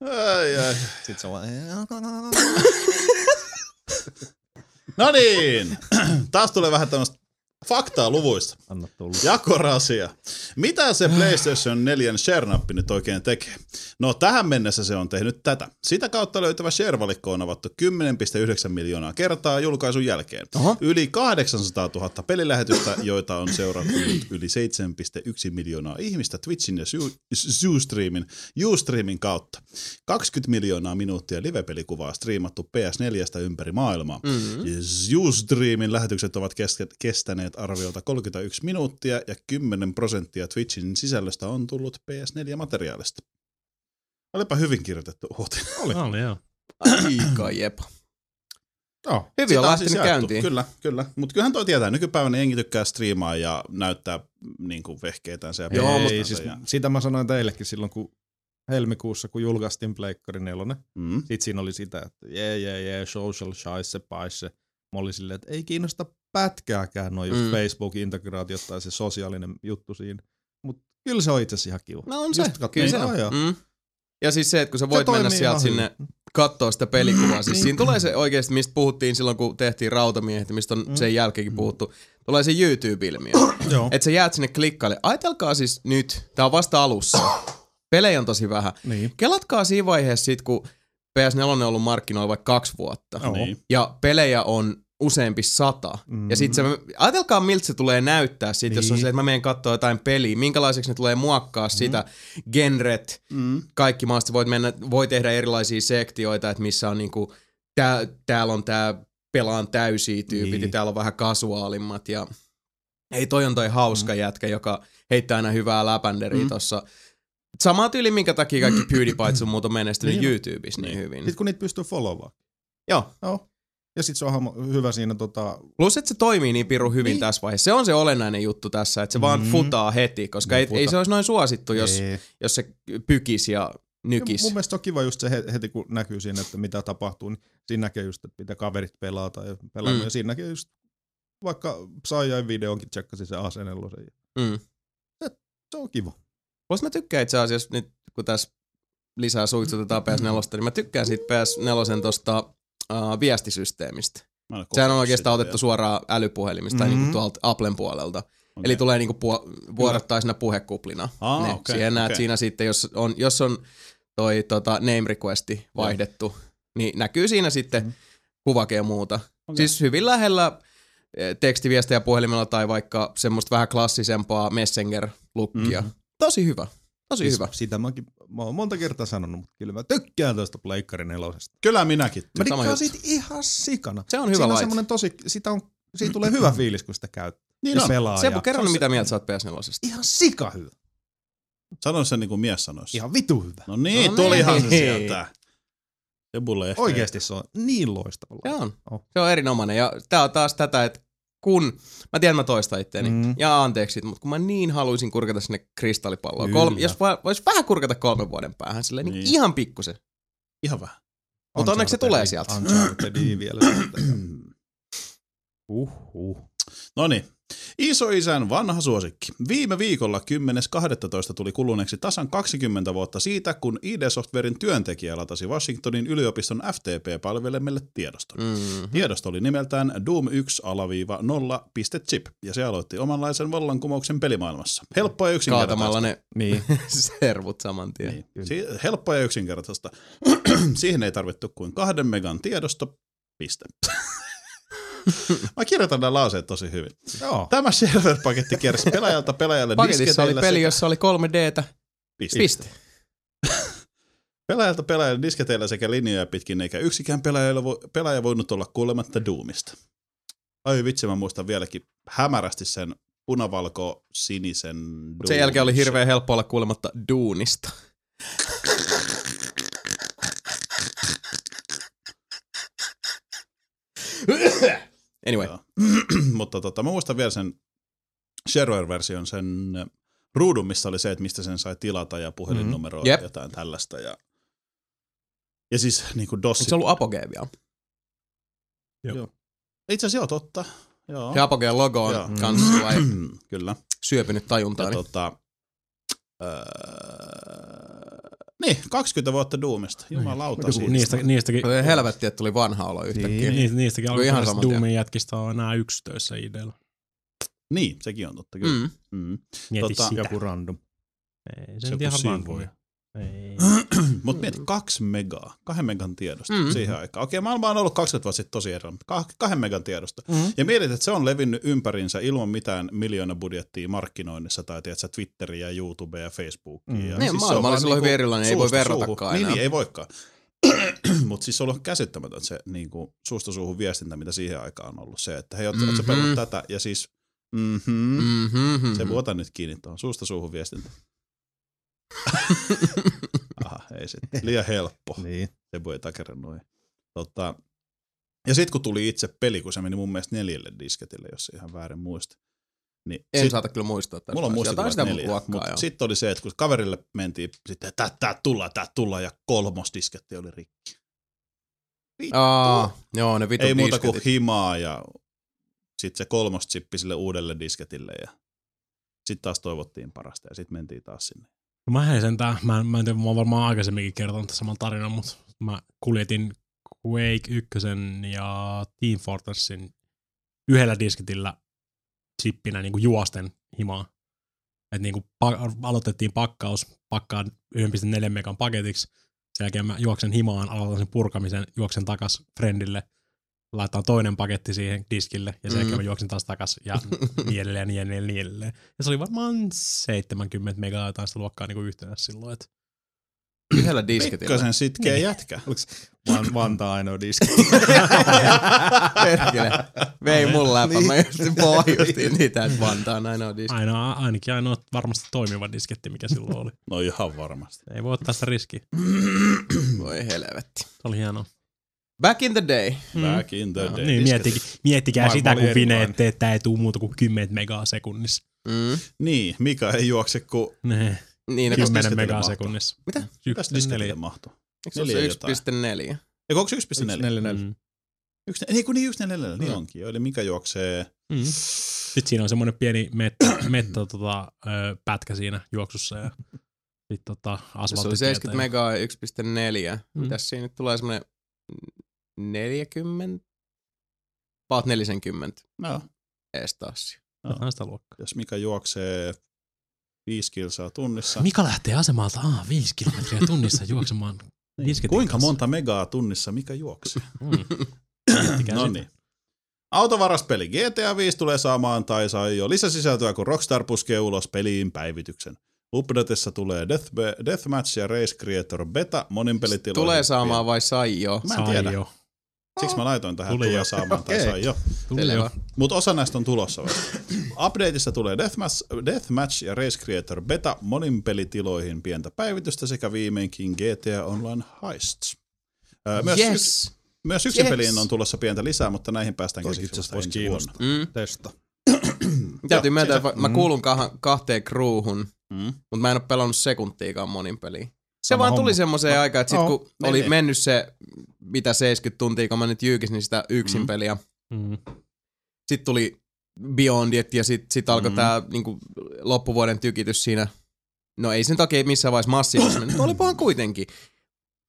Ai, ai. Sitten se on vaan... No niin, taas tulee vähän tämmöistä faktaa luvuista. Anna tulla. Jakorasia. Mitä se PlayStation 4 share-nappi nyt oikein tekee? No tähän mennessä se on tehnyt tätä. Sitä kautta löytyvä share-valikko on avattu 10,9 miljoonaa kertaa julkaisun jälkeen. Oho. Yli 800 000 pelilähetystä, joita on seurattu nyt yli 7,1 miljoonaa ihmistä Twitchin ja Su- Ustreamin, Ustreamin kautta. 20 miljoonaa minuuttia live-pelikuvaa striimattu PS4 ympäri maailmaa. Mm. Ustreamin lähetykset ovat keske- kestäneet arviolta 31 minuuttia ja 10 prosenttia Twitchin sisällöstä on tullut PS4-materiaalista. Olipa hyvin kirjoitettu uutinen. Oli. No, joo. Aika jepa. Joo. Hyvin on siis lähtenyt siis jaettu. käyntiin. Kyllä, kyllä. Mutta kyllähän toi tietää. Nykypäivänä niin jengi tykkää striimaa ja näyttää niin kuin vehkeitänsä. Ja Joo, pelaajansa mutta siis ja, sitä mä sanoin teillekin silloin, kun helmikuussa, kun julkaistiin Pleikkari 4. mm. Sitten siinä oli sitä, että jee, jee, jee, social shaisse, paisse. Mä olin silleen, että ei kiinnosta pätkääkään noin just Mm. Facebook-integraatiot tai se sosiaalinen juttu siinä. Mutta kyllä se on itse asiassa ihan kiva. No on se, Just katsoin, kyllä se joo, joo. on. Mm. Ja siis se, että kun sä voit mennä toimii sieltä ihan sinne hyvin. katsoa sitä pelikuvaa. Siis Niin. siinä tulee se oikeasti, mistä puhuttiin silloin, kun tehtiin rautamiehet, ja mistä on Mm. sen jälkeenkin puhuttu. Tulee se YouTube-ilmiö. Joo. että sä jäät sinne klikkaille. Ajatelkaa siis nyt, tää on vasta alussa. Pelejä on tosi vähän. Niin. Kelatkaa siinä vaiheessa sit, kun PS4 on ollut markkinoilla vaikka kaksi vuotta. Niin. Ja pelejä on useampi sata. Mm. Ja sit se, ajatelkaa miltä se tulee näyttää sit, niin. jos on silleen, että mä menen katsoa jotain peliä. Minkälaiseksi ne tulee muokkaa mm. sitä. Genret, Mm. kaikki maasta voit mennä, voi tehdä erilaisia sektioita, että missä on niinku, tää, täällä on tää pelaan täysiä tyypit niin. ja Niin. täällä on vähän kasuaalimmat ja Ei toi on toi hauska mm. jätkä, joka heittää aina hyvää läpänderiä mm. tossa. Sama tyyli, minkä takia kaikki PewDiePie sun muuta menestynyt Niin. YouTubessa niin hyvin. Sitten kun niitä pystyy followaan. Joo. No. Ja sit se on hamo- hyvä siinä tota... Plus, että se toimii niin pirun hyvin niin. tässä vaiheessa. Se on se olennainen juttu tässä, että se mm. vaan futaa heti, koska Mm-hmm. Niin, ei, ei futa. se olisi noin suosittu, jos, Ei. jos se pykisi ja Ja nykisi. mun mielestä se on kiva just se he- heti, kun näkyy siinä, että mitä tapahtuu, niin siinä näkee just, että mitä kaverit pelaa tai pelaa. Mm. Mm. Ja siinä näkee just, vaikka Saijan videonkin tsekkasin se asennellosen. Mm. Se on kiva. Plus mä tykkään itse asiassa nyt, kun tässä lisää suitsutetaan PS4, niin mä tykkään siitä PS4 tosta uh, viestisysteemistä. Mä en ole Sehän on Oh, kokeillut oikeastaan sitä otettu suoraan älypuhelimista tai Mhm. niinku tuolta Applen puolelta. vielä. Eli Okei. tulee niinku puo- vuorottaisena puhekuplina. Aa, ne. okei, Siihen näet okei. siinä sitten, jos on, jos on toi tota, name requesti vaihdettu, niin näkyy siinä sitten mm. kuvake ja muuta. Okay. Siis hyvin lähellä eh, tekstiviestejä puhelimella tai vaikka semmoista vähän klassisempaa Messenger-lukkia. Mm-hmm. Tosi hyvä. Tosi siis, hyvä. Sitä mäkin, mä oon monta kertaa sanonut, mutta kyllä mä tykkään tästä Pleikkarin nelosesta. Kyllä minäkin. Mä Sama dikkaan juttu. siitä ihan sikana. Se on hyvä Siinä on lait. semmonen tosi, sitä on, siitä tulee hyvä fiilis, kun sitä käyttää. Niin ja on. pelaa. Seppo, ja- kerro se nyt, on mitä mieltä sä oot PS4. se- Ihan sika hyvä. Sano sen niin kuin mies sanoisi. Ihan vitu hyvä. No niin, No tulihan se niin. sieltä. Se mulle ehkä. Oikeesti se on niin loistava. Se on. Oh. Se on erinomainen. Ja tää on taas tätä, että kun, mä tiedän mä toistan itteeni, mm. Mm. ja anteeksi, mutta kun mä niin haluaisin kurkata sinne kristallipalloon, kolme, Kyllä. jos va, vois vähän kurkata kolmen vuoden päähän, silleen, niin, Niin. ihan pikkusen. Ihan vähän. Mutta onneksi se Unchartedi- tulee sieltä. Unchartedi vielä sieltä. Uhuh. No niin. Isoisän vanha suosikki. Viime viikolla 10.12. tuli kuluneeksi tasan 20 vuotta siitä, kun ID Softwarein työntekijä latasi Washingtonin yliopiston FTP-palvelimelle tiedoston. Mm. Tiedosto oli nimeltään Doom 1-0.chip, ja se aloitti omanlaisen vallankumouksen pelimaailmassa. Helppoa ja yksinkertaista. Kaatamalla ne Niin. servut saman tien. Niin. Niin. Si- helppoa ja yksinkertaista. Siihen ei tarvittu kuin kahden megan tiedosto. Piste. Mä kirjoitan nämä lauseet tosi hyvin. Joo. Tämä server-paketti kiersi pelaajalta pelaajalle Paketissa oli disketeillä peli, sekä- jossa oli 3Dtä. Piste. Piste. pelaajalta pelaajalle disketeillä sekä linjoja pitkin, eikä yksikään pelaaja, vo- pelaaja voinut olla kuulematta Doomista. Ai vitsi, mä muistan vieläkin hämärästi sen punavalko-sinisen Doom. Sen jälkeen oli hirveän helppo olla kuulematta duunista. anyway. Joo. Mutta tota, mä muistan vielä sen shareware-version, sen äh, ruudun, missä oli se, että mistä sen sai tilata ja puhelinnumeroa mm. Mhm. Jep. ja jotain tällaista. Ja, ja siis niin kuin Onko DOS. se ollut Apogee vielä? Itse asiassa joo, totta. Joo. Se Apogeen logo on Joo. Mm. kans vai niin Kyllä. syöpynyt Ja tajuntaani. tota, öö, niin, 20 vuotta Doomista. Niin. Jumalauta siitä. Niistä, niistäkin, Ei Helvetti, että tuli vanha olo yhtäkkiä. Niin. niistä, niistäkin Tuli ihan alkuperäisistä saman tien. Doomin jätkistä on enää yksi töissä idealla. Niin, sekin on totta kyllä. Mm. Mm. Mm. Mieti Tota, tota, sitä. Joku random. Ei, se se nyt joku ihan siinä voi. vanhoja. Ei. Mutta mieti, kaksi megaa, kahden megan tiedosta Mm. mm. siihen aikaan. Okei, maailma on ollut 20 vuotta sitten tosi erilainen, mutta kah- kahden megan tiedosta. Mm. Ja mietit, että se on levinnyt ympärinsä ilman mitään miljoona budjettia markkinoinnissa, tai tiedätkö, Twitteriä, ja YouTubea ja Facebookia. Mm. Ja Niin, se on maailma oli vaan silloin niinku hyvin erilainen, ei voi suusta verratakaan suuhun. Niin, enää. niin, ei voikaan. Mutta siis se on ollut käsittämätön se niinku, suusta suuhun viestintä, mitä siihen aikaan on ollut. Se, että hei, oot, mm-hmm. sä Mhm. pelannut tätä, ja siis mm-hmm. mm-hmm. Mm-hmm. se vuota nyt kiinni tuohon suusta suuhun viestintä. Aha, ei sitten. Liian helppo. Niin. Se voi takera noin. Tota, ja sitten kun tuli itse peli, kun se meni mun mielestä neljälle disketille, jos ei ihan väärin muista. Niin En sit- saata kyllä muistaa tässä. Mulla on vaiheessa. muistikuvat Jotain neljä, luokkaa, mutta joo. sitten oli se, että kun kaverille mentiin sitten, että tää, tää tullaan, tää tullaan, ja kolmos disketti oli rikki. Aa, joo, ne vitun Ei muuta disketit. kuin himaa, ja sitten se kolmos chippi sille uudelle disketille, ja sitten taas toivottiin parasta, ja sitten mentiin taas sinne. No Mä en sentään, mä, en- mä en tiedä, mä oon varmaan aikaisemminkin kertonut tämän saman tarinan, mutta mä kuljetin Quake 1 ja Team Fortressin yhdellä disketillä chippinä niin kuin juosten himaa. Et niin kuin pa- aloitettiin pakkaus, pakkaan 1,4 megan paketiksi, sen jälkeen mä juoksen himaan, aloitan sen purkamisen, juoksen takas friendille, laitan toinen paketti siihen diskille, ja sen jälkeen mä juoksen taas takas, ja niin edelleen, niin edelleen, niin niinku edelleen. Ja se oli varmaan 70 megaa jotain sitä luokkaa niin kuin yhtenä silloin, että Yhdellä disketillä. Pikkasen sitkeä Niin. jätkä. Van, Vantaa ainoa diski. Perkele. Vei Niin. mun läpä. Mä just pohjustin niitä, että Vantaan ainoa diski. Ainoa, ainakin ainoa varmasti toimiva disketti, mikä silloin oli. No ihan varmasti. Ei voi ottaa sitä riskiä. Voi helvetti. Se oli hienoa. Back in the day. Back in the day. Mm. Niin, miettikää, miettikää Maailma sitä, oli kun erilainen. vineet teettää ei tuu muuta kuin 10 megaa sekunnissa. Mm. Niin, Mika ei juokse kuin Ne, Niin, Kyllä. 10 disketille megaa mahtuu? sekunnissa. Mitä? Tästä Yksi disketille diskeli. mahtuu. eikö se ole Neljä se jotain. 1.4? Eikö onko se 1.4? Mm. Yksi, ei kun niin 1.4, niin Mm. onkin. jo. Eli Mika juoksee Mm. Sitten siinä on semmoinen pieni mettä, mettä tota, ö, pätkä siinä juoksussa ja sitten tota, Se oli asfalttitietä. 70 megaa ja 1.4. Mm. Mitäs siinä nyt tulee semmonen 40? Paat 40 No, ees taas. Siis Vähän sitä luokkaa. jos Mika juoksee viisi kilsaa tunnissa. Mika lähtee asemalta ah, 5 kilometriä tunnissa juoksemaan disketin Niin. Kuinka kanssa. monta megaa tunnissa Mika juoksee? Mm. Miettikää no sitä. niin. Autovaraspeli GTA 5 tulee saamaan tai sai jo lisäsisältöä, kun Rockstar puskee ulos peliin päivityksen. Updatessa tulee Death, Deathmatch ja Race Creator Beta monin pelitiloihin. Siis Tulee saamaan vai sai jo? Mä en Sai tiedä. jo. Siksi mä laitoin tähän Tuli tulee, jo. saamaan tai Okei. sai jo. Tuli Selvä. jo. Mutta osa näistä on tulossa vasta. Updateissa tulee Deathmatch, Deathmatch ja Race Creator Beta monin pelitiloihin pientä päivitystä sekä viimeinkin GTA Online Heists. Ö, Myös, siis- yes. yks, Yes. myös yksin Yes. peliin on tulossa pientä lisää, mutta näihin päästään käsiksi vasta voisi ensi vuonna. kiinnostaa. Mm. Testa. Täytyy myöntää, että mä kuulun kah- kahteen kruuhun, siis- Mm. mutta mä en ole pelannut sekuntiikaan monin peliin. Se Sama vaan homma. tuli semmoiseen aikaan, että sit joo, kun niin, oli niin. mennyt se, mitä 70 tuntia, kun mä nyt jyykisin sitä yksin Mm. peliä. Mm. Sitten tuli Beyondit ja sitten sit alkoi Mm. tää niinku, loppuvuoden tykitys siinä. No ei sen takia missään vaiheessa massiivisena, mutta olipahan kuitenkin.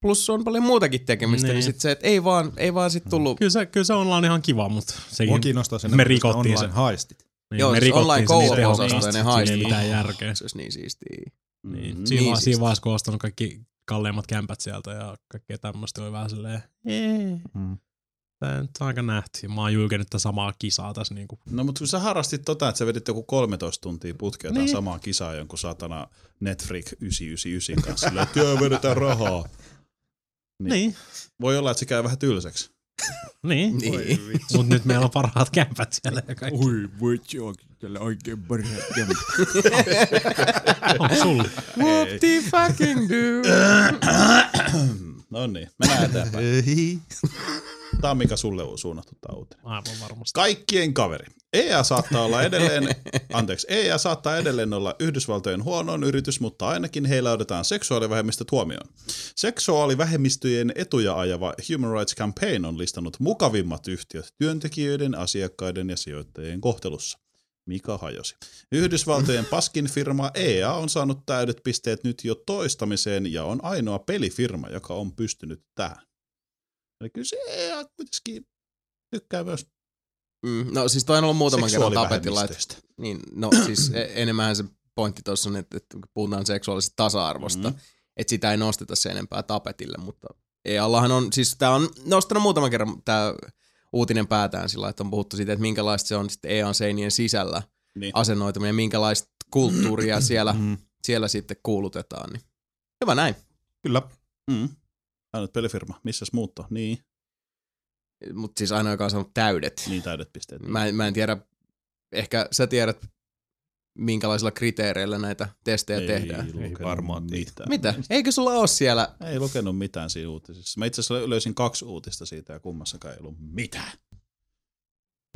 Plus on paljon muutakin tekemistä, niin, Niin. niin sit se, että ei vaan, ei vaan sit tullut Kyllä se, kyllä se online on ihan kiva, mutta sekin, Mua kiinnostaa sen me näköistä rikottiin se. online haistit. niin, Joo, me siis rikottiin online se niin kouluosa- tehokkaasti, ne että siinä haistuu. ei mitään järkeä. se olisi niin siistiä. Niin. Mm. Siinä, Niin niin siistiä. siinä vaiheessa, kun on ostanut kaikki kalleimmat kämpät sieltä ja kaikkea tämmöistä, oli vähän silleen, "Ee, Mm. tää nyt on aika nähty. Ja Mä oon julkenut tätä samaa kisaa tässä niinku. No mutta kun sä harrastit tota, että sä vedit joku 13 tuntia putkea niin. Niin. samaa kisaa jonkun satana Netflix 999 kanssa, silleen, että "Joo, vedetään rahaa. Niin. Niin. Voi olla, että se käy vähän tylsäksi. Niin. niin. Niin. Mut nyt meillä on parhaat kämpät siellä ja kaikki. Oi, voit se onkin tällä oikein parhaat jämät. Onko sulla? What the fucking do? No niin, mennään eteenpäin. Tämä on Mika sulle suunnattu tämä uutinen. Aivan varmasti. Kaikkien kaveri. EA saattaa olla edelleen, anteeksi, EA saattaa edelleen olla Yhdysvaltojen huonoin yritys, mutta ainakin heillä otetaan seksuaalivähemmistöt huomioon. Seksuaalivähemmistöjen etuja ajava Human Rights Campaign on listannut mukavimmat yhtiöt työntekijöiden, asiakkaiden ja sijoittajien kohtelussa. Mika hajosi. Yhdysvaltojen paskin firma EA on saanut täydet pisteet nyt jo toistamiseen ja on ainoa pelifirma, joka on pystynyt tähän. Eli kyllä se EA kuitenkin tykkää myös Mm, No siis toi on ollut muutaman kerran tapetilla, että Seksuaalivähemmistöistä. Niin, no siis e- enemmänhän se pointti tuossa on, että, että kun puhutaan seksuaalisesta tasa-arvosta, mm. että sitä ei nosteta sen enempää tapetille, mutta EAllahan on, siis tämä on nostanut muutaman kerran tämä uutinen päätään sillä, että on puhuttu siitä, että minkälaista se on sitten EAn seinien sisällä Niin. niin. asennoituminen, minkälaista kulttuuria siellä, siellä sitten kuulutetaan. Niin. Hyvä näin. Kyllä. Mm. Ainut pelifirma. Missäs muutto? Niin, Mutta siis aina, joka on saanut täydet. niin täydet pisteet. Mä, en- mä en tiedä, ehkä sä tiedät, minkälaisilla kriteereillä näitä testejä ei. tehdään. lukenut Ei varmaan tiedä. mitään. Mitä? Eikö sulla ole siellä Ei lukenut mitään siinä uutisissa. Mä itse asiassa löysin kaksi uutista siitä ja kummassakaan ei ollut mitään.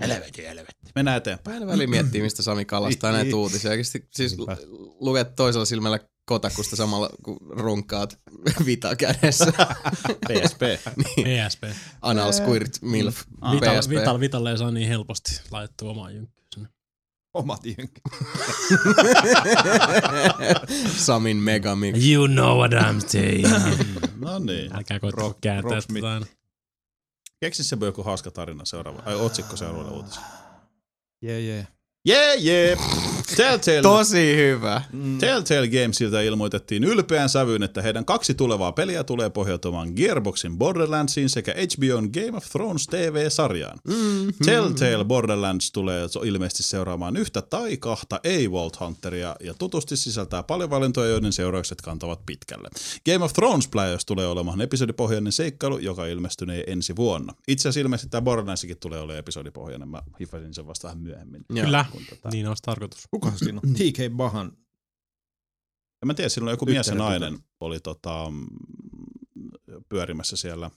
Helvetti, helvetti. Mennään eteenpäin. Aina väliin miettii, mistä Sami kalastaa Niin. näitä uutisia. Oikeasti siis Niinpä. lu- luet toisella silmällä kotakusta samalla, kun runkaat vita kädessä. PSP. PSP. Anal Squirt Milf Ah. E Vital, PSP. Vital, Vitalle ei saa niin helposti laitettua omaa jynkkyä sinne. Omat jynkit. Samin megamix. You know what I'm saying. no niin. Älkää koittaa Rock- kääntää Rocksmith. tätä. Keksin se joku hauska tarina seuraava. Ai otsikko seuraavalle uutiselle. Jee, jee. Jee, jee. Telltale, Tosi hyvä. Mm. Mm. Telltale Gamesilta ilmoitettiin ylpeän sävyyn, että heidän kaksi tulevaa peliä tulee pohjautumaan Gearboxin Borderlandsiin sekä HBOn Game of Thrones TV-sarjaan. Mm-hmm. Telltale Borderlands tulee so- ilmeisesti seuraamaan yhtä tai kahta ei-Vault Hunteria ja tutusti sisältää paljon valintoja, joiden seuraukset kantavat pitkälle. Game of Thrones Players tulee olemaan episodipohjainen seikkailu, joka ilmestynee ensi vuonna. Itse asiassa ilmeisesti tämä Borderlandsikin tulee olemaan episodipohjainen, mä hiffasin sen vasta vähän myöhemmin. Joo. Kyllä. Kun tota- Niin olisi tarkoitus. Kuka siinä on? TK Bahan. En mä tiedä, silloin joku mies ja nainen oli tota, mm, pyörimässä siellä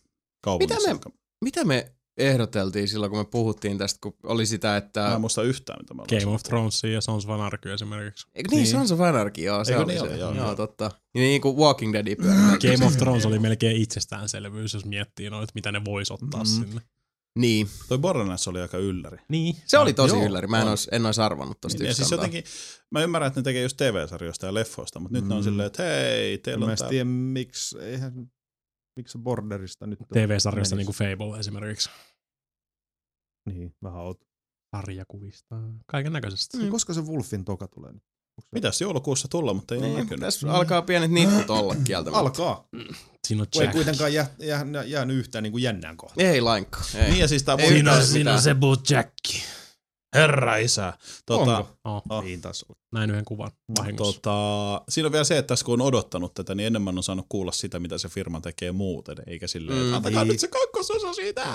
kaupungissa. Mitä me- Mitä me ehdoteltiin silloin, kun me puhuttiin tästä, kun oli sitä, Mä että... en muista yhtään, mitä mä Game olin- of Thrones ja Sons of Anarchy esimerkiksi. Eikö niin, se on se Anarchy, joo, se Eikö oli niin se. ole? Joo, joo, joo. totta. Niin kuin Walking Dead pyörii. Game of Thrones oli melkein itsestäänselvyys, jos miettii noita, mitä ne vois ottaa Mm. sinne. Niin, Toi Borderlands oli aika ylläri. Mm-hmm. Niin. se oli tosi Joo, ylläri. Mä en on. ois, en ois arvannut tosta Niin, ja yksi siis jotenkin, mä ymmärrän, että ne tekee just TV-sarjoista ja leffoista, mutta nyt ne on Mm. silleen, että hei, teillä Mä on en tää... tiedä miksi, eihän, miksi se Borderista nyt TV-sarjasta menisi. niinku Fable esimerkiksi. Niin, vähän oot. Sarjakuvista, kaiken näköisestä. Mm. Koska se Wolfin toka tulee nyt? Onko se- Mitäs joulukuussa tulla, mutta ei ole Niin, näkynyt. tässä alkaa pienet nitkut olla kieltämättä. Alkaa. Siinä on Ei Jack. kuitenkaan jää, jää, jäänyt yhtään niin kuin jännään kohtaan. Ei lainkaan. Ei. Niin ja siis tää Ei Borderlands- yhtään mitään. se Bojack. Herra isä. Tota, Onko? Oh, Oh. Niin taas on. näin yhden kuvan vahingossa. tota, siinä on vielä se, että tässä kun on odottanut tätä, niin enemmän on saanut kuulla sitä, mitä se firma tekee muuten, eikä silleen, Mm. että antakaa Niin. nyt se kakkososa siitä.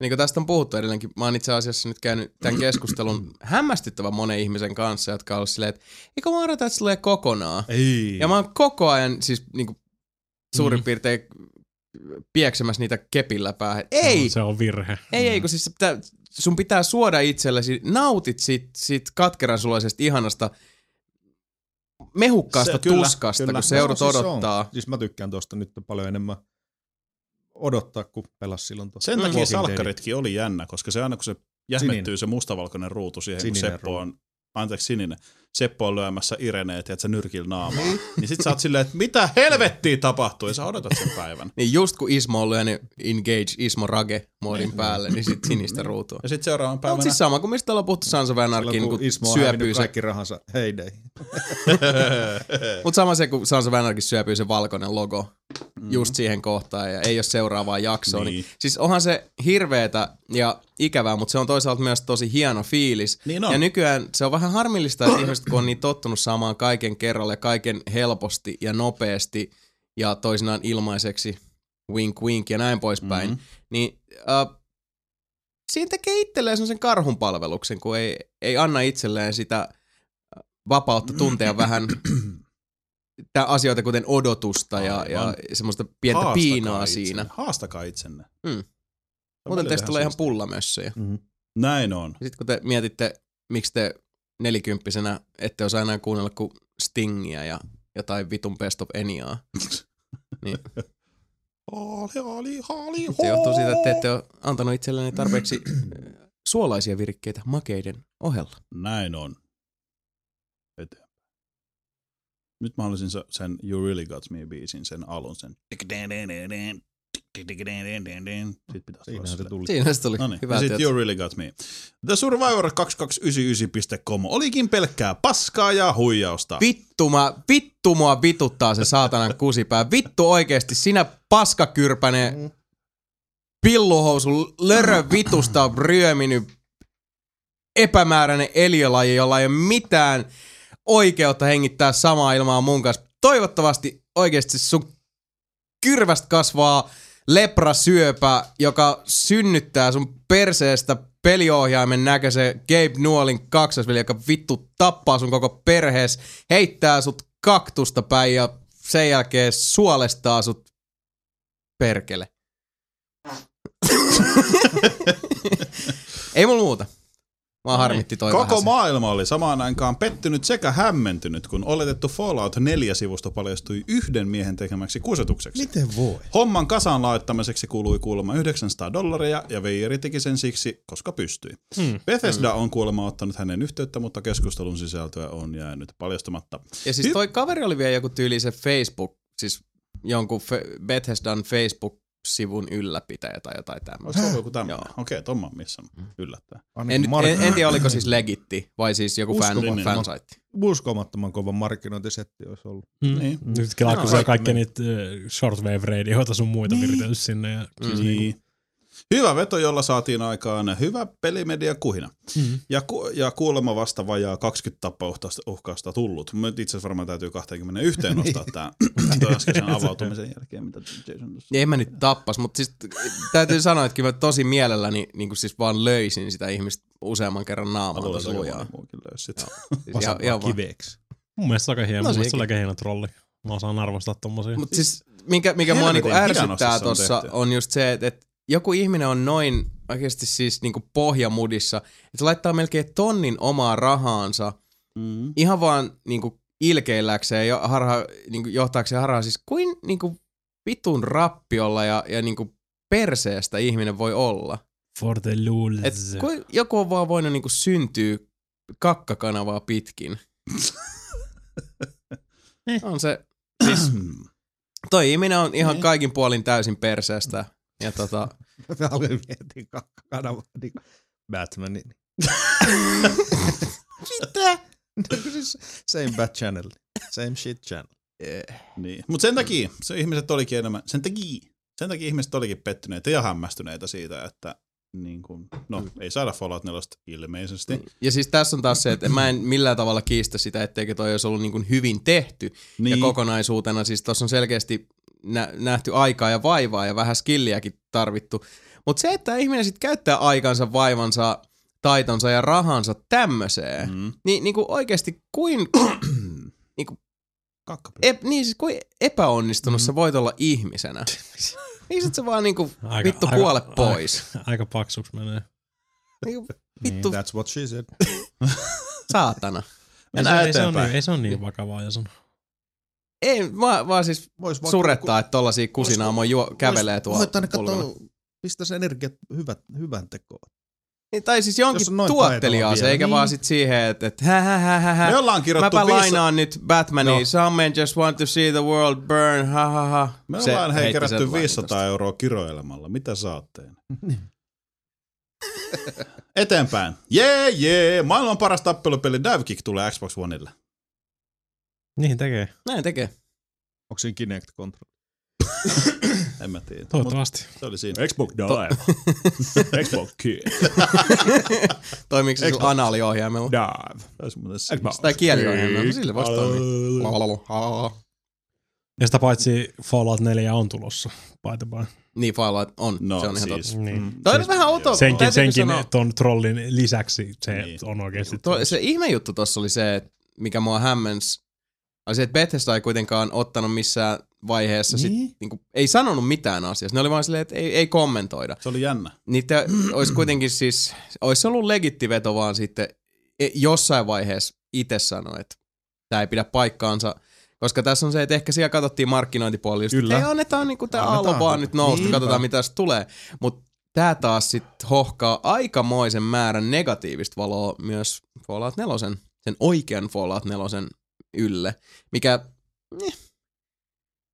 Niin kuin tästä on puhuttu edelleenkin, mä oon itse asiassa nyt käynyt tämän keskustelun hämmästyttävän monen ihmisen kanssa, jotka on ollut silleen, että eikö mä odota, että se tulee kokonaan. Ei. Ja mä oon koko ajan siis niin kuin, suurin mm. piirtein pieksemässä niitä kepillä päähän. Ei, Se on virhe. ei, ei, kun siis se pitää, sun pitää suoda itsellesi, nautit siitä, siitä katkeran suloisesta ihanasta mehukkaasta se, Se- kyllä, tuskasta, kyllä. kun seudut No, siis se on. odottaa. Siis mä tykkään tosta nyt paljon enemmän odottaa, kun pelas silloin tosta. Sen Mm. takia Walking salkkaritkin oli jännä, koska se aina kun se jähmettyy Sininen. se mustavalkoinen ruutu siihen, sininen kun Sininen Seppo on, anteeksi sininen, Seppo on lyömässä Ireneet ja se nyrkil naamaa, niin sit sä oot silleen, että mitä helvettiä tapahtuu ja sä odotat sen päivän. Niin just kun Ismo on lyönyt Engage Ismo Rage muodin päälle, niin sit sinistä ruutua. Ja sit seuraavan No, päivänä, siis sama kuin mistä ollaan puhuttu Sansa Vänarkin, Silloin, kun kun Ismo on syöpyy hävinnyt se. kaikki rahansa heidei. Mutta sama se, kun Sansa Vänarkin syöpyy se valkoinen logo mm. just siihen kohtaan ja ei ole seuraavaa jaksoa. Niin. Niin. Niin, siis onhan se hirveetä ja ikävää, mutta se on toisaalta myös tosi hieno fiilis. Niin on. Ja nykyään se on vähän harmillista, että ihmiset kun on niin tottunut saamaan kaiken kerralla ja kaiken helposti ja nopeasti ja toisinaan ilmaiseksi, wink wink ja näin poispäin, mm-hmm. niin äh, siinä tekee itselleen sen karhun palveluksen, kun ei, ei anna itselleen sitä äh, vapautta tuntea vähän tää asioita kuten odotusta ja, ja Aivan. semmoista pientä haastakaa piinaa itsenne. siinä. Haastakaa itsenne. Mm. Se on Muuten välillä teistä tulee ihan siistiä. pullamössöjä. Näin on. Ja sitten kun te mietitte, miksi te nelikymppisenä ette osaa enää kuunnella kuin Stingia ja jotain vitun Best of Eniaa. Haali, haali, haali, Se johtuu siitä, että te hoo. ette ole antanut itsellenne tarpeeksi äh, suolaisia virikkeitä makeiden ohella. Näin on. Eteenpäin. Nyt mä haluaisin se- sen You Really Got Me biisin, sen alun, sen. Sitten pitäisi olla Siinähän se sille. tuli. Siinä se tuli. No niin, Hyvä ja sit työtä. You Really Got Me. The Survivor 2299.com olikin pelkkää paskaa ja huijausta. Vittu, mä, vittu mua vituttaa se saatanan kusipää. Vittu oikeesti, sinä paskakyrpäne pilluhousu lörö vitusta ryöminyt epämääräinen eliölaji, jolla ei ole mitään oikeutta hengittää samaa ilmaa mun kanssa. Toivottavasti oikeesti sun kyrvästä kasvaa leprasyöpä, joka synnyttää sun perseestä peliohjaimen näköisen Gabe Nuolin kaksosveli, joka vittu tappaa sun koko perhees, heittää sut kaktusta päin ja sen jälkeen suolestaa sut perkele. Ei mulla muuta. Mä harmitti toi Koko vähän se. maailma oli samaan aikaan pettynyt sekä hämmentynyt, kun oletettu Fallout 4-sivusto paljastui yhden miehen tekemäksi kusetukseksi. Miten voi? Homman kasaan laittamiseksi kului kuulemma 900 dollaria ja Veijeri teki sen siksi, koska pystyi. Hmm. Bethesda on kuulemma ottanut hänen yhteyttä, mutta keskustelun sisältöä on jäänyt paljastamatta. Ja siis toi kaveri oli vielä joku tyyli se Facebook, siis jonkun fe- Bethesdan Facebook sivun ylläpitäjä tai jotain tämmöistä. Onko se ollut joku tämmöinen? Okei, Tomma on missä yllättää. En, Ainakin nyt- mark- en, en tiedä, oliko siis legitti vai siis joku fan, Uskomaton. fansaitti. uskomattoman kovan markkinointisetti olisi ollut. Siis Niin. Mm. Nyt kelaa, kun No, se on kaikki kaikkia meni. niitä ö, shortwave-radioita sun muita niin. viritellyt sinne. Ja Mm. Niin. Hyvä veto, jolla saatiin aikaan hyvä pelimedia kuhina. Mm. Ja, ku, ja kuulemma vasta vajaa 20 tappauhkausta tullut. Nyt itse asiassa varmaan täytyy 21 nostaa tämä äskeisen avautumisen jälkeen, mitä Jason tuossa. En mä nyt tappas, mutta siis t- täytyy sanoa, että kyllä mä tosi mielelläni niin kuin siis vaan löisin sitä ihmistä useamman kerran naamalta Tuolla se suojaa. joku muukin löysi sitä. Siis ihan, ihan vaan. kiveeksi. Mun mielestä se on aika No hieno, mun mielestä se sekin. on aika hieno trolli. Mä osaan arvostaa tommosia. Mut siis mikä, mikä mua Helvetin niinku hienosti ärsyttää se on tuossa tehty. on just se, että, että joku ihminen on noin oikeasti siis niinku pohjamudissa, että se laittaa melkein tonnin omaa rahaansa Mm. ihan vaan niinku ilkeilläkseen ja harha, niinku johtaakseen harhaa. Siis kuin niinku vitun rappiolla ja, ja niinku perseestä ihminen voi olla. For the lulz. Et kun joku on vaan voinut niinku syntyä kakkakanavaa pitkin. on se, siis, Mm. toi ihminen on ihan kaikin puolin täysin perseestä. Ja tota, Mä aloin miettiä kakka- kanavaa niin kuin niin- Batmanin. Mitä? No kun siis same bad channel. Same shit channel. Niin. Mutta sen takia, se ihmiset olikin enemmän, sen takia, sen takia ihmiset olikin pettyneitä ja hämmästyneitä siitä, että niin kun, no, Mm. ei saada Fallout 4 ilmeisesti. Niin. ja siis tässä on taas se, että mä en millään tavalla kiistä sitä, etteikö toi olisi ollut niinku hyvin tehty. Niin. Ja kokonaisuutena siis tuossa on selkeästi nä- nähty aikaa ja vaivaa ja vähän skilliäkin tarvittu. Mutta se, että ihminen sitten käyttää aikansa, vaivansa, taitonsa ja rahansa tämmöiseen, mm. Mm. niin, niin kuin oikeasti kuin, Kakka. e, niin siis kuin epäonnistunut mm. sä voit olla ihmisenä. Miksi et sä vaan niinku Aika- vittu aika- kuole aika- pois? Aika paksuks menee. Niinku, vittu Niin, That's what she said. saatana. Ei se, näe ei, se on eteenpäin. niin, ei se on niin vakavaa, jos on. Ei, vaan, vaan siis Vois vaikka- surettaa, että tollasia kusinaamoja juo, kävelee tuolla Voit aina pulmilla. katsoa, pistää se energiat hyvät, hyvän tekoon. Niin, tai siis Jos jonkin on noin tuottelijaa taitava se, vielä, eikä niin. vaan sit siihen, että et, hä, hä, hä, hä, hä. Me ollaan kirjoittu Mäpä viisi... lainaan nyt Batmania. No. No. Some men just want to see the world burn. Ha, ha, ha. Me Se ollaan hei heitti sen kerätty lainan 500 tosta. euroa kiroilemalla. Mitä saatte? Niin. Eteenpäin. Jee, jee. Maailman paras tappelupeli Divekick tulee Xbox Oneille. Niin tekee. Näin tekee. Onko siinä Kinect Control? En mä tiedä. Mut Toivottavasti. se oli siinä. Xbox Dive. Xbox Kill. Toimiiko se sun analiohjaimella? Dive. Se olisi muuten siinä. Xbox. Tai kieliohjaimella? Sille niin- vasta no, toimii. Ja sitä paitsi Fallout 4 on tulossa, by the by. Niin, Fallout on. No se on ihan totta. siis. Niin. Toi on vähän outoa. Senkin, täytyykö senkin sanoa? ton trollin lisäksi se Niin. niin. on oikeasti. Toi, se ihme juttu tossa oli se, että mikä mua hämmens, oli se, että Bethesda ei kuitenkaan ottanut missään vaiheessa, niin? Sit, niin kuin, ei sanonut mitään asiasta. Ne oli vaan silleen, että ei, ei kommentoida. Se oli jännä. Niitä olisi kuitenkin siis, olisi ollut legittiveto vaan sitten e- jossain vaiheessa itse sanoi, että tämä ei pidä paikkaansa. Koska tässä on se, että ehkä siellä katsottiin markkinointipuolella just, että Kyllä. hei annetaan niinku tämä Annetaan. aallo vaan nyt nousta, Niinpä. katsotaan mitä tästä tulee. Mutta tämä taas sitten hohkaa aikamoisen määrän negatiivista valoa myös Fallout 4, sen oikean Fallout 4 ylle, mikä... Eh.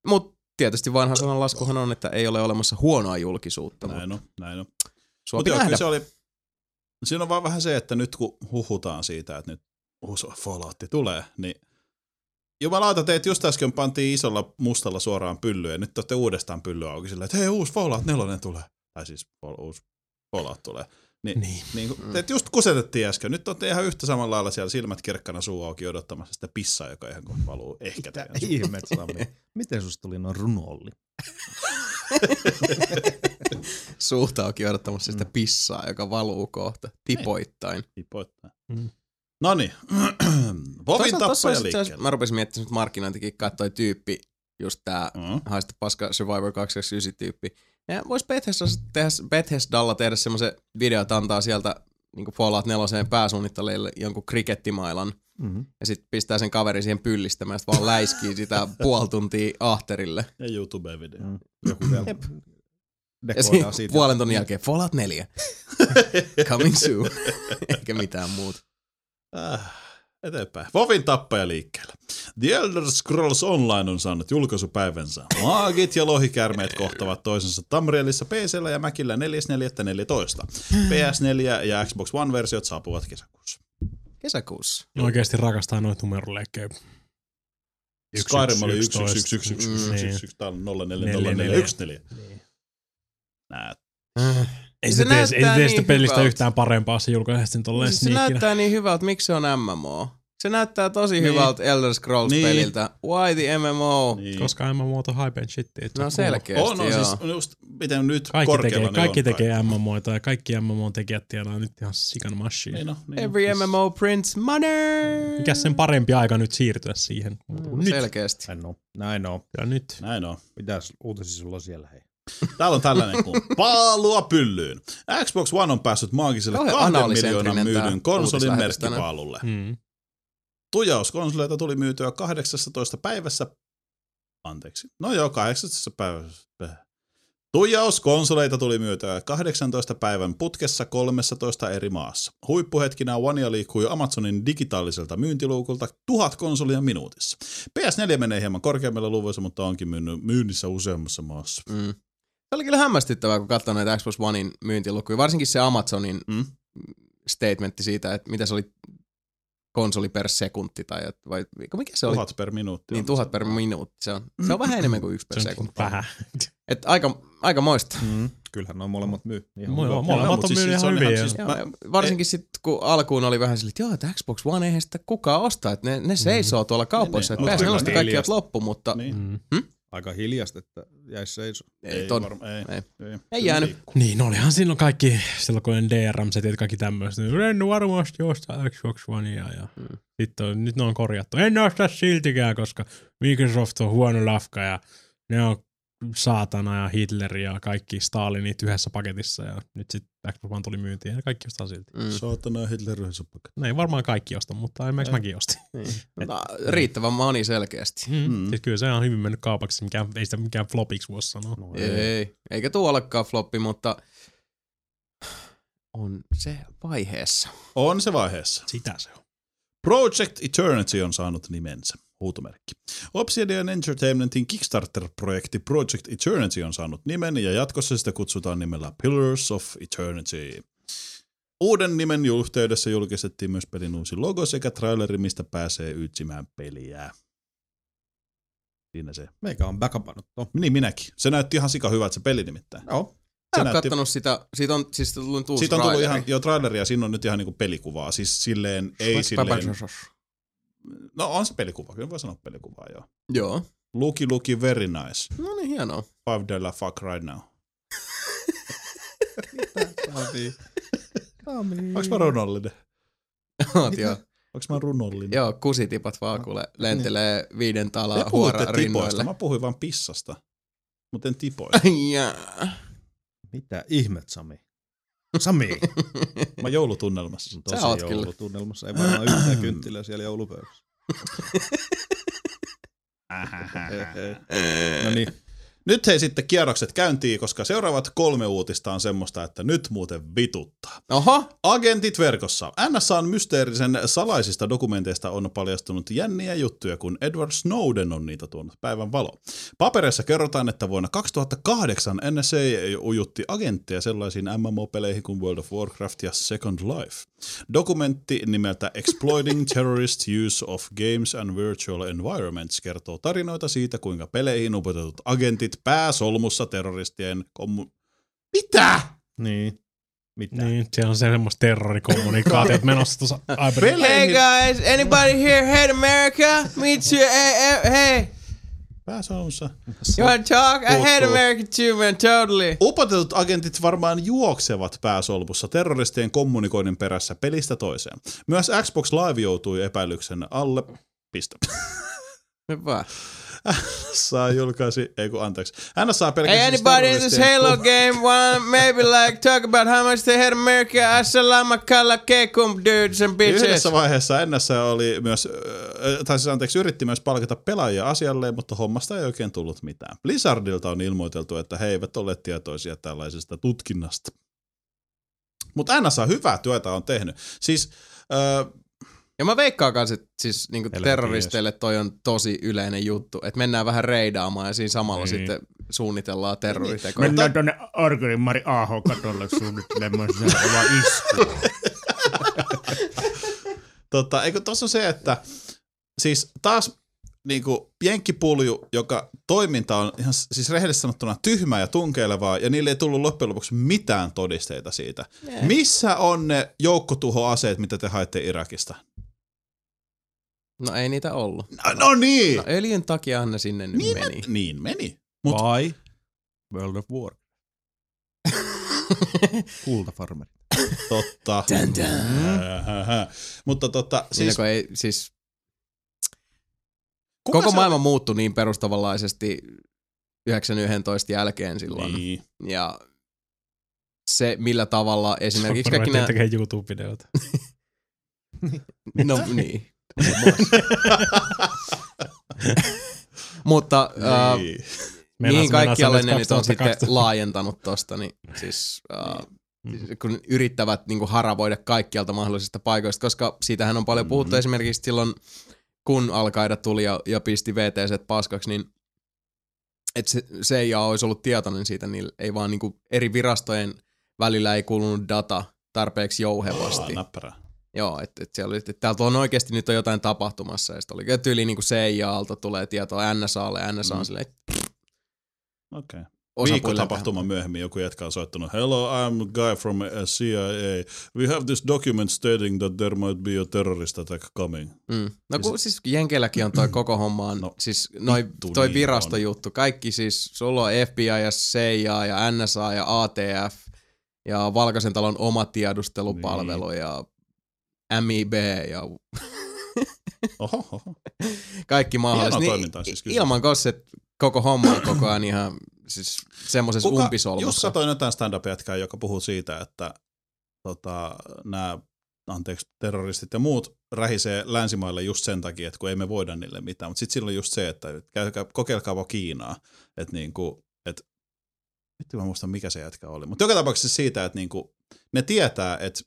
Mutta tietysti vanha sanan laskuhan on, että ei ole olemassa huonoa julkisuutta. mut Näin on, näin on. Sua Mutta pitää joo, nähdä. kyllä se oli, siinä on vaan vähän se, että nyt kun huhutaan siitä, että nyt uusi Fallout tulee, niin jumalauta teet just äsken pantiin isolla mustalla suoraan pyllyyn ja nyt te olette uudestaan pyllyä auki sillä, että hei uusi Fallout 4 tulee. Tai siis Fall- uusi Fallout tulee. Niin, niin. Niin. niin Mm. kun, te just kusetettiin äsken. Nyt olette ihan yhtä samalla lailla siellä silmät kirkkana suu auki odottamassa sitä pissaa, joka ihan kohta valuu ehkä Mitä teidän suuhun. ihmet, Sami? Miten susta tuli noin runolli? suuta auki odottamassa sitä pissaa, joka valuu kohta tipoittain. Niin. Tipoittain. Mm. No niin, Vovin Toisaalta tappaja tossa olisi itse asiassa- liikkeelle. Mä rupesin miettimään nyt markkinointikikkaa, että toi tyyppi, just tää Mm. haista paska Survivor 229 tyyppi. Ja vois Bethesda tehdä, Bethesdalla tehdä semmoisen video, että antaa sieltä niin Fallout 4 pääsuunnittelijalle jonkun krikettimailan. Mm-hmm. Ja sit pistää sen kaveri siihen pyllistämään, sit vaan läiskii sitä puoli tuntia ahterille. Ja YouTube-video. Joku vielä Jep. Mm-hmm. Ja dekoidaan sitten siitä. puolen tunnin jälkeen Fallout 4. Coming soon. Eikä mitään muuta. Äh, eteenpäin. Vovin tappaja liikkeellä. The Elder Scrolls Online on saanut julkaisupäivänsä. Maagit ja lohikäärmeet kohtavat toisensa Tamrielissa PCllä ja Mäkillä 4.4.14. PS4 ja Xbox One-versiot saapuvat kesäkuussa. Kesäkuussa. Oikeasti rakastaa noita numeroleikkejä. Skyrim oli 1111. Niin. Tää on Neljä, 040414. Näet. Ei Se se, tee, ei se näyttää tee sitä niin pelistä hyvältä. yhtään parempaa, se julkaisee sen tolleen Siis se näyttää niin hyvältä, miksi se on MMO? Se näyttää tosi Niin. hyvältä Elder Scrolls-peliltä. Why the MMO? Niin. Koska MMO on hype and shit. ei No tuu selkeästi, On, on joo. siis just, miten nyt Kaikki korkealla tekee, ne kaikki on tekee MMOita ja kaikki MMO-tekijät tienaa nyt ihan sikan machine. Niin no, niin no. Every MMO prints money! Mikä sen parempi aika nyt siirtyä siihen? Mm, nyt. Selkeästi. Näin on. Näin on. Ja nyt. Näin on. Mitäs uutisia sulla on siellä? Hei? Täällä on tällainen kuin paalua pyllyyn. Xbox One on päässyt maagiselle Kauhean kahden analisentrinen miljoonan tää myydyn konsolin uutislähetys tänään. merkkipaalulle. Mm. Tujauskonsoleita tuli myytyä 18 päivässä. Anteeksi. No joo, 18 päivässä. Tujauskonsoleita tuli myytyä 18 päivän putkessa 13 eri maassa. Huippuhetkinä Onea liikkui Amazonin digitaaliselta myyntiluukulta tuhat konsolia minuutissa. PS4 menee hieman korkeammilla luvuissa, mutta onkin myynyt- myynnissä useammassa maassa. Mm. Se oli kyllä hämmästyttävää, kun katsoin näitä Xbox Onein myyntilukuja, varsinkin se Amazonin mm. Mm. statementti siitä, että mitä se oli konsoli per sekunti tai et- vai mikä se oli? Tuhat per minuutti. Niin on tuhat se. per minuutti. Se on, se on vähän enemmän kuin yksi per Se on sekunti. vähän. Et aika, aika moista. Mm. Kyllähän noin molemmat myy. Ihan Moi, hyvä. moi. Molemmat Joo, mut on myynyt se on ihan hyviä. siis- Joo, mä- ja varsinkin sitten, kun alkuun oli vähän silleen, että joo, että Xbox One eihän sitä kukaan ostaa, että ne, ne seisoo tuolla kaupoissa, Niin, että niin. pääsi Kyllä, nelosta niin. kaikki on loppu, mutta Niin. Mm. Aika hiljasta, että jäisi seiso. ei, ton, varma- ei, ei. ei. ei jäänyt. Niin, no olihan silloin kaikki, silloin kun oli DRM-setit ja kaikki tämmöistä. niin En varmasti osta Xbox Onea ja Mm. sitten on, nyt ne on korjattu. En osta siltikään, koska Microsoft on huono lafka ja ne on saatana ja Hitler ja kaikki Stalinit yhdessä paketissa ja nyt sitten Xbox One tuli myyntiin ja kaikki ostaa silti. Mm. Saatana Hitler yhdessä paketissa. No ei varmaan kaikki osta, mutta esimerkiksi mäkin ostin. No, riittävän moni selkeästi. Mm. Siis kyllä se on hyvin mennyt kaupaksi, mikä, ei sitä mikään flopiksi voi sanoa. No, Ei, eikä tuo olekaan floppi, mutta on se vaiheessa. On se vaiheessa. Sitä se on. Project Eternity on saanut nimensä. Huutomerkki. Obsidian Entertainmentin Kickstarter-projekti Project Eternity on saanut nimen ja jatkossa sitä kutsutaan nimellä Pillars of Eternity. Uuden nimen yhteydessä julkistettiin myös pelin uusi logo sekä traileri, mistä pääsee ytsimään peliä. Siinä se. Meikä on backupannut tuon. Niin minäkin. Se näytti ihan sika hyvältä se peli nimittäin. Joo. Mä Se oon näytti kattonut sitä, siitä on siis tullut uusi Siitä on tullut traileri. ihan, jo traileria, siinä on nyt ihan niinku pelikuvaa, siis silleen, ei silleen, no on se pelikuva, kyllä voi sanoa pelikuvaa joo. Joo. Luki luki very nice, No niin, hienoa. five dollar fuck right now. Onks mä runollinen? Oot, joo. Onks mä runollinen? joo, kusitipat vaan kuule lentelee viiden Niin. Te talaa puhutte huora tipoista, rinnoille. mä puhuin vaan pissasta, mutta en tipoista. Jaa. Mitä ihmet, Sami? Sami! Mä joulutunnelmassa. Sä oot kyllä. joulutunnelmassa. Ei varmaan yhtään kynttilää siellä joulupöydässä. no niin. Nyt hei sitten kierrokset käyntiin, koska seuraavat kolme uutista on semmoista, että nyt muuten vituttaa. Oho, Agentit verkossa. NSAn mysteerisen salaisista dokumenteista on paljastunut jänniä juttuja, kun Edward Snowden on niitä tuonut päivän valo. Papereissa kerrotaan, että vuonna 2008 NSA ujutti agentteja sellaisiin MMO-peleihin kuin World of Warcraft ja Second Life. Dokumentti nimeltä Exploiting Terrorist Use of Games and Virtual Environments kertoo tarinoita siitä, kuinka peleihin upotetut agentit pääsolmussa terroristien kommu... Mitä? Niin. Mitä? Niin, se on se semmoista terrorikommunikaatiot menossa tuossa Aiberin. hey guys, anybody here hate America? Me too, hey, hey, hey. Pääsolmussa. You wanna talk? I hate Puuttuu. America too, man, totally. Upotetut agentit varmaan juoksevat pääsolpussa terroristien kommunikoinnin perässä pelistä toiseen. Myös Xbox Live joutui epäilyksen alle. Piste. No vaan. Saa julkaisi, ei kun anteeksi. Hän saa pelkästään Hey, anybody in this Halo game wanna maybe like talk about how much they hate America? Assalamu kalla kekum dudes and bitches. Yhdessä vaiheessa ennässä oli myös, äh, tai siis anteeksi, yritti myös palkata pelaajia asialle, mutta hommasta ei oikein tullut mitään. Blizzardilta on ilmoiteltu, että he eivät ole tietoisia tällaisesta tutkinnasta. Mutta NSA hyvää työtä on tehnyt. Siis äh, Ja mä veikkaan kans, että siis niinku Helvetin terroristeille toi on tosi yleinen juttu, että mennään vähän reidaamaan ja siinä samalla Niin. sitten suunnitellaan terroritekoja. Mennään tonne Orgerin Mari Aho katolle suunnittelemaan seuraavaa iskua. Tota, eikö tuossa on se, että siis taas niin kuin jenkkipulju, joka toiminta on ihan s- siis rehellisesti sanottuna tyhmää ja tunkeilevaa, ja niille ei tullut loppujen lopuksi mitään todisteita siitä. Missä on ne joukkotuhoaseet, mitä te haitte Irakista? No ei niitä ollut. No, no niin! No öljyn takiahan ne sinne nyt niin, meni. meni. niin meni. Mut, Vai World of War. Kultafarmeri. totta. Ähähä. Mutta tota, Siis, siis... ei, siis kuka koko se- maailma muuttui niin perustavanlaisesti 9.11 jälkeen silloin. Niin. Niin. Ja se, millä tavalla esimerkiksi kaikki Niin, nämä... tekee YouTube-videoita. No niin. Mutta äh, Niin. niin kaikkialle ne mennään nyt on sitten 2022. laajentanut tosta, niin siis, äh, Mm-hmm. Mm. siis kun yrittävät niin kuin haravoida kaikkialta mahdollisista paikoista, koska siitähän on paljon puhuttu mm-hmm. esimerkiksi silloin, kun Alkaida tuli ja, ja pisti VTC paskaksi, niin että se, se ei olisi ollut tietoinen siitä, niin ei vaan niin kuin eri virastojen välillä ei kulunut data tarpeeksi Ah, jouhevasti. näppärää. Joo, että et siellä oli, että täältä on oikeasti nyt on jotain tapahtumassa. Ja sitten oli ja tyyli niin kuin CIA-alta tulee tietoa NSAlle ja NSA on Mm. mm. silleen, Okei. Viikko osapuille tapahtuma myöhemmin joku jätkä on soittanut Hello, I'm a guy from uh, CIA. We have this document stating that there might be a terrorist attack coming. Mm. No kun siis Jenkeilläkin on toi koko homma on, No, no, siis noi, vittu toi niin virastojuttu, kaikki siis, sulla on FBI ja CIA ja NSA ja ATF ja Valkoisen talon oma tiedustelupalvelu niin. ja MIB ja Oho, oho. kaikki mahdolliset. Niin toimintaa siis kyllä. ilman kanssa, että koko homma on koko ajan ihan siis semmoisessa Kuka, just umpisolmussa. satoin jotain stand-up-jätkää, joka puhuu siitä, että tota, nämä anteeksi, terroristit ja muut rähisee länsimaille just sen takia, että kun ei me voida niille mitään. Mutta sitten silloin just se, että käykää, kokeilkaa vaan Kiinaa. Että niinku, et, vittu mä muistan mikä se jätkä oli. Mutta joka tapauksessa siitä, että niinku, ne tietää, että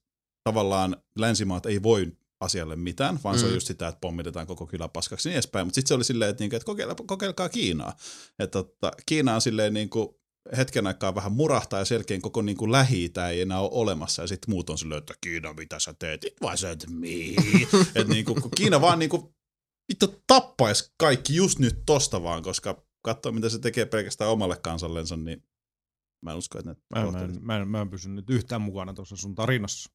tavallaan länsimaat ei voi asialle mitään, vaan mm. se on Mm. just sitä, että pommitetaan koko kylä paskaksi ja niin edespäin. Mutta sitten se oli silleen, että, niinku, että kokeilkaa, kokeilkaa Kiinaa. Että totta, Kiina on silleen niinku, hetken aikaa vähän murahtaa ja sen jälkeen koko niin kuin lähi ei enää ole olemassa ja sitten muut on silleen, että Kiina mitä sä teet, it wasn't me. että niin kuin, kun Kiina vaan niin kuin, vittu tappaisi kaikki just nyt tosta vaan, koska katsoo mitä se tekee pelkästään omalle kansallensa, niin mä en usko, että ne Mä, en- mä, tavoittelee. en- mä, en, mä en pysy nyt yhtään mukana tuossa sun tarinassa.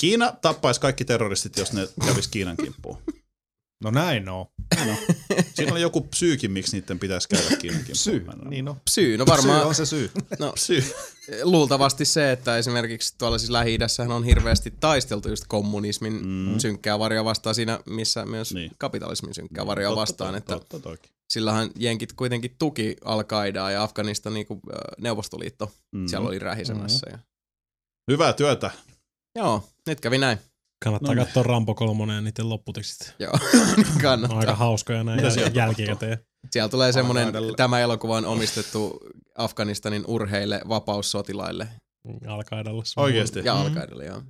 Kiina tappaisi kaikki terroristit, jos ne kävis Kiinan kimppuun. No näin on. Siinä on joku syykin, miksi niiden pitäisi käydä Kiinan kimppuun. Syy. Mä en ole- Niin on. Syy, no varmaan, Syy on se syy. Syy. Luultavasti se, että esimerkiksi tuolla siis Lähi-idässähän on hirveästi taisteltu just kommunismin Mm. mm. synkkää varjoa vastaan siinä, missä myös Niin. niin. kapitalismin synkkää varjoa Totta, vastaan, totta, että Totta toki. sillähän jenkit kuitenkin tuki al ja Afganista niin kuin, äh, Neuvostoliitto Mm. siellä oli rähisemässä. Ja... Hyvää työtä. Mm-hmm. Joo, nyt kävi näin. Kannattaa No niin. no, katsoa Rambo 3 ja niiden lopputekstit. Joo, kannattaa. No, aika hauskoja näin Mitä siellä jäl- jälkikäteen. Siellä tulee semmoinen, Al-Qaidalla. tämä elokuva on omistettu Afganistanin urheille, vapaussotilaille Alkaidalla. Oikeesti. ja mm. al joo.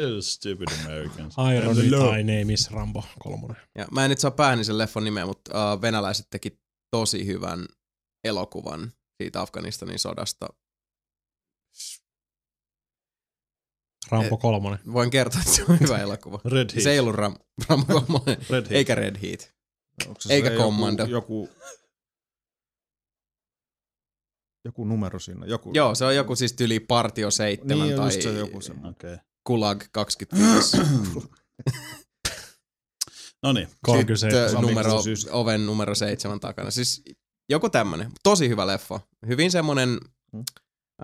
You stupid Americans. Irony tai name is Rambo 3. Ja mä en nyt saa päähän sen leffon nimeä, mutta uh, venäläiset teki tosi hyvän elokuvan siitä Afganistanin sodasta. Rambo 3. Voin kertoa, että se on hyvä elokuva. Red Heat. se ei ollut Ram, Ram Kolmonen, Red Heat. eikä Red Heat. Onko se Eikä se Commando. Joku, joku, joku numero siinä. Joku, Joo, se on joku siis tyli Partio 7 Niin, tai just se joku semmoinen. Okei. Kulag 25. No niin. Sitten 37. numero, Samiksen syys. oven numero 7 takana. Siis joku tämmönen. Tosi hyvä leffa. Hyvin semmonen, Mm.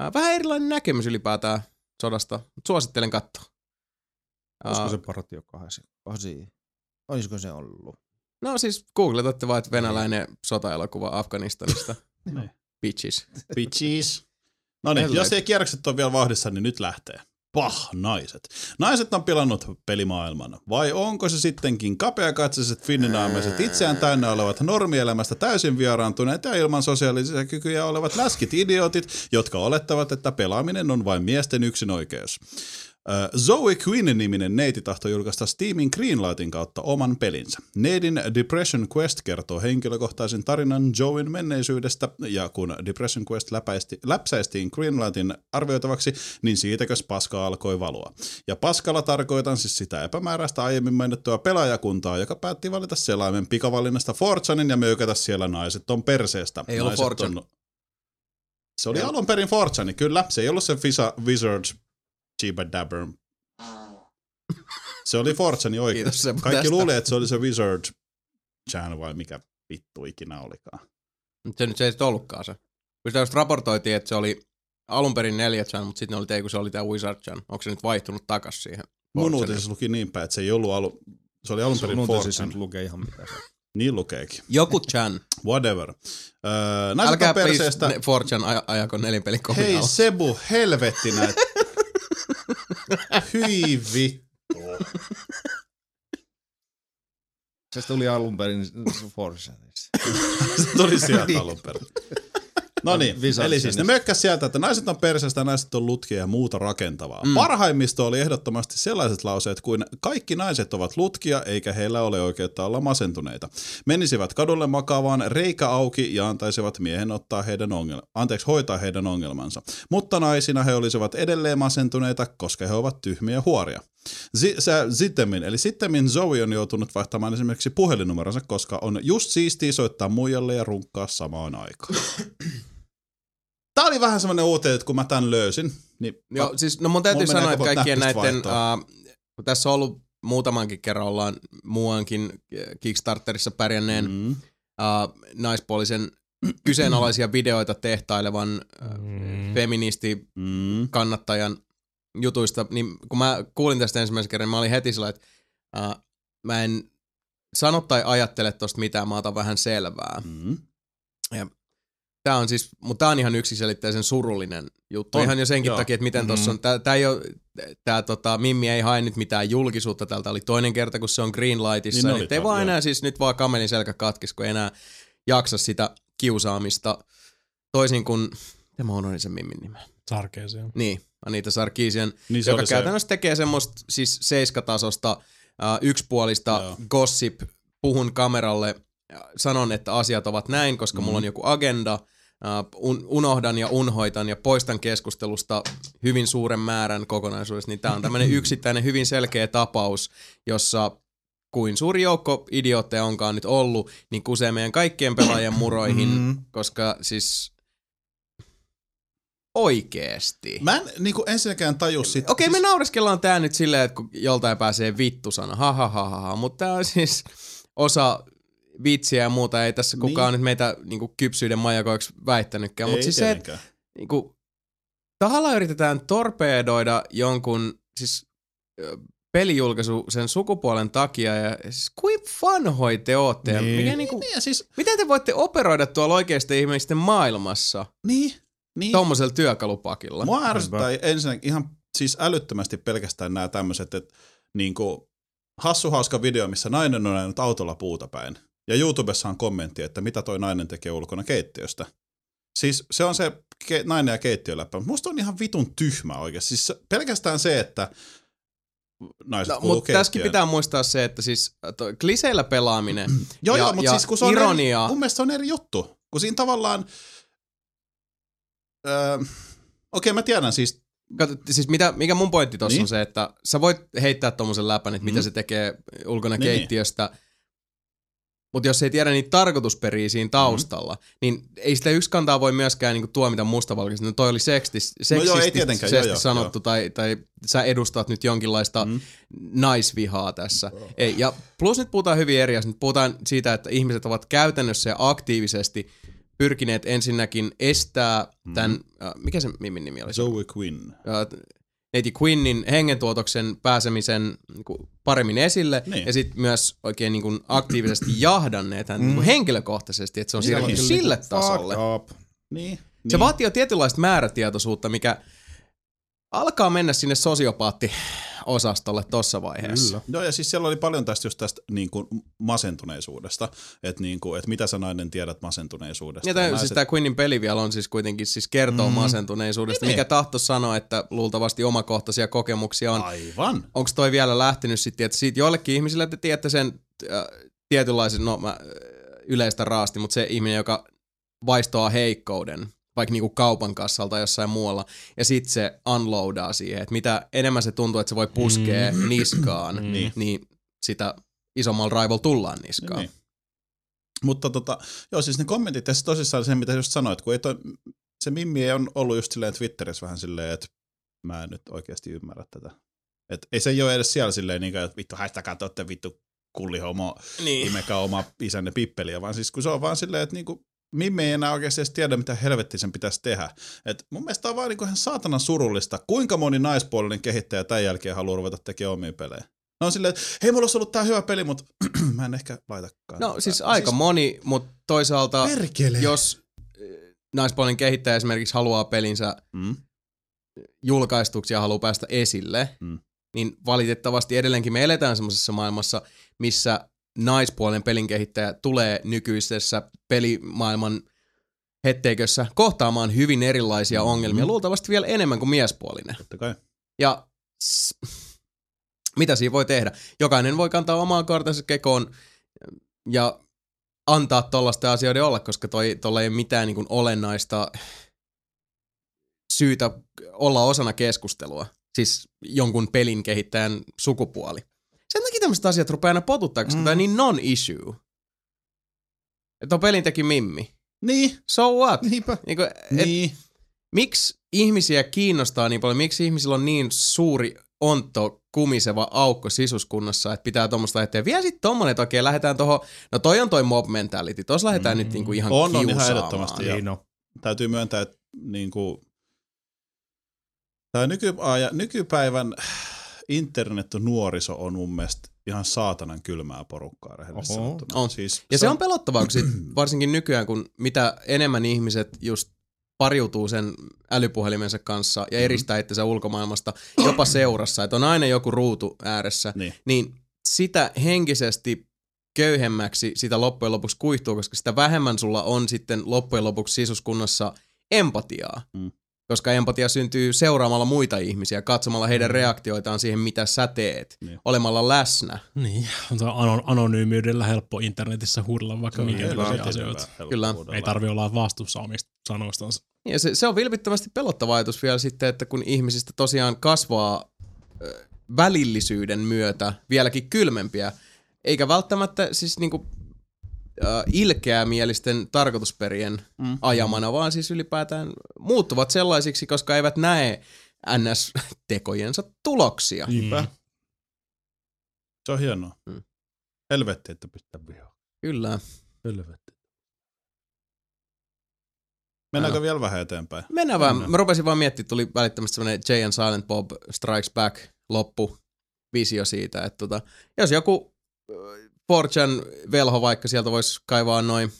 äh, vähän erilainen näkemys ylipäätään sodasta. Mut Suosittelen katsoa. Olisiko Äh, se partio kahdesi? Kasi. Olisiko se ollut? No siis googletatte vaan, Niin. että venäläinen sotaelokuva Afganistanista. Bitches. Bitches. No niin, Tällä- jos ei kierrokset ole vielä vauhdissa, niin nyt lähtee. Pah, naiset. Naiset on pilannut pelimaailman. Vai onko se sittenkin kapeakatseiset finninaamaiset itseään täynnä olevat normielämästä täysin vieraantuneet ja ilman sosiaalisia kykyjä olevat läskit idiotit, jotka olettavat, että pelaaminen on vain miesten yksinoikeus. Ö, Zoe Quinn-niminen neiti tahtoi julkaista Steamin Greenlightin kautta oman pelinsä. Neidin Depression Quest kertoo henkilökohtaisen tarinan Joein menneisyydestä, ja kun Depression Quest läpäisti, läpsäistiin Greenlightin arvioitavaksi, niin siitäkös paska alkoi valua. Ja paskalla tarkoitan siis sitä epämääräistä aiemmin mainittua pelaajakuntaa, joka päätti valita selaimen pikavalinnasta Fortsanin ja möykätä siellä naiset on perseestä. Ei ollut Naiset Fortune. On... Se oli alun perin Fortsani, kyllä. Se ei ollut se Visa Wizards Chiba Dabber. Se oli Fortsani oikein. Kiitos Seppo Kaikki tästä. luulee, että se oli se Wizard Chan vai mikä vittu ikinä olikaan. Mutta se nyt se ei sit ollutkaan se. Kun sitä just raportoitiin, että se oli alun perin 4 chan, mutta sitten ne oli, että ei kun se oli tämä Wizard chan. Onko se nyt vaihtunut takas siihen? Mun Fortsanille? uutisissa luki niin päin, että se ei ollut alu... Se oli alun perin Sun siis uutisissa Fortsan. nyt lukee ihan mitä se. Niin lukeekin. Joku chan. Whatever. Öö, naiset Älkää on please perseestä. ne- 4 chan aja- ajako nelinpelin Hei kohdalla. Sebu, helvettinä. Hyi vittu. Se tuli alun perin Forsanista. Se tuli sieltä alun perin. No niin, Wizards eli siis ne Channel. mökkäs sieltä, että naiset on perseestä, naiset on lutkia ja muuta rakentavaa. Mm. Parhaimmisto oli ehdottomasti sellaiset lauseet kuin kaikki naiset ovat lutkia eikä heillä ole oikeutta olla masentuneita. Menisivät kadulle makaavaan reikä auki ja antaisivat miehen ottaa heidän ongelma, anteeksi, hoitaa heidän ongelmansa. Mutta naisina he olisivat edelleen masentuneita, koska he ovat tyhmiä huoria. Si- sä- Sittemmin, eli sittemmin Zoe on joutunut vaihtamaan esimerkiksi puhelinnumeronsa, koska on just siistiä soittaa muijalle ja runkkaa samaan aikaan. Tää oli vähän semmonen uuteen, että kun mä tän löysin, niin Joo, siis, no mun täytyy mulla menee sanoa, että koko kaikkien näppistä näiden, vaihtoa. uh, kun tässä on ollut muutamankin kerran ollaan muuankin Kickstarterissa pärjänneen mm. Mm. uh, naispuolisen kyseenalaisia videoita tehtailevan uh, Mm. feministi Mm. kannattajan jutuista, niin kun mä kuulin tästä ensimmäisen kerran, niin mä olin heti sillä, että äh, mä en sano tai ajattele tosta mitään, mä otan vähän selvää. Mm. Tää on siis, mutta tää on ihan yksiselitteisen surullinen juttu. On, On, ihan jo senkin joo. Mm-hmm. joo. takia, että miten tossa on, tää, tää ei oo, tää tota, Mimmi ei hae nyt mitään julkisuutta, tältä oli toinen kerta, kun se on Niin Greenlightissa, ne niin, oli niin ei tää, vaan joo. enää siis nyt vaan kamelin selkä katkis, kun ei enää jaksa sitä kiusaamista toisin kuin, mitä mä unohdin sen Mimmin nimen? Sarkeeseen. Niin, Anita Sarkiisien Niin se joka oli se. käytännössä tekee semmoista siis seiskatasosta äh, yksipuolista Joo. Joo. gossip, puhun kameralle, äh, sanon, että asiat ovat näin, koska mm. mulla on joku agenda, äh, un- unohdan ja unhoitan ja poistan keskustelusta hyvin suuren määrän kokonaisuudesta, niin tämä on tämmöinen yksittäinen hyvin selkeä tapaus, jossa kuin suuri joukko idiootteja onkaan nyt ollut, niin kusee meidän kaikkien pelaajien muroihin, mm. koska siis oikeesti. Mä en niinku ensinnäkään taju sitä. Okei, me siis, naureskellaan tää nyt silleen, että kun joltain pääsee vittusana, ha ha ha ha, ha. mutta tää on siis osa vitsiä ja muuta, ei tässä kukaan Niin. nyt meitä niinku, kypsyyden majakoiksi väittänytkään, mutta Ei siis se, että tietenkään. niinku, tahalla yritetään torpedoida jonkun siis ö, pelijulkaisu sen sukupuolen takia ja siis kuin vanhoi te ootte ja mikä niinku, Niin, ja siis, miten te voitte operoida tuolla oikeisten ihmisten maailmassa niin, niin. tommosella työkalupakilla? Mua ärsyttää ensinnäkin ihan siis älyttömästi pelkästään nämä tämmöiset, että niinku, hassu hauska video, missä nainen on ajanut autolla puuta päin. Ja YouTubessa on kommentti, että mitä toi nainen tekee ulkona keittiöstä. Siis se on se ke- nainen ja keittiöläppä. Mutta Musta on ihan vitun tyhmä oikeasti. Siis se- pelkästään se, että naiset no, No, kuuluu mutta tässäkin keittiöön. pitää muistaa se, että siis äh, toi, kliseillä pelaaminen Joo, ja, joo, mutta ja siis kun se on ironia, Eri, mun mielestä se on eri juttu. Kun siinä tavallaan... Öö, Okei, mä tiedän siis... kato, siis mitä, mikä mun pointti tuossa Niin. niin. on se, että sä voit heittää tommosen läpän, että mitä Mm. se tekee ulkona Niin, niin, keittiöstä, mutta jos ei tiedä niitä tarkoitusperiä siinä taustalla, mm. Mm-hmm. niin ei sitä yksi kantaa voi myöskään niinku tuomita mustavalkoisesti. No toi oli sekstis, joo, ei seksistisesti tietenkään, joo, joo, sanottu, Tai, tai sä edustat nyt jonkinlaista Mm. mm. naisvihaa tässä. Ei, ja plus nyt puhutaan hyvin eri asioista. Nyt puhutaan siitä, että ihmiset ovat käytännössä ja aktiivisesti pyrkineet ensinnäkin estää tämän, äh, mikä se Mimin nimi oli? Mm-hmm. Zoe Quinn. äh, neiti Quinnin hengentuotoksen pääsemisen niinku paremmin esille Niin. niin. ja sitten myös oikein niinku aktiivisesti jahdanneet häntä niinku henkilökohtaisesti, että se on Niin, siirretty kyllä. sille tasolle. Fuck up. Niin. Se vaatii jo tietynlaista määrätietoisuutta, mikä alkaa mennä sinne sosiopaattiosastolle tossa vaiheessa. Kyllä. Joo, ja siis siellä oli paljon tästä just tästä niin kuin masentuneisuudesta, että niin kuin, että mitä sä nainen tiedät masentuneisuudesta. Ja tämä, siis naiset- tämä Quinnin peli vielä on siis kuitenkin siis kertoo mm. masentuneisuudesta, mikä tahto sanoa, että luultavasti omakohtaisia kokemuksia on. Aivan. Onko toi vielä lähtenyt sitten, että siitä joillekin ihmisille te tiedätte sen äh, tietynlaisen, no mä äh, yleistä raasti, mutta se ihminen, joka vaistoa heikkouden, vaikka niinku kaupan kassalta tai jossain muualla, ja sitten se unloadaa siihen, että mitä enemmän se tuntuu, että se voi puskea mm. niskaan, niin. Niin. niin sitä isommalla raivolla tullaan niskaan. Niin. Mutta tota, joo, siis ne kommentit tässä tosissaan sen, mitä just sanoit, kun ei toi, se Mimmi on ollut just silleen Twitterissä vähän silleen, että mä en nyt oikeasti ymmärrä tätä. Et ei se ole edes siellä silleen, niin että vittu häistäkää, te ootte vittu kullihomo, Niin. imekä oma isänne pippeliä, vaan siis kun se on vaan silleen, että niinku, Mimmi ei enää oikeasti edes tiedä, mitä helvetti sen pitäisi tehdä. Et mun mielestä on vaan niinku ihan saatanan surullista, kuinka moni naispuolinen kehittäjä tämän jälkeen haluaa ruveta tekemään omia pelejä. No on silleen, että hei, mulla olisi ollut tää hyvä peli, mutta mä en ehkä laitakaan. No tätä. siis aika moni, mutta toisaalta Perkele. jos eh, naispuolinen kehittäjä esimerkiksi haluaa pelinsä Mm. julkaistuksi ja haluaa päästä esille, mm. Mm. niin valitettavasti edelleenkin me eletään semmoisessa maailmassa, missä naispuolen pelin kehittäjä tulee nykyisessä pelimaailman hetteikössä kohtaamaan hyvin erilaisia ongelmia, luultavasti vielä enemmän kuin miespuolinen. Totta kai. Ja s- mitä siinä voi tehdä? Jokainen voi kantaa omaa kortensa kekoon ja antaa tollaisten asioiden olla, koska toi, tolla ei ole mitään niin kuin olennaista syytä olla osana keskustelua. Siis jonkun pelin kehittäjän sukupuoli. Sen takia tämmöiset asiat rupeaa aina potuttaa, koska mm. tämä on niin non-issue. Että on pelin teki Mimmi. Niin, So what? niinpä. Niin kuin, et, Niin. miksi ihmisiä kiinnostaa niin paljon, miksi ihmisillä on niin suuri onto kumiseva aukko sisuskunnassa, että pitää tuommoista eteen. Vielä sitten tommonen, että okei, lähdetään tuohon, no toi on toi mob mentality, tos lähdetään mm. nyt niinku ihan On, on ihan kiusaamaan. ehdottomasti, joo. Ei no. Täytyy myöntää, että niin kuin, tämä nykyaja, nykypäivän internet-nuoriso on mun mielestä ihan saatanan kylmää porukkaa rehellisesti Oho. sanottuna. On. Siis, Ja se on pelottavaa, kun sit, varsinkin nykyään, kun mitä enemmän ihmiset just pariutuu sen älypuhelimensa kanssa Mhm. ja eristää itsensä ulkomaailmasta jopa seurassa, että on aina joku ruutu ääressä, Niin. niin sitä henkisesti köyhemmäksi sitä loppujen lopuksi kuihtuu, koska sitä vähemmän sulla on sitten loppujen lopuksi sisuskunnassa empatiaa. Mm. Koska empatia syntyy seuraamalla muita ihmisiä, katsomalla heidän reaktioitaan siihen, mitä sä teet, Mm. Niin. olemalla läsnä. Niin, on se anon- anonyymiydellä helppo internetissä huudella vaikka minkälaisia asioita. Niin, Kyllä. Ei tarvi olla vastuussa omista sanoistansa. Niin, Ja se, se on vilpittömästi pelottava ajatus vielä sitten, että kun ihmisistä tosiaan kasvaa ö, välillisyyden myötä vieläkin kylmempiä, eikä välttämättä siis niinku ö, ilkeämielisten tarkoitusperien mm. ajamana, vaan siis ylipäätään muuttuvat sellaisiksi, koska eivät näe NS-tekojensa tuloksia. Niinpä. Se on hienoa. Mm. Helvetti, että pitää vihaa. Kyllä. Helvetti. Mennäänkö vielä vähän eteenpäin? Mennään vaan. Mä rupesin vaan miettimään, tuli välittömästi semmoinen Jay and Silent Bob Strikes Back loppu visio siitä, että tota, jos joku äh, 4chan velho vaikka sieltä voisi kaivaa noin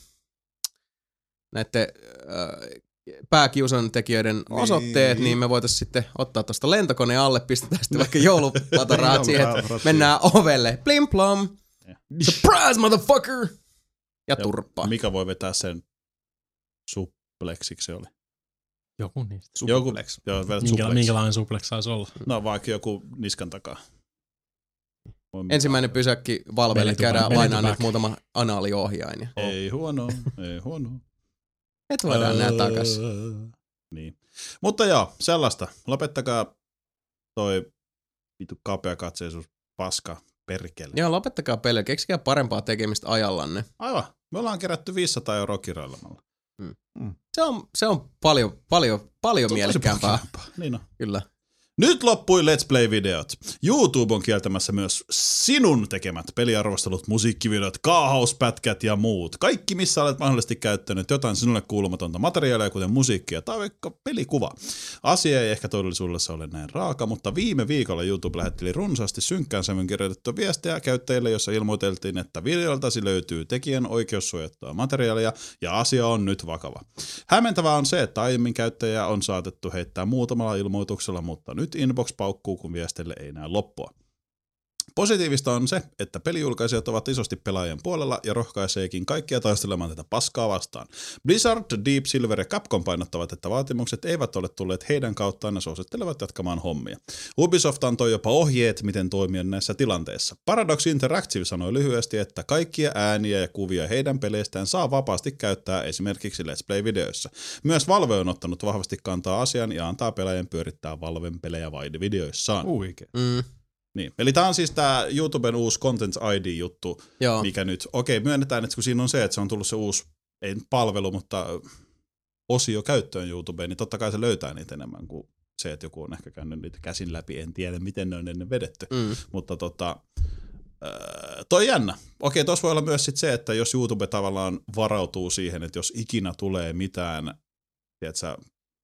näiden äh, pääkiusan tekijöiden niin. osoitteet, niin me voitaisiin sitten ottaa tuosta lentokone alle, pistetään sitten vaikka joulupataraat siihen, että mennään ovelle. Plim plom. Surprise, motherfucker! Ja Ja turppa. Mikä voi vetää sen supleksiksi se oli? Joku niistä. Joku, joo, vedät Minkä, supleksi. minkälainen suplex saisi olla? No vaikka joku niskan takaa. Voi mitä. Ensimmäinen pysäkki valveille Menetupä- käydään lainaan menetupä. nyt muutama anaaliohjain. ja Ei huono, ei huono. Et voidaan nää takas. Niin. Mutta joo, sellaista. Lopettakaa toi vitu kapea katseisuus paska perkele. Joo, lopettakaa pelejä, keksikää parempaa tekemistä ajallanne. Aivan. Me ollaan kerätty 500 euroa kirjoilemalla. Se on, se on paljon, paljon, paljon Se on tosi mielekkäämpää, paljon. Niin on. kyllä. Nyt loppui Let's Play-videot. YouTube on kieltämässä myös sinun tekemät peliarvostelut, musiikkivideot, kaahauspätkät ja muut. Kaikki, missä olet mahdollisesti käyttänyt jotain sinulle kuulumatonta materiaalia, kuten musiikkia tai vaikka pelikuva. Asia ei ehkä todellisuudessa ole näin raaka, mutta viime viikolla YouTube lähetteli runsaasti synkkään sävyn kirjoitettua viestejä käyttäjille, jossa ilmoiteltiin, että videoltasi löytyy tekijän oikeussuojattua materiaalia ja asia on nyt vakava. Hämmentävää on se, että aiemmin käyttäjää on saatettu heittää muutamalla ilmoituksella, mutta nyt inbox paukkuu, kun viestille ei näe loppua. Positiivista on se, että pelijulkaisijat ovat isosti pelaajien puolella ja rohkaiseekin kaikkia taistelemaan tätä paskaa vastaan. Blizzard, Deep Silver ja Capcom painottavat, että vaatimukset eivät ole tulleet heidän kauttaan ja suosittelevat jatkamaan hommia. Ubisoft antoi jopa ohjeet, miten toimia näissä tilanteissa. Paradox Interactive sanoi lyhyesti, että kaikkia ääniä ja kuvia heidän peleistään saa vapaasti käyttää esimerkiksi Let's Play-videoissa. Myös Valve on ottanut vahvasti kantaa asian ja antaa pelaajien pyörittää Valven pelejä vain videoissaan. Uike. Mm, Niin. Eli tämä on siis tämä YouTuben uusi Content ID-juttu, joo. mikä nyt, okei, myönnetään, että kun siinä on se, että se on tullut se uusi, ei nyt palvelu, mutta osio käyttöön YouTubeen, niin totta kai se löytää niitä enemmän kuin se, että joku on ehkä käynyt niitä käsin läpi, en tiedä, miten ne on ennen vedetty. Mm. Mutta tota, öö, toi jännä. Okei, tuossa voi olla myös sit se, että jos YouTube tavallaan varautuu siihen, että jos ikinä tulee mitään, tiedätkö,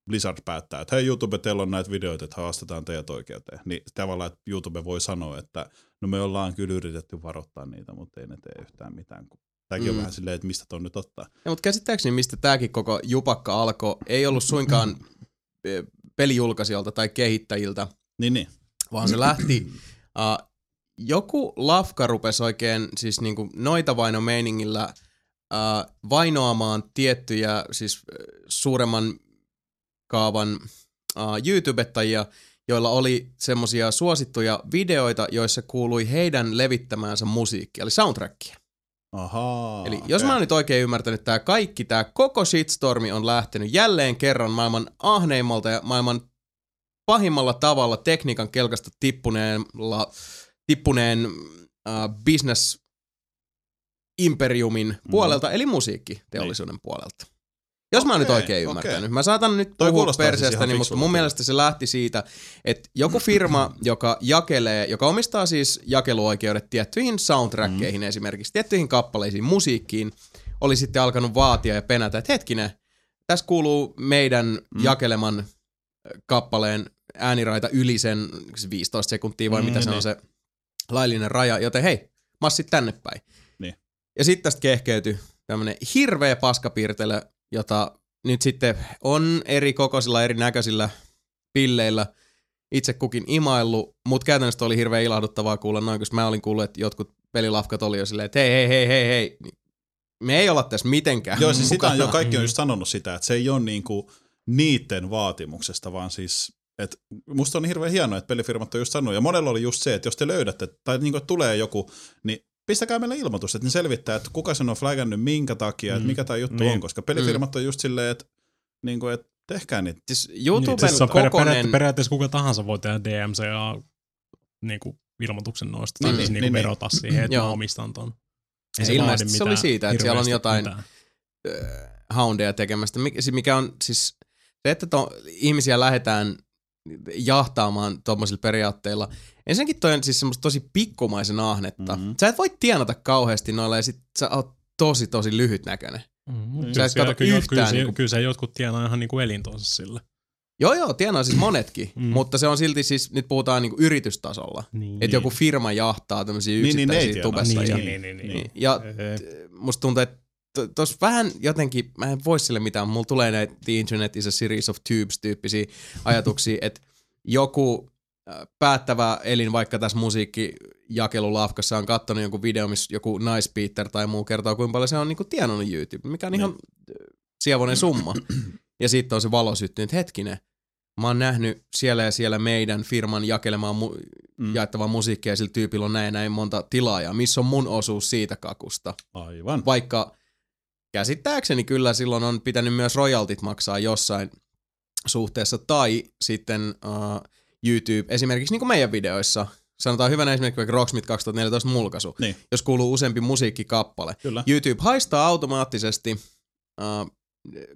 Blizzard päättää, että hei YouTube, teillä on näitä videoita, että haastetaan teidät oikeuteen. Niin tavallaan, että YouTube voi sanoa, että no me ollaan kyllä yritetty varoittaa niitä, mutta ei ne tee yhtään mitään. kun- Tämäkin on Mm. vähän silleen, että mistä ton nyt ottaa. Ja, mutta käsittääkseni, mistä tämäkin koko jupakka alkoi, ei ollut suinkaan ö, pelijulkaisijoilta tai kehittäjiltä, Niin, niin. vaan se lähti. Uh, joku lafka rupesi oikein siis niinku noita vaino meiningillä uh, vainoamaan tiettyjä siis ö, suuremman kaavan uh, YouTubettajia, joilla oli semmosia suosittuja videoita, joissa kuului heidän levittämäänsä musiikkia, eli soundtrackia. Ahaa. Eli jos mä oon nyt oikein ymmärtänyt, tämä kaikki, tämä koko shitstormi on lähtenyt jälleen kerran maailman ahneimmalta ja maailman pahimmalla tavalla tekniikan kelkasta tippuneella, tippuneen äh, business imperiumin Mm-hmm. puolelta, eli musiikkiteollisuuden puolelta. Jos mä oon nyt Niin. Okei, oikein okei. ymmärtänyt. Mä saatan nyt Toi puhua kuulostaa siis ihan perseestäni, fiksulta mutta mun kyllä. mielestä se lähti siitä, että joku firma, joka jakelee, joka omistaa siis jakeluoikeudet tiettyihin soundtrackkeihin mm. esimerkiksi, tiettyihin kappaleisiin, musiikkiin, oli sitten alkanut vaatia ja penätä, että hetkinen, tässä kuuluu meidän mm. jakeleman kappaleen ääniraita yli sen 15 sekuntia vai mm, mitä se niin. on se laillinen raja, joten hei, massit tänne päin. Niin. Ja sitten tästä kehkeytyi tämmönen hirveä paskapiirtelö, jota nyt sitten on eri kokoisilla, erinäköisillä pilleillä itse kukin imaillu, mutta käytännössä toi oli hirveän ilahduttavaa kuulla noin, koska mä olin kuullut, että jotkut pelilafkat oli jo silleen, että hei, hei, hei, hei, hei, niin me ei olla tässä mitenkään Joo, siis sitä mukana. on jo, kaikki on just sanonut sitä, että se ei ole niinku niiden vaatimuksesta, vaan siis et musta on hirveän hienoa, että pelifirmat on just sanonut, ja monella oli just se, että jos te löydätte, tai niinku että tulee joku, niin pistäkää meille ilmoitus, että ne selvittää, että kuka sen on flagannut minkä takia, mm. että mikä tämä juttu Niin. niin. on, koska pelifirmat on just silleen, että niinku, et tehkää niitä. Siis Siis YouTuben se on per, kokonen... periaatteessa, periaatteessa kuka tahansa voi tehdä DMCA niin kuin ilmoituksen noista, tai Niin, niin, siis niin, niin, niin, niin. verota siihen, että Joo. mä omistan ton. Ja ilmeisesti se oli siitä, että siellä on jotain- äh, houndeja tekemästä, mik- si- mikä on siis se, että to, ihmisiä lähdetään jahtaamaan tuommoisilla periaatteilla. Ensinnäkin toi on siis semmoista tosi pikkumaisen ahnetta. Mm-hmm. Mhm. Sä et voi tienata kauheasti noilla ja sit sä oot tosi tosi lyhytnäköinen. Mm, Sä et kato kyllä, yhtään kyllä, se- niinku- kyllä se jotkut tienaa ihan niinku elintonsa sillä. Joo joo, tienaa siis monetkin, mm. Mhm. Mm. mutta se on silti siis, nyt puhutaan niinku yritystasolla. Niin. Että joku firma jahtaa tämmöisiä niin, ne ei yksittäisiä niin, tienaa. niin, tubettajia. niin, ja- niin, niin, niin, niin. Niin. Ja t- musta tuntuu, että to- tos vähän jotenkin, mä en voi sille mitään, mulla tulee näitä The Internet is a series of tubes tyyppisiä ajatuksia, että joku äh, päättävä elin vaikka tässä musiikkijakelulafkassa on kattonut jonkun video, missä joku naispeater tai muu kertoo, kuinka paljon se on niinku tienannut YouTube, mikä on ihan äh, sievoinen summa. Ja sitten on se valo syttynyt, hetkinen, mä oon nähnyt siellä ja siellä meidän firman jakelemaan mu- Mm. jaettavaa musiikkia ja sillä tyypillä on näin ja näin monta tilaajaa. Missä on mun osuus siitä kakusta? Aivan. Vaikka käsittääkseni kyllä silloin on pitänyt myös royaltit maksaa jossain suhteessa tai sitten uh, YouTube, esimerkiksi niin kuin meidän videoissa, sanotaan hyvänä esimerkiksi vaikka Rocksmith 2014 mulkaisu, Niin. jos kuuluu useampi musiikkikappale. Kyllä. YouTube haistaa automaattisesti, uh,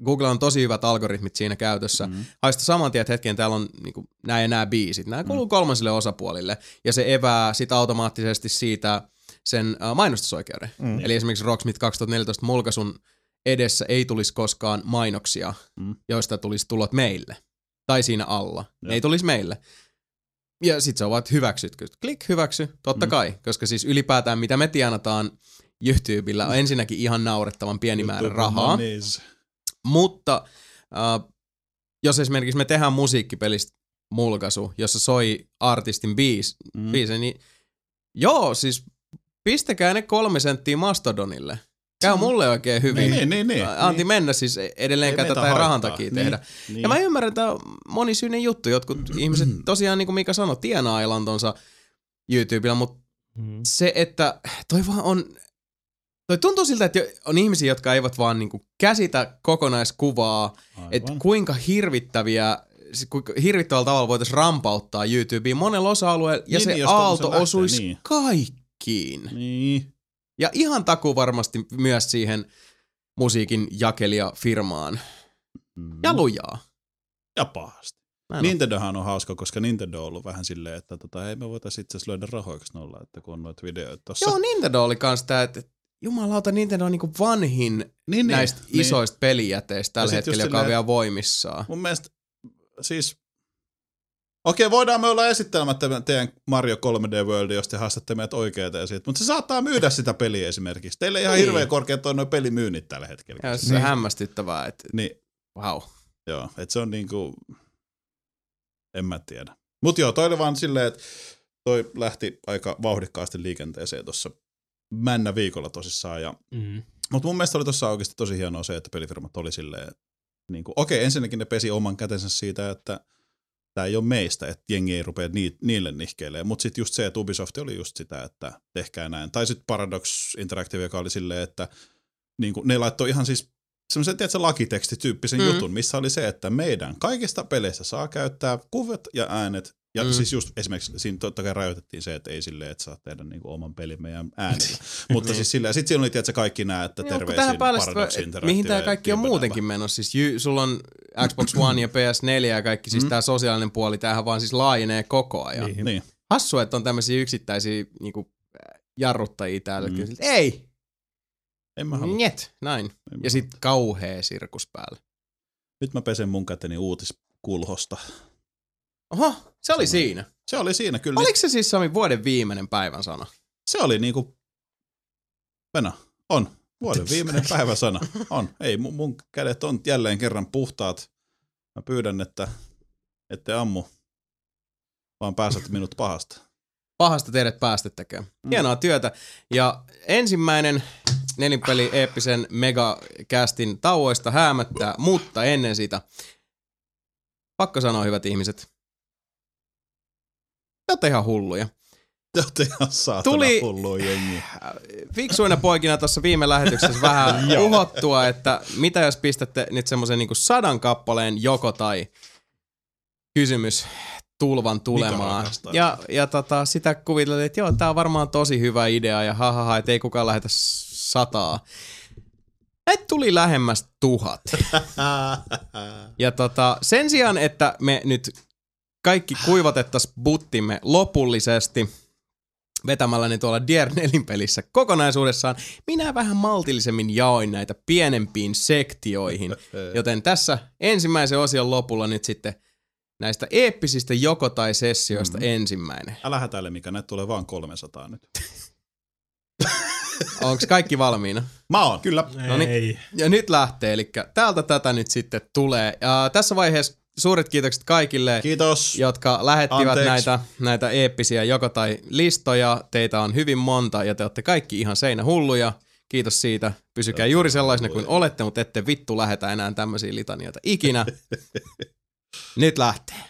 Google on tosi hyvät algoritmit siinä käytössä, Mm. haista saman tien, että hetken täällä on niin nämä ja nämä biisit. Nämä kuuluu Mhm. kolmansille osapuolille ja se evää sit automaattisesti siitä sen äh, mainostusoikeuden. Mm. Eli esimerkiksi Rocksmith 2014 mulkaisun edessä ei tulisi koskaan mainoksia, mm. Mm. joista tulisi tulot meille. Tai siinä alla. Ne Joo. ei tulisi meille. Ja sit se on vaan, että hyväksytkö? Klik, hyväksy, totta mm. kai. Koska siis ylipäätään mitä me tienataan YouTubella Mm. on ensinnäkin ihan naurettavan pieni määrä no rahaa. Monies. Mutta äh, jos esimerkiksi me tehdään musiikkipelistä mulkaisu, jossa soi artistin biis, mm. Mm. biisi, niin joo, siis pistäkää ne kolme senttiä Mastodonille. Käy mulle oikein hyvin. Niin, niin, niin. niin. Anti mennä siis edelleenkään Ei meitä tätä ei rahan haittaa. takia Niin, tehdä. niin. Ja mä ymmärrän, että on monisyinen juttu. Jotkut ihmiset tosiaan, niin kuin Mika sanoi, tienaa elantonsa YouTubella, mutta Mm. se, että toi vaan on... Toi tuntuu siltä, että jo- on ihmisiä, jotka eivät vaan niin kuin käsitä kokonaiskuvaa, Aivan. että kuinka hirvittäviä se- kuinka hirvittävällä tavalla voitaisiin rampauttaa YouTubeen monella osa-alueella, ja Niin, se niin, jos aalto tommoseen lähtee, osuisi niin. kaikkiin. Niin. Ja ihan takuu varmasti myös siihen musiikin jakelijafirmaan. Mm. Ja lujaa. ja pahasti. Näin on. Niin, Nintendohan on hauska, koska Nintendo on ollut vähän silleen, että tota, hei me voitaisiin itse asiassa löydä rahoiksi nolla, että kun on noita videoita tossa. Joo, Nintendo oli kans tää, että jumalauta, Nintendo on niinku vanhin niin, niin, näistä niin. isoista pelijäteistä Ja tällä sit hetkellä, just joka on silleen- vielä voimissaan. Mun mielestä, siis, okei voidaan me olla esittelemättä teidän Mario 3D World, jos te haastatte meidät oikeita siitä, mutta se saattaa myydä sitä peliä esimerkiksi. Teille ihan Niin. niin. hirveän korkeat on noin pelimyynnit tällä hetkellä. Ja se on hämmästyttävää, että Niin, vau. Joo, että se on niinku, en mä tiedä. Mut joo, toi oli vaan silleen, että toi lähti aika vauhdikkaasti liikenteeseen tuossa männä viikolla tosissaan. Ja, Mm. mut mun mielestä oli tuossa oikeasti tosi hienoa se, että pelifirmat oli silleen, niinku, okei, ensinnäkin ne pesi oman kätensä siitä, että tämä ei ole meistä, että jengi ei rupea nii, niille nihkeilemään. Mutta sitten just se, että Ubisoft oli just sitä, että tehkää näin. Tai sitten Paradox Interactive, joka oli silleen, että niin kuin, ne laittoi ihan siis semmoisen, tiedätkö, lakitekstityyppisen Mm. mm. jutun, missä oli se, että meidän kaikista peleistä saa käyttää kuvat ja äänet. Ja Mm. mm. siis just esimerkiksi siinä totta kai rajoitettiin se, että ei silleen, että saa tehdä niin kuin oman pelin meidän äänellä. Mutta siis silleen, sitten siinä oli, tiedätkö, kaikki nämä, että Niin, onko terveisiin tähän päälle, sitä- Paradox et Interactive. mihin tämä kaikki on jibbenäpä. muutenkin menossa? Siis jy, sulla on Xbox One ja PS4 ja kaikki, siis tämä sosiaalinen puoli, tämähän vaan siis laajenee koko ajan. Niin. Mm. Niin. Hassua, että on tämmöisiä yksittäisiä niinku, äh, jarruttajia täällä. Mm. Ei, En mä halua. Njet, näin. En mä Ja sitten kauhea sirkus päällä. Nyt mä pesen mun käteni uutiskulhosta. Oho, se oli siinä. Se oli siinä kyllä. Oliko se siis Sami vuoden viimeinen päivän sana? Se oli niinku... Venä, on. Vuoden viimeinen päivä sana. On. Ei, mun, mun kädet on jälleen kerran puhtaat. Mä pyydän, että ette ammu, vaan pääsät minut pahasta. Pahasta teidät päästettäköön. Hienoa työtä. Ja ensimmäinen nelinpeli eeppisen megakästin tauoista häämättää, mutta ennen sitä pakko sanoa, hyvät ihmiset, te ootte ihan hulluja. Te ootte ihan saatana Tuli- Tuli... hullu jengi. fiksuina poikina tuossa viime lähetyksessä vähän uhottua, että mitä jos pistätte nyt semmoisen niinku sadan kappaleen joko tai kysymys tulvan tulemaan. rakastaa Ja, ja tota, sitä kuviteltiin, että joo, tämä on varmaan tosi hyvä idea ja hahaha, et ei kukaan lähetä s- sataa. Et tuli lähemmäs tuhat. Ja tota, sen sijaan, että me nyt kaikki kuivatettaisiin buttimme lopullisesti vetämällä ne tuolla Dier 4 pelissä kokonaisuudessaan, minä vähän maltillisemmin jaoin näitä pienempiin sektioihin. Joten tässä ensimmäisen osion lopulla nyt sitten näistä eeppisistä joko tai sessioista mm. ensimmäinen. Älä hätäile, mikä näitä tulee vaan 300 nyt. Onko kaikki valmiina? Mä oon. Kyllä. No niin. Ei. Ja nyt lähtee, eli täältä tätä nyt sitten tulee. Ja tässä vaiheessa suuret kiitokset kaikille. Kiitos. jotka lähettivät Anteeksi. näitä, näitä eeppisiä joko tai listoja. Teitä on hyvin monta ja te olette kaikki ihan seinähulluja. Kiitos siitä. Pysykää juuri sellaisena kuin olette, mutta ette vittu lähetä enää tämmöisiä litanioita ikinä. Nyt lähtee.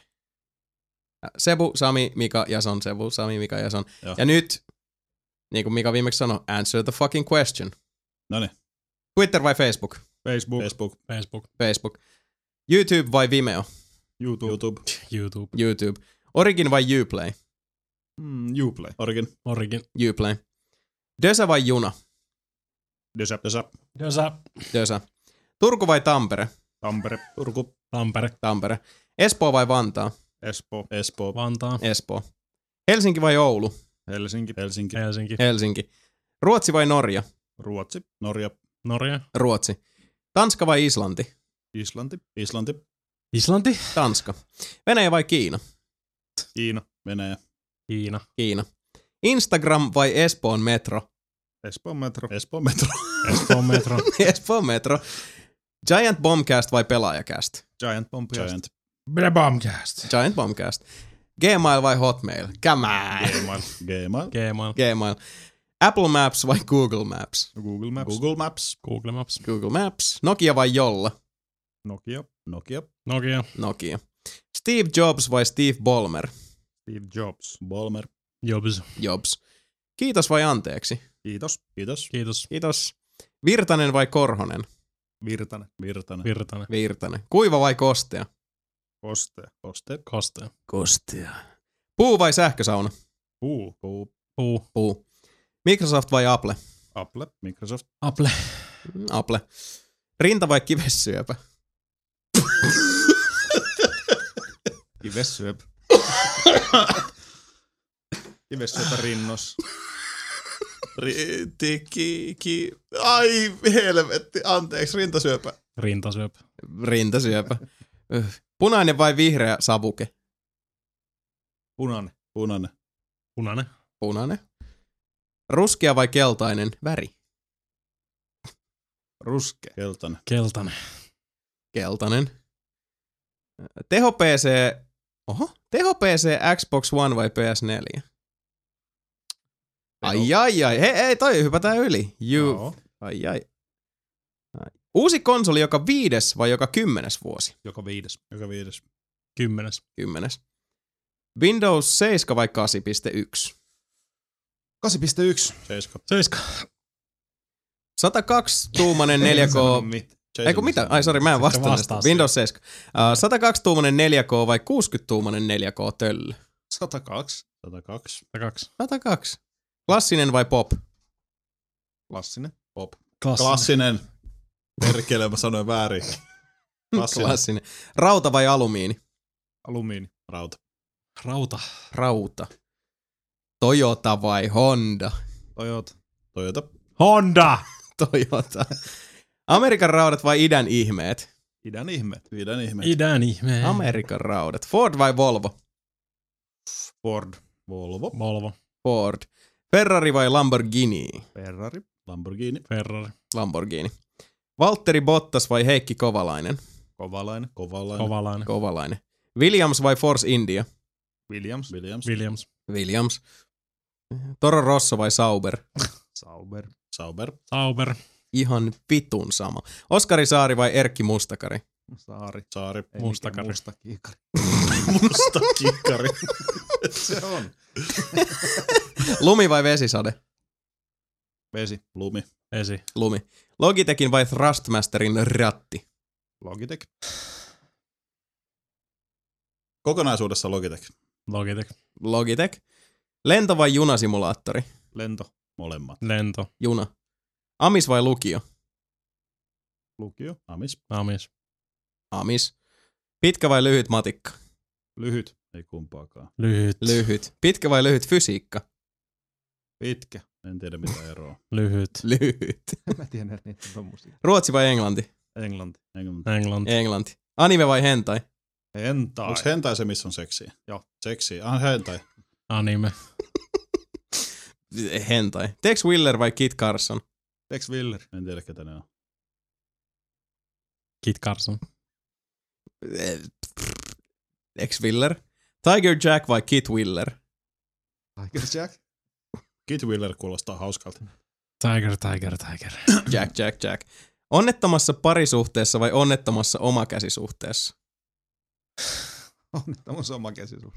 Sebu, Sami, Mika, Jason, Sebu, Sami, Mika, Jason. Joo. Ja nyt, niin kuin Mika viimeksi sanoi, answer the fucking question. Noniin. Twitter vai Facebook? Facebook. Facebook, Facebook. Facebook. YouTube vai Vimeo? YouTube, YouTube YouTube. YouTube. Origin vai Uplay? Mm, Uplay. Origin, Origin. Uplay. Dösä vai Juna? Desa, Desa, Josa. Dösä. Turku vai Tampere? Tampere. Turku, Tampere. Tampere. Espoo vai Vantaa? Espoo, Espoo, Vantaa, Espoo. Helsinki vai Oulu? Helsinki, Helsinki, Helsinki, Helsinki. Ruotsi vai Norja? Ruotsi, Norja, Norja, Ruotsi. Tanska vai Islanti? Islanti, Islanti, Islanti, Tanska. Venäjä vai Kiina? Kiina, Venäjä, Kiina, Kiina. Instagram vai Espoon metro? Espoon metro, Espoo, Metro, Espoon metro, Espoon metro. Giant Bombcast vai Pelaajakäst? Giant Bomb, Giant, Blabamcast. Giant Bombcast. Gmail vai Hotmail? Come on. Gmail, Gmail, Gmail, Gmail. Apple Maps vai Google Maps? Google Maps, Google Maps, Google Maps, Google Maps. Nokia vai Jolla? Nokia, Nokia, Nokia, Nokia. Steve Jobs vai Steve Ballmer? Steve Jobs. Bolmer, Jobs, Jobs. Kiitos vai anteeksi? Kiitos. kiitos, kiitos, Kiitos. Virtanen vai Korhonen? Virtanen, Virtanen, Virtanen, Virtanen. Kuiva vai kostea? Koste, Koste, Koste, Kostea. Puu vai sähkösauna? Puu, Puu, Puu, Puu. Microsoft vai Apple? Apple, Microsoft, Apple, Mm, Apple. Rinta vai kivessyöpä? Kivesyöp. Kivesyöpä rinnos. Ri- ti- ki- ki- ai helvetti, anteeksi, rintasyöpä, Rintasyöpä, Rintasyöpä. Öh. Punainen vai vihreä savuke? Punainen. punainen, Punainen, Punainen. Ruskea vai keltainen väri? Ruskea. keltainen, Keltainen, Keltainen. THPC... Oho. THPC, Xbox One vai PS4? Ai ai ai. Hei, hei, toi hypätään yli. You... Joo. Ai ai. Ai. Uusi konsoli joka viides vai joka kymmenes vuosi? Joka viides. joka viides, kymmenes, Kymmenes. Windows 7 vai 8.1? 8.1. seiska, seiska, 102-tuumainen 4K... Ei kun mitä? Ai sori, mä en Sitten vastannut. vastaa Vastaa Windows 7. Uh, 102-tuumainen 4K vai 60-tuumainen 4K töllö? 102. 102, kaksi, 102. Klassinen vai pop? Klassinen. klassinen, klassinen, perkele, mä sanoin väärin, Klassinen. Klassinen. Rauta vai alumiini? Alumiini. rauta, rauta, Rauta. Toyota vai Honda? Toyota. Toyota, Honda, Toyota. Amerikan raudat vai idän ihmeet? Idän ihme. viiden ihme, idän ihmeen, Amerikan raudat. Ford vai Volvo? Ford. Volvo, Volvo, Ford. Ferrari vai Lamborghini? Ferrari. Lamborghini, Ferrari, Lamborghini. Valtteri Bottas vai Heikki Kovalainen? Kovalainen. Kovalainen, Kovalainen, Kovalainen. Williams vai Force India? Williams. Williams, Williams, Williams. Toro Rosso vai Sauber? Sauber. Sauber, Sauber, Ihan vitun sama. Oskari Saari vai Erkki Mustakari? Saari. Saari, Ei Mustakari. mikään Musta kiikari. musta kikkari, Se on. Lumi vai vesisade? Vesi. lumi, esi, Lumi. Logitechin vai Thrustmasterin ratti? Logitech. kokonaisuudessa Logitech, Logitech, Logitech. Lento vai junasimulaattori? Lento. molemmat, lento, Juna. Amis vai lukio? lukio, amis, amis, Amis. Pitkä vai lyhyt matikka? Lyhyt. ei kumpaakaan, lyhyt, Lyhyt. Pitkä vai lyhyt fysiikka? Pitkä. en tiedä mitä eroa, lyhyt, Lyhyt. Mä tiedän niitä tommosia. Ruotsi vai englanti? Englanti. Englanti. englanti, Englanti. Anime vai hentai? Hentai. Onks hentai se, missä on seksiä? Joo. Seksiä. Ah, hentai. anime, Hentai. Tex Willer vai Kit Carson? Tex Willer. En tiedä, ketä ne on. Kit Carson, Tex Willer. Tiger Jack vai Kit Willer? Tiger Jack. Kit Willer kuulostaa hauskalta. Tiger, Tiger, Tiger, Jack, Jack, Jack. Onnettomassa parisuhteessa vai onnettomassa omakäsisuhteessa? On, tämä on sama käsisuhde.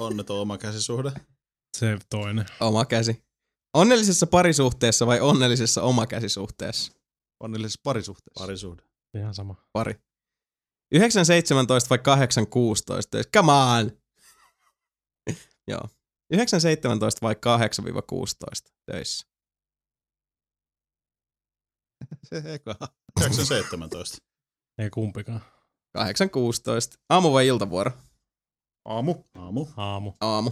Onneton oma käsisuhde. se toinen, Omakäsi. Onnellisessa parisuhteessa vai onnellisessa omakäsisuhteessa? Onnellisessa parisuhteessa. Parisuhde. ihan sama, Pari. 917 vai 816? Come on! Joo. 917 vai 8-16 töissä? Se eka. 917. ei kumpikaan, 8.16. Aamu vai iltavuoro? Aamu. Aamu. Aamu. Aamu.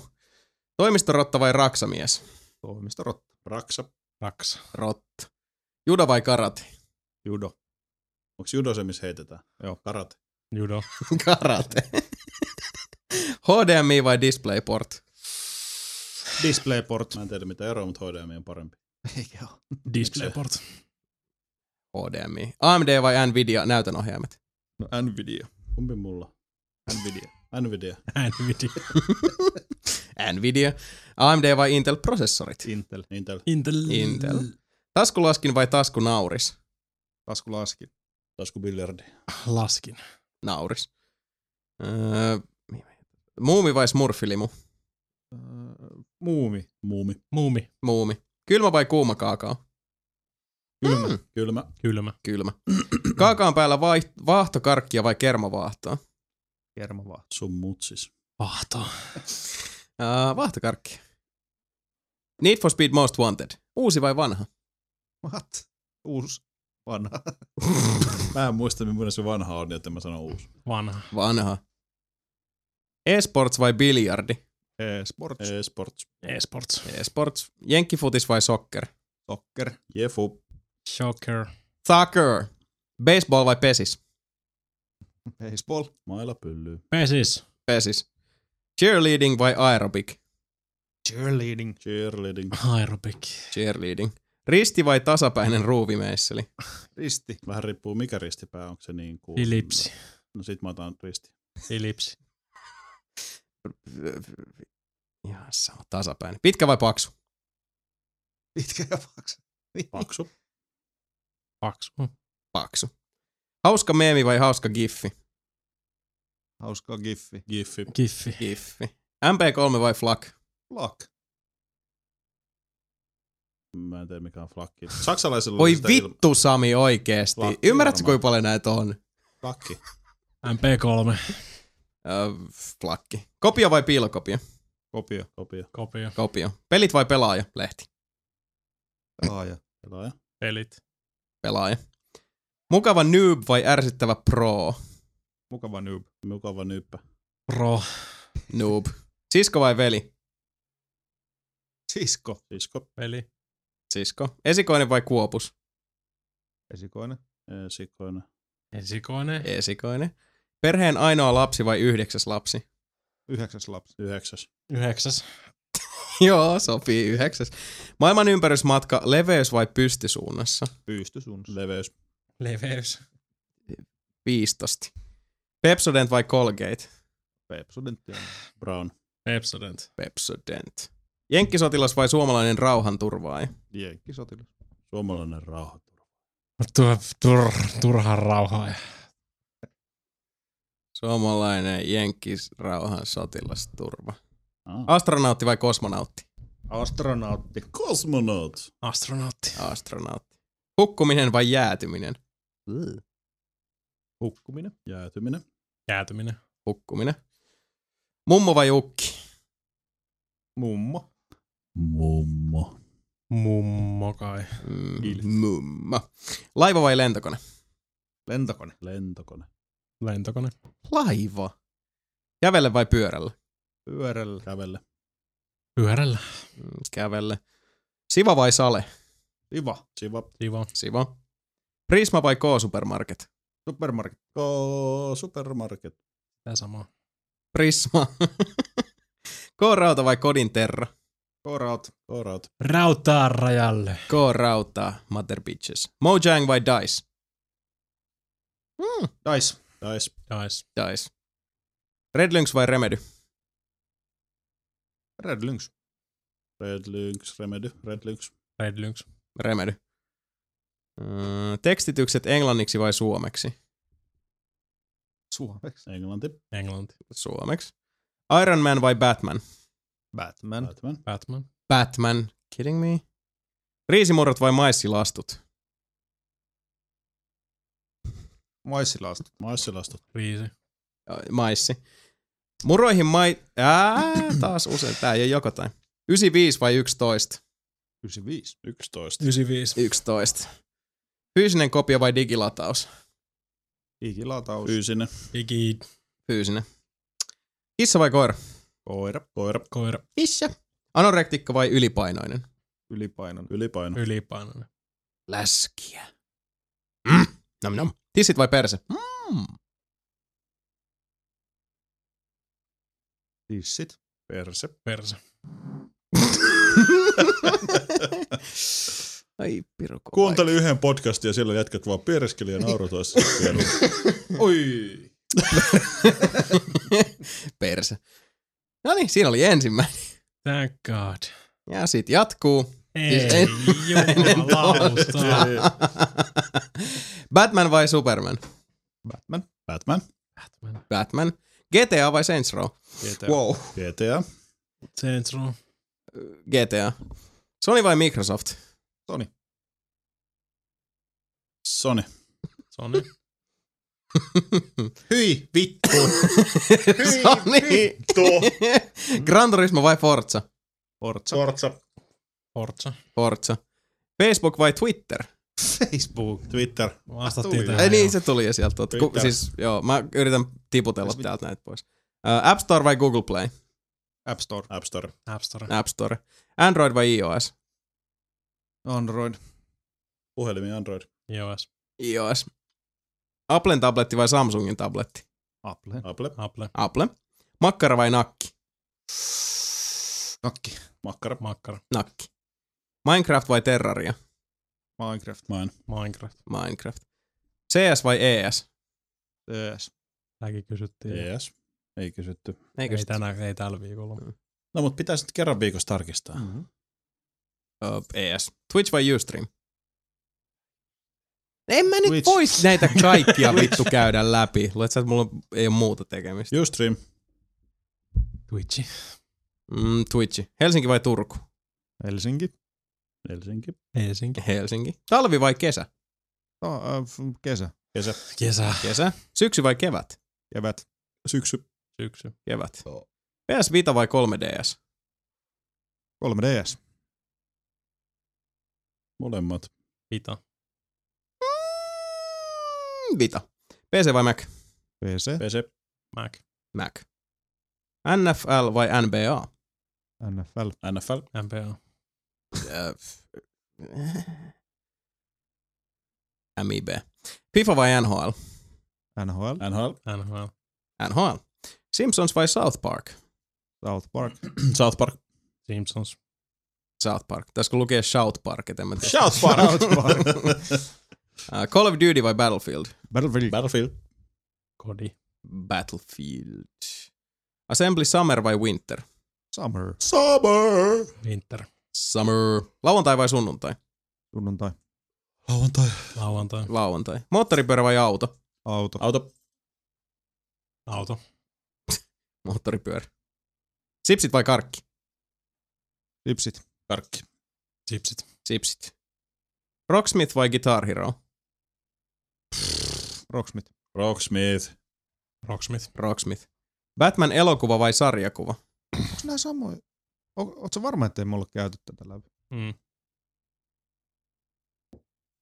Toimistorotta vai raksamies? Toimistorotta. Raksa. Raks. Rotta. Judo vai karate? Judo. Onko judo se, missä heitetään? Joo. Karate. Judo. Karate. HDMI vai DisplayPort? Displayport. Mä en tiedä mitä eroa, mutta HDMI on parempi. Displayport. HDMI. AMD vai Nvidia näytönohjaimet? No, Nvidia. Kumpi mulla? Nvidia. Nvidia. Nvidia. Nvidia. AMD vai Intel prosessorit? Intel. Intel. Intel. Intel. Taskulaskin vai taskunauris? Taskulaskin. Taskubiljardi. Laskin. Nauris. Öö, muumi vai smurfilimu? Öö, muumi. Muumi. Muumi. Muumi. Kylmä vai kuuma kaakao? Kylmä. Mm. Kylmä. Kylmä. Kylmä. Kaakaan päällä vaiht- vaahtokarkkia vai kermavaahtoa? Kerma vaan. Sun mutsis. Vahto. Uh, vaahtokarkki. Need for Speed Most Wanted. Uusi vai vanha? What? Uusi. Vanha. Mä en muista, millainen se vanha on, joten mä sanon uusi. Vanha. Vanha. Esports vai biljardi? E-sports. E-sports. Esports. Esports. Jenkkifutis vai soccer? Soccer. Jefu. Shocker. Soccer. Baseball vai pesis? Baseball. Maila pyllyy. Pesis. Pesis. Cheerleading vai aerobic? Cheerleading. Cheerleading. Aerobic. Cheerleading. Risti vai tasapäinen ruuvimeisseli? Risti. Vähän riippuu mikä ristipää, onko se niin kuin... Ellipsi. No sit mä otan risti. Ellipsi. Ihan sama, tasapäinen. Pitkä vai paksu? Pitkä ja paksu. Paksu. Paksu. Paksu. Hauska meemi vai hauska giffi? Hauskaa giffi. Giffi. Kiffi. Giffi. MP3 vai flak? Lak. Mä en tiedä mikä on flakki. Saksalaisilla Voi oli sitä ilma- vittu Sami oikeesti. Flakki Ymmärrätkö varmaan. kuinka paljon näitä on? Flakki. MP3. Öö, flakki. Kopio vai piilokopio? Kopio. Kopio. Kopio. Kopio. Pelit vai pelaaja? Lehti. Pelaaja. Pelaaja. Pelit. Pelaaja. Mukava noob vai ärsyttävä pro? Mukava noob. Mukava nyyppä. Pro. Noob. Sisko vai veli? Sisko. Sisko. Peli. Sisko. Esikoinen vai kuopus? Esikoinen. Ee, Sikoinen. Ensikoinen. Esikoinen. Perheen ainoa lapsi vai yhdeksäs lapsi? Yhdeksäs lapsi. Yhdeksäs. Yhdeksäs. Joo, sopii yhdeksäs. Maailman ympärysmatka leveys vai pystysuunnassa? Pystysuunnassa. Leveys. Leveys. Viistosti. Pepsodent vai Colgate? Pepsudentti. Brown. Pepsodent. Pepsodent. Jenkkisotilas vai suomalainen rauhanturvaaja? Jenkkisotilas. Suomalainen rauha. Tur, tur, turhan rauhaa. Suomalainen jenkkis rauhan sotilasturva. Ah. Astronautti vai kosmonautti? Astronautti. Kosmonaut. Astronautti. Astronautti. Hukkuminen vai jäätyminen? Hukkuminen. Jäätyminen. Jäätyminen. Hukkuminen. Mummo vai ukki? Mummo. Mummo. Mummo kai. Mm, mumma. Laiva vai lentokone? Lentokone. Lentokone. Lentokone. Laiva. Kävelle vai pyörällä? Pyörällä. Kävelle. Pyörällä. Mm, Kävelle. Siva vai sale? Iva. Siva. Sivo. Siva. Prisma vai K-supermarket? Supermarket. Ko- supermarket. Tää sama. Prisma. K-rauta vai kodin terra? Koraut. Koraut. Rautaa rajalle. K-rauta, mother bitches. Mojang vai Dice? Mm, Dice. Dice. Nice. Dice. Red Lynx vai Remedy? Red Lynx. Red Lynx. Remedy. Red Lynx. Red Lynx. Remedy. Mm, tekstitykset englanniksi vai suomeksi? Suomeksi. Englanti. Englanti. Suomeksi. Iron Man vai Batman? Batman. Batman. Batman. Batman. Kidding me? Riisimurrot vai maissilastut? Maissilaasta. Maissilastot. Riisi. Ö, Maissi. Muroihin mai... Ää, taas usein. Tää ei ole joko tai. 95 vai 11? 95. 11. 95. 11. Fyysinen kopio vai digilataus? Ikilataus. Fyysinen. Iki Fyysinen. Kissa vai koira? Koira. Koira. koira Kissa. Anorektikko vai ylipainoinen? Ylipainoinen. Ylipaino. ylipainoinen. Läskiä. Mm. Nom nom. Tissit vai perse? Mm. Tissit. Perse. Perse. Ai piruko. Kuuntelin yhden podcastin ja siellä jätkät vaan piereskeli ja nauroi toisessa. Oi. Perse. No niin, siinä oli ensimmäinen. Thank God. Ja sit jatkuu. Siis Ei, en- jumalauta. Batman vai Superman? Batman. Batman. Batman. GTA vai Saints Row? GTA. Wow. GTA. Saints Row. GTA. Sony vai Microsoft? Sony. Sony. Hyi, vittu. Sony. Gran Turismo vai Forza? Forza. Forza. Forza. Forza. Facebook vai Twitter? Facebook. Twitter. Vastattiin Ei tähän. niin, jo. se tuli jo sieltä. Tuota. Ku, Twitter. siis, joo, mä yritän tiputella täältä näitä pois. Ä, App Store vai Google Play? App Store. App Store. App Store. App Store. Android vai iOS? Android. Puhelimi Android. iOS. iOS. Applen tabletti vai Samsungin tabletti? Apple. Apple. Apple. Apple. Makkara vai nakki? Kakki. Makkara. Makkara. Nakki. Minecraft vai Terraria? Minecraft. Mine. Minecraft. Minecraft. CS vai E ES? Yes. Tämäkin kysyttiin. Yes. Ei kysytty. Eikö Ei, sitä? tänään, ei tällä viikolla. No mut pitää sitten kerran viikossa tarkistaa. Mm-hmm. Ö, ES. Twitch vai Ustream? En mä nyt Twitch. vois näitä kaikkia vittu käydä läpi. Luulet sä, että mulla ei ole muuta tekemistä. Ustream. Twitchi. Mm, Twitchi. Helsinki vai Turku? Helsinki. Helsinki. Helsinki. Helsinki. Talvi vai kesä? Ta- äh, f- kesä. Kesä. Kesä. Kesä. Syksy vai kevät? Kevät. Syksy. Syksy. Kevät. PS Vita vai 3DS? 3DS. Molemmat. Vita. Mm, Vita. PC vai Mac? PC. PC. Mac. Mac. NFL vai NBA? NFL. NFL. MPA. Äh, MIB. FIFA vai NHL? NHL. NHL. NHL. NHL. Simpsons vai South Park? South Park. South Park. Simpsons. South Park. Tässä lukee Shout Park, et en mä tiedä. South Park. South Park. Äh, Call of Duty vai Battlefield? Battlefield. Battlefield. Kodi. Battlefield. Assembly Summer vai Winter? Summer. Summer. Winter. Summer. Lauantai vai sunnuntai? Sunnuntai. Lauantai. Lauantai. Lauantai. Moottoripyörä vai auto? Auto. Auto. Auto. Moottoripyörä. Sipsit vai karkki? Lipsit. Karkki. Chipsit. Sipsit. Rocksmith vai Guitar Hero? Rocksmith. Rocksmith. Rocksmith. Rocksmith. Batman elokuva vai sarjakuva? Onks nää samoja? O- Ootko varma, ettei me olla käyty tätä läpi? Mm.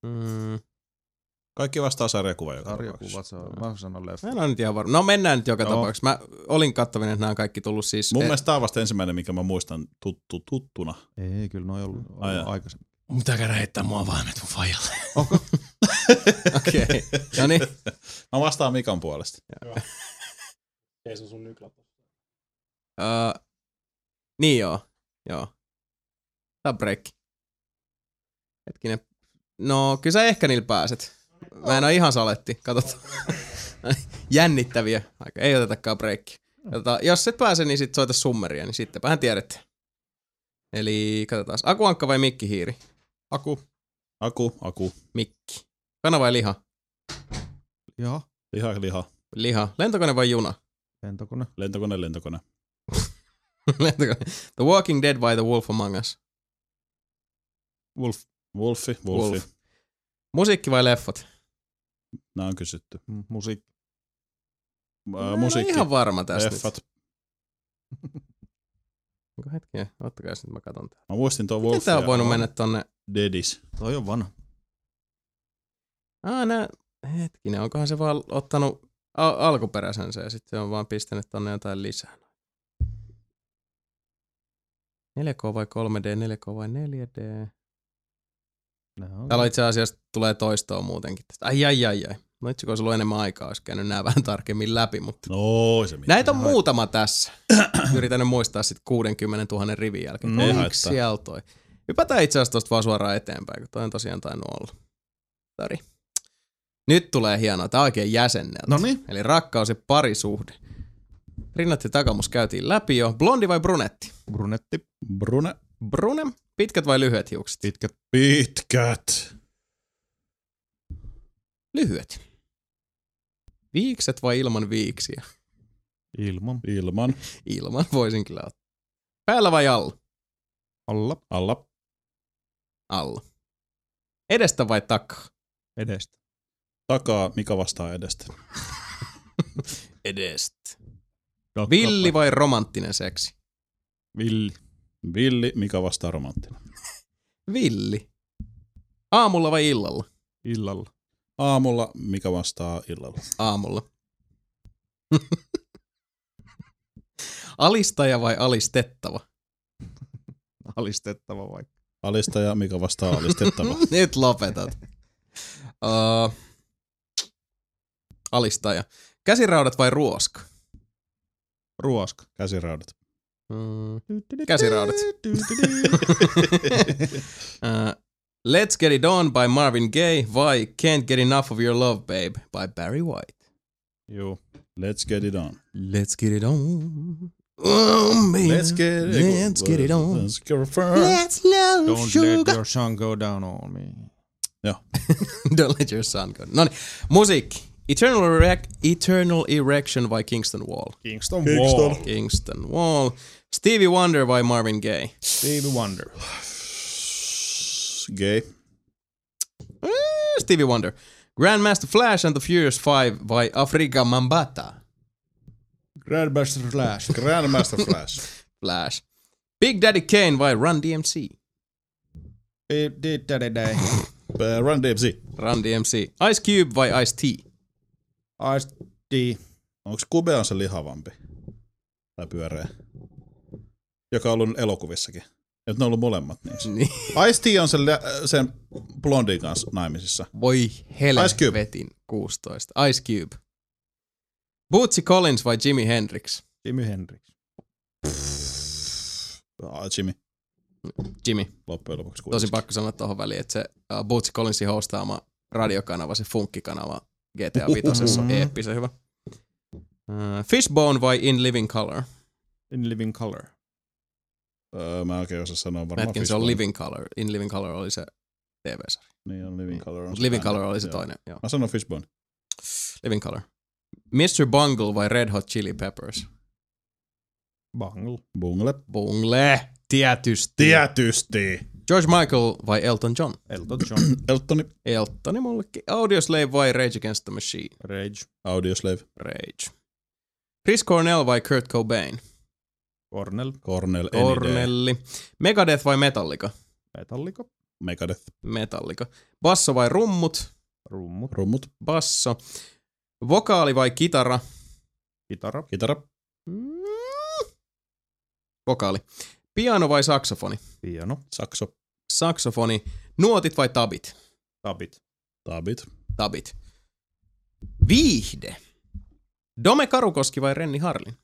Mm. Kaikki vastaa sarjakuva joka Tarjokuvat. tapauksessa. se on- Mä sanon leffa. Mä en ole nyt ihan varma. No mennään nyt joka Joo. tapauksessa. Mä olin kattavinen, että nämä on kaikki tullut siis. Mun eh, mielestä tämä on vasta ensimmäinen, mikä mä muistan tuttu, tuttuna. Ei, kyllä ne on ollut, ollut Ai jaa. aikaisemmin. Mitä käydä heittää mua vaan nyt mun fajalle? Okei. Okay. No niin. Mä vastaan Mikan puolesta. Ei se sun nyklappu. Uh, niin joo. Joo. Tää on break. Hetkinen. No, kyllä sä ehkä niillä pääset. Mä en oo ihan saletti. Katsotaan. Jännittäviä. Aika. Ei otetakaan breikkiä. Katsotaan. Jos et pääse, niin sit soita summeria, niin sittenpähän tiedätte. Eli katsotaan. Akuankka vai mikkihiiri? Aku. Aku, aku, Mikki. Kana vai liha? Jaha. liha, liha, Liha. Lentokone vai juna? Lentokone. lentokone, lentokone. Lentokone. The Walking Dead vai The Wolf Among Us? Wolf. Wolfi, wolfi. Wolf. Musiikki vai leffat? Nämä on kysytty. Mm, musiikki. Äh, Mä en oo musiikki, No, ihan varma tästä leffat. nyt. Onko Hetkinen, ottakaa nyt mä katon tää. Mä muistin tuon Miten Wolfia. tää on voinut mennä tonne? Dedis. Toi on vanha. Ah, nää hetkinen, onkohan se vaan ottanut al- alkuperäisensä ja sitten se on vaan pistänyt tonne jotain lisää. 4K vai 3D, 4K vai 4D? Nää on- Täällä itse asiassa tulee toistoa muutenkin. tästä. Ai, ai, ai, ai. No itse kun olisi ollut enemmän aikaa, olisi käynyt nämä vähän tarkemmin läpi, mutta No, se mitä. näitä on muutama tässä. Yritän nyt muistaa sitten 60 000 rivin jälkeen. Ei Onko haittaa. siellä toi? Hypätään itse asiassa tosta vaan suoraan eteenpäin, kun toi on tosiaan tainnut olla. Sori. Nyt tulee hienoa. Tää on oikein jäsennelty. Noniin. Eli rakkaus ja parisuhde. Rinnat ja takamus käytiin läpi jo. Blondi vai brunetti? Brunetti. Brune. Brune. Pitkät vai lyhyet hiukset? Pitkät. Pitkät. Lyhyet. Viikset vai ilman viiksiä? Ilman. Ilman. Ilman voisin kyllä ottaa. Päällä vai alla? Alla. Alla. Alla. Edestä vai takaa? Edestä. Takaa, mikä vastaa edestä. Edestä. Villi vai romanttinen seksi? Villi. Villi, mikä vastaa romanttinen. Villi. Aamulla vai illalla? Illalla. Aamulla, mikä vastaa illalla. Aamulla. Alistaja vai alistettava? Alistettava vaikka. Alistaja, mikä vastaa alistettava. Nyt lopetat. Uh, alistaja. Käsiraudat vai ruoska? Ruoska. Käsiraudat. Mm, käsiraudat. uh, Let's Get It On by Marvin Gaye vai Can't Get Enough of Your Love Babe by Barry White. Juu. Let's get it on. Let's get it on. Oh, man. Let's get it, Let's get it on. Let's get it on. Let's no Don't let your sun go down on me. Don't let your sun go. No niin. Musiikki. Eternal, erec- Eternal Erection vai Kingston Wall? Kingston, Kingston. Wall. Kingston Wall. Stevie Wonder vai Marvin Gaye? Stevie Wonder. Gay. Eh, Stevie Wonder. Grandmaster Flash and the Furious Five vai Afrika Mambata? Grandmaster Flash. Grandmaster Flash. Flash. Big Daddy Kane vai Run DMC? Beep, did daddy day. Eh, Run DMC. Run DMC. Ice Cube vai Ice T? Ice D. Onko Kube on se lihavampi? Tai pyöreä? Joka on ollut elokuvissakin. Nyt ne on ollut molemmat niissä. Niin. Ice-T on sen, lä- äh, sen blondin kanssa naimisissa. Voi Ice Cube. helvetin 16. Ice Cube. Bootsy Collins vai Jimi Hendrix? Jimi Hendrix. Ah, Jimmy, Jimi. loppujen lopuksi Tosi kuitenkin. pakko sanoa tuohon väliin, että se uh, Bootsy Collinsin hostaama radiokanava, se funkkikanava GTA 5 on Uhuhu. eeppisen hyvä. Uh, Fishbone vai In Living Color? In Living Color. Öö, mä en oikein osaa sanoa varmaan Hetken se Fishbone. on Living Color. In Living Color oli se TV-sarja. Niin on Living Color. On Mutta Living bändi. Color oli se Joo. toinen. Joo. Mä sanon Fishbone. Living Color. Mr. Bungle vai Red Hot Chili Peppers? Bangle. Bungle. Bungle! Tietysti. Tietysti. George Michael vai Elton John? Elton John. Eltoni. Eltoni mullekin. Audioslave vai Rage Against the Machine? Rage. Audioslave. Rage. Chris Cornell vai Kurt Cobain? Cornell. Cornell. Any Day. Cornelli. Megadeth vai Metallica? Metallica. Megadeth. Metallica. Basso vai rummut? Rummut. Rummut. Basso. Vokaali vai kitara? Kitara. Kitara. Mm. Vokaali. Piano vai saksofoni? Piano. Sakso. Saksofoni. Nuotit vai tabit? Tabit. Tabit. Tabit. Viihde. Dome Karukoski vai Renni Harlin?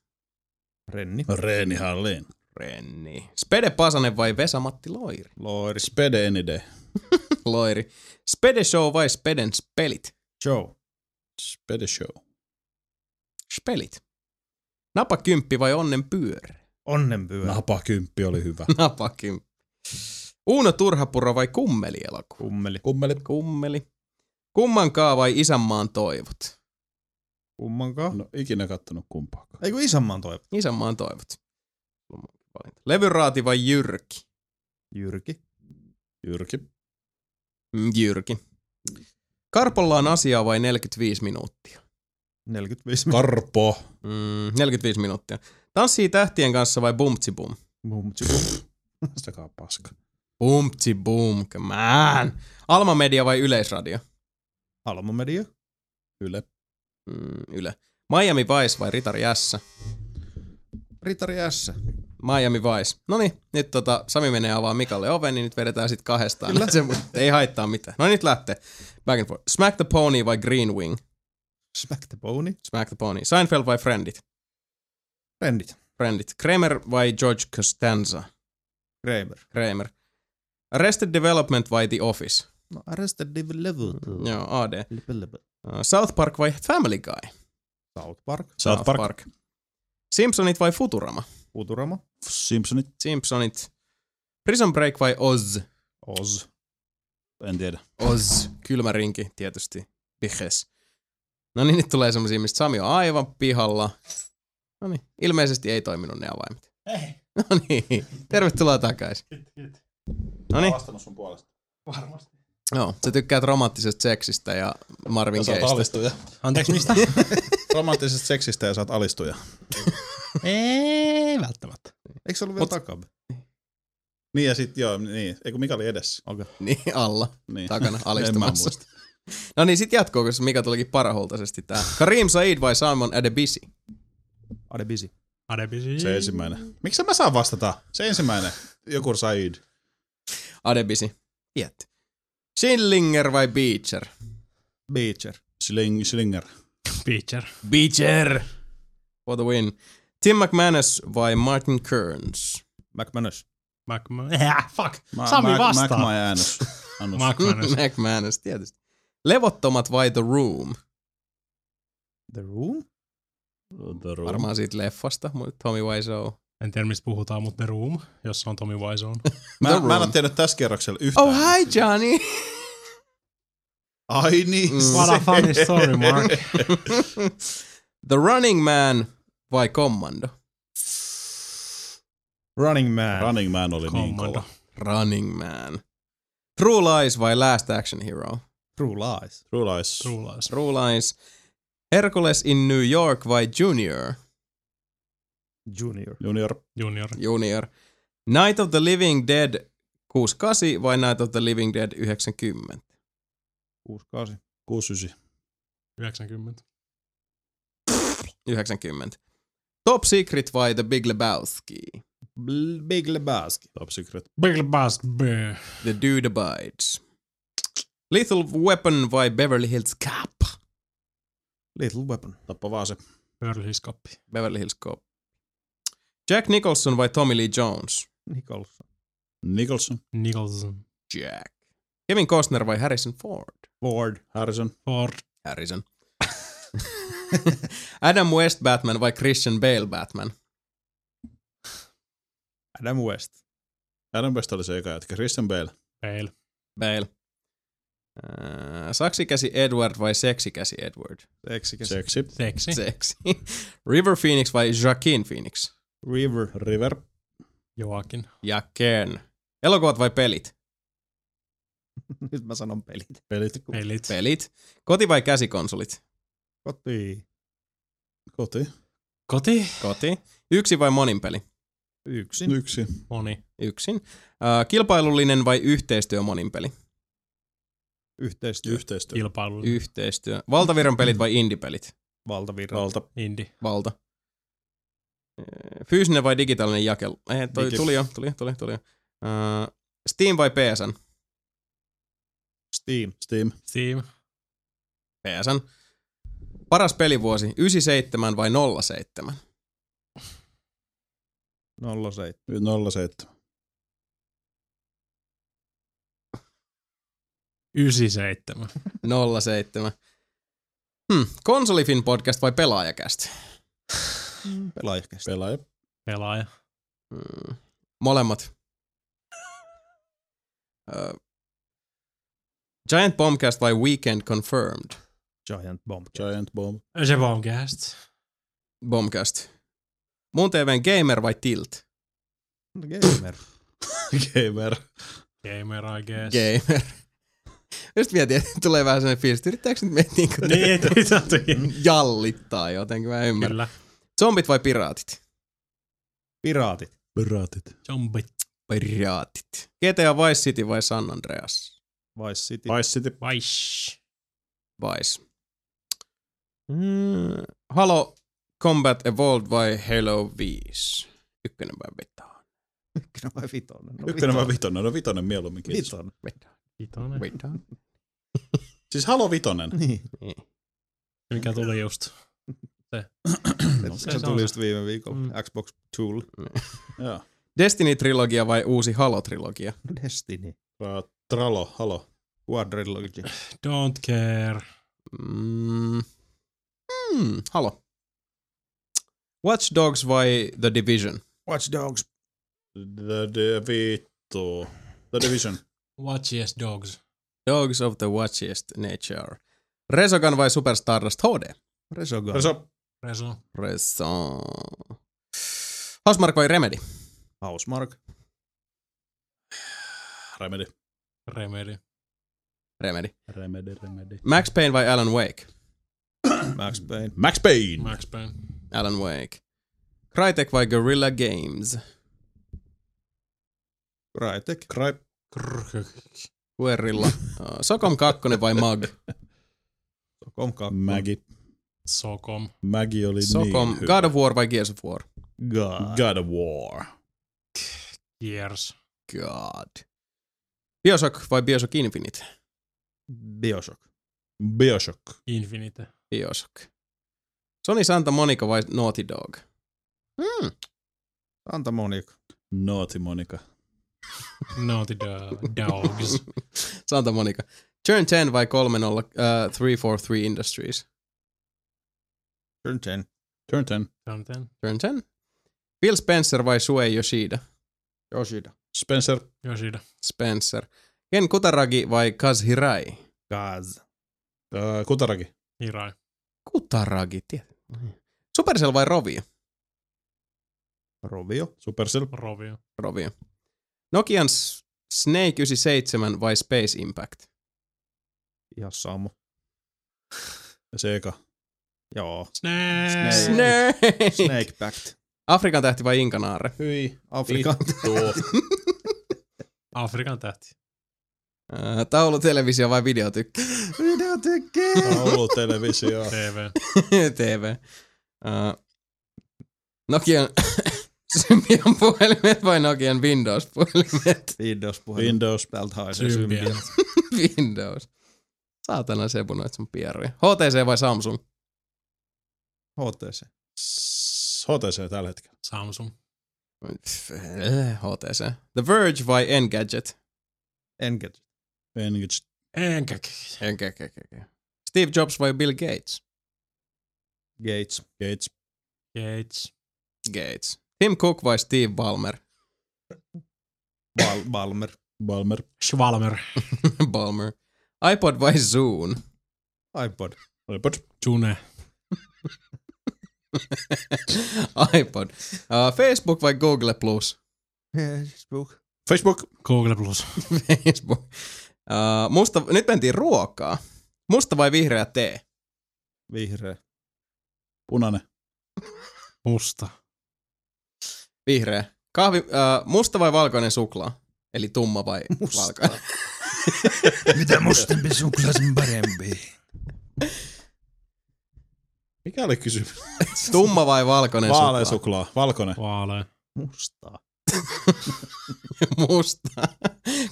Renni. Reeni Hallin. Renni. Spede Pasanen vai Vesa-Matti Loiri? Loiri. Spede Any Day. Loiri. Spede Show vai Speden Spelit? Joe. Spede Show. Spelit. Napakymppi vai Onnen pyörä? Onnenpyörä. No. Napakymppi oli hyvä. Napakin. Uuno Turhapuro vai kummeli elokuva? Kummeli. Kummeli. Kummeli. Kummankaa vai isänmaan toivot? Kummankaan. No ikinä kattonut kumpaakaan. Ei kun isänmaan toivo. Isänmaan toivot. Sulla on muitakin valintoja. Levyraati vai jyrki? Jyrki. Jyrki. Mm, Jyrki. Karpolla on asiaa vai 45 minuuttia? 45 minuuttia. Karpo. Mm, 45 minuuttia. Tanssii tähtien kanssa vai bumtsi bum? Mistäkään paska. Bumtsi bum, come on. Alma Media vai Yleisradio? Halma media. Yle. Mm, yle. Miami Vice vai Ritari S? Ritari S. Miami Vice. No niin, nyt tota, Sami menee avaa Mikalle oven, niin nyt vedetään sit kahdestaan. Kyllä. Se, mut ei haittaa mitään. No niin, nyt lähtee. Back and forth. Smack the Pony vai Green Wing? Smack the Bone. Smack the Pony. Seinfeld vai Friendit? Friendit. Friendit. Kramer vai George Costanza? Kramer. Kramer. Arrested Development vai The Office? No Arrested Development. Joo, AD. Uh, South Park vai Family Guy? South Park. South Park, Simpsonit vai Futurama? Futurama. Simpsonit, Simpsonit. Prison Break vai Oz? Oz. en tiedä. Oz. Kylmä rinki, tietysti. Pihes. No niin, nyt tulee semmosia, mistä Sami on aivan pihalla. No niin, ilmeisesti ei toiminut ne avaimet. Ei. No niin, tervetuloa takaisin. No niin, vastannut sun puolesta. joo, sä tykkäät romanttisesta seksistä ja Marvin Sä oot Gayeista. alistuja. Anteeksi, mistä? Romanttisesta seksistä ja sä oot alistuja. Ei välttämättä. Eikö se ollut vielä takab? Niin ja sit joo, niin. Ei kun Mika oli edessä. Niin, alla, Niin. takana, En mä alistumassa. muista. No niin, sit jatkuu, koska Mika tulikin paraholtaisesti tää. Karim Said vai Simon Adebisi? Ade busy. Adebisi. Se ensimmäinen. Miksi mä saan vastata? Se ensimmäinen. Joku Said. Adebisi. Tiedätte. Schillinger vai Beecher? Beecher. Sling, Slinger. Beecher. Beecher! For the win. Tim McManus vai Martin Kearns? McManus. Macma. Äh, fuck. Sami vastaa. Mac, äänös. Annus. Macmanus. McManus, tietysti. Levottomat vai The Room? The Room. The room. Varmaan siitä leffasta, mutta Tommy Wiseau. En tiedä, mistä puhutaan, mutta The Room, jossa on Tommy Wiseau. Mä, The mä en Room. ole tiennyt tässä kerroksella yhtään. Oh, hi Johnny! Ai niin. Mm. What a funny story, Mark. The Running Man vai Commando? Running Man. Running Man oli niin Commando. kova. Running Man. True Lies vai Last Action Hero? True Lies. True Lies. True Lies. True Lies. Hercules in New York vai Junior? Junior. Junior. Junior. Junior. Night of the Living Dead 68 vai Night of the Living Dead 90? 68. 69. 90. 90. Top Secret vai The Big Lebowski? Bl- Big Lebowski. Top Secret. Big Bass. Brr. The Dude Abides. Lethal Weapon vai Beverly Hills Cop? Little Weapon. Tappa vaan se. Beverly Hills Cop. Beverly Hills Cop. Jack Nicholson vai Tommy Lee Jones? Nicholson. Nicholson. Nicholson. Jack. Kevin Costner vai Harrison Ford? Ford. Harrison. Ford. Harrison. Adam West Batman vai Christian Bale Batman? Adam West. Adam West oli se eka jätkä. Christian Bale. Bale. Bale. Äh, saksikäsi Edward vai seksikäsi Edward? Seksikäs. Seksi. Seksi. Seksi. River Phoenix vai Joaquin Phoenix? River. River. Joakin. Ja Ken. Elokuvat vai pelit? Nyt mä sanon pelit. Pelit. Pelit. Pelit. Koti vai käsikonsolit? Kotiin. Koti. Niin. Koti. Koti. Yksi vai monin peli? Yksin. Yksi. Moni. Yksin. Äh, kilpailullinen vai yhteistyö monin peli? Yhteistyö. Yhteistyö. Kilpailu. Yhteistyö. Valtavirran pelit vai indie-pelit? Valtavirta. Valta. Indi. Valta. Äh, Fyysinen vai digitaalinen jakelu? Eh, toi Digi. tuli jo, tuli jo, tuli jo, tuli jo. Äh, Steam vai PSN? Steam. Steam. Steam. PSN. Paras pelivuosi, 97 vai 07? 07. 07. 97. 07. Hmm. Konsolifin podcast vai pelaajakästä? Mm. Pelaajakästä. Pelaaja. Pelaaja. Hmm. Molemmat. Ö, Giant Bombcast vai Weekend Confirmed? Giant Bomb. Giant Bomb. Se Bombcast. Bombcast. Muun TVn Gamer vai Tilt? Gamer. Gamer. Gamer, I guess. Gamer. Just mietin, että tulee vähän sellainen fiilis, että yrittääkö nyt meitä niinku Niin, ei tuli tuli. jallittaa jotenkin, mä en ymmärrä. Kyllä. Zombit vai piraatit? Piraatit. Piraatit. Zombit. Piraatit. GTA Vice City vai San Andreas? Vice City. Vice City. Vice. Vice. Mm, Halo Combat Evolved vai Halo 5? Ykkönen vai vetaan? Ykkönen vai vitonen? No, Ykkönen vai vitonen? No vitonen mieluummin, kiitos. Vitonen. Vetaan, Vitonen. vetaan. Siis Halo Vitonen. Niin. Se, mikä tuli just. No, se se, se on se. tuli just viime viikolla. Mm. Xbox Tool. Mm. Joo. Destiny-trilogia vai uusi Halo-trilogia? Destiny. Tra- Tralo, Halo. Quadrilogy. Don't care. Mm. Mm, halo. Watch Dogs vai The Division? Watch Dogs. The, the, vittu. The Division. Watch yes dogs. Dogs of the Watchiest Nature. Resogun vai Super Stardust HD? Resogun. Reso, Reso. Reson. Housemark vai Remedy? Housemark. Remedy. Remedy. Remedy. Remedy, Remedy. Max Payne vai Alan Wake? Max Payne. Max Payne. Max Payne. Alan Wake. Crytek vai Guerrilla Games? Crytek. Cry- Guerrilla. Ö, Sokom 2 vai Mag? Socom 2. Magi. Sokom. Magi oli Sokom. niin hyvä. God of War vai Gears of War? God. God of War. Gears. God. Bioshock vai Bioshock Infinite? Bioshock. Bioshock. Infinite. Bioshock. Sony Santa Monica vai Naughty Dog? Hmm. Mm. Santa Monica. Naughty Monica. Naughty do- dogs. Santa Monica. Turn 10 vai 30, uh, 343 Industries? Turn 10. Turn 10. Something. Turn 10. Phil Spencer vai Sue Yoshida? Yoshida. Spencer. Yoshida. Spencer. Ken Kutaragi vai Kaz Hirai? Gaz. Uh, Kutaraki. Hirai. Kutaragi, tietysti. Supercell vai Rovio? Rovio. Supercell. Rovio. Rovio. Nokian S- Snake 97 vai Space Impact? Ihan sama. Se eka. Joo. Snake. Snake. Snake! Snake Pact. Afrikan tähti vai Inkanaare? Hyi. Afrikan. Tuo. Afrikan tähti. Ää, Taulu, televisio Äh, vai videotykki? Video tykkää. Ollut televisio. TV. TV. Uh, Nokian Symbian puhelimet vai Nokian Windows-puhelimet? Windows puhelu. Windows. Täältä haisee Symbian. symbian. Windows. Saatana Sebu noit sun pieruja. HTC vai Samsung? HTC. S- HTC tällä hetkellä. Samsung. HTC. The Verge vai Engadget? Enget. Engage. Enkä. Engadget. Steve Jobs vai Bill Gates? Gates. Gates. Gates. Gates. Tim Cook vai Steve Ballmer? Bal- Balmer. Balmer. Schwalmer. Ballmer. iPod vai Zoom? iPod. Repot. June. iPod. Uh, Facebook vai Google Plus? Facebook. Facebook. Google Plus. Facebook. Uh, musta, nyt mentiin ruokaa. Musta vai vihreä tee? Vihreä. Punainen. Musta. Vihreä. Kahvi, uh, musta vai valkoinen suklaa? Eli tumma vai musta. valkoinen? Mitä mustempi suklaa, sen parempi. Mikä oli kysymys? Tumma vai valkoinen Vaalea suklaa? suklaa. Valkoinen. Vaalea. Mustaa. musta.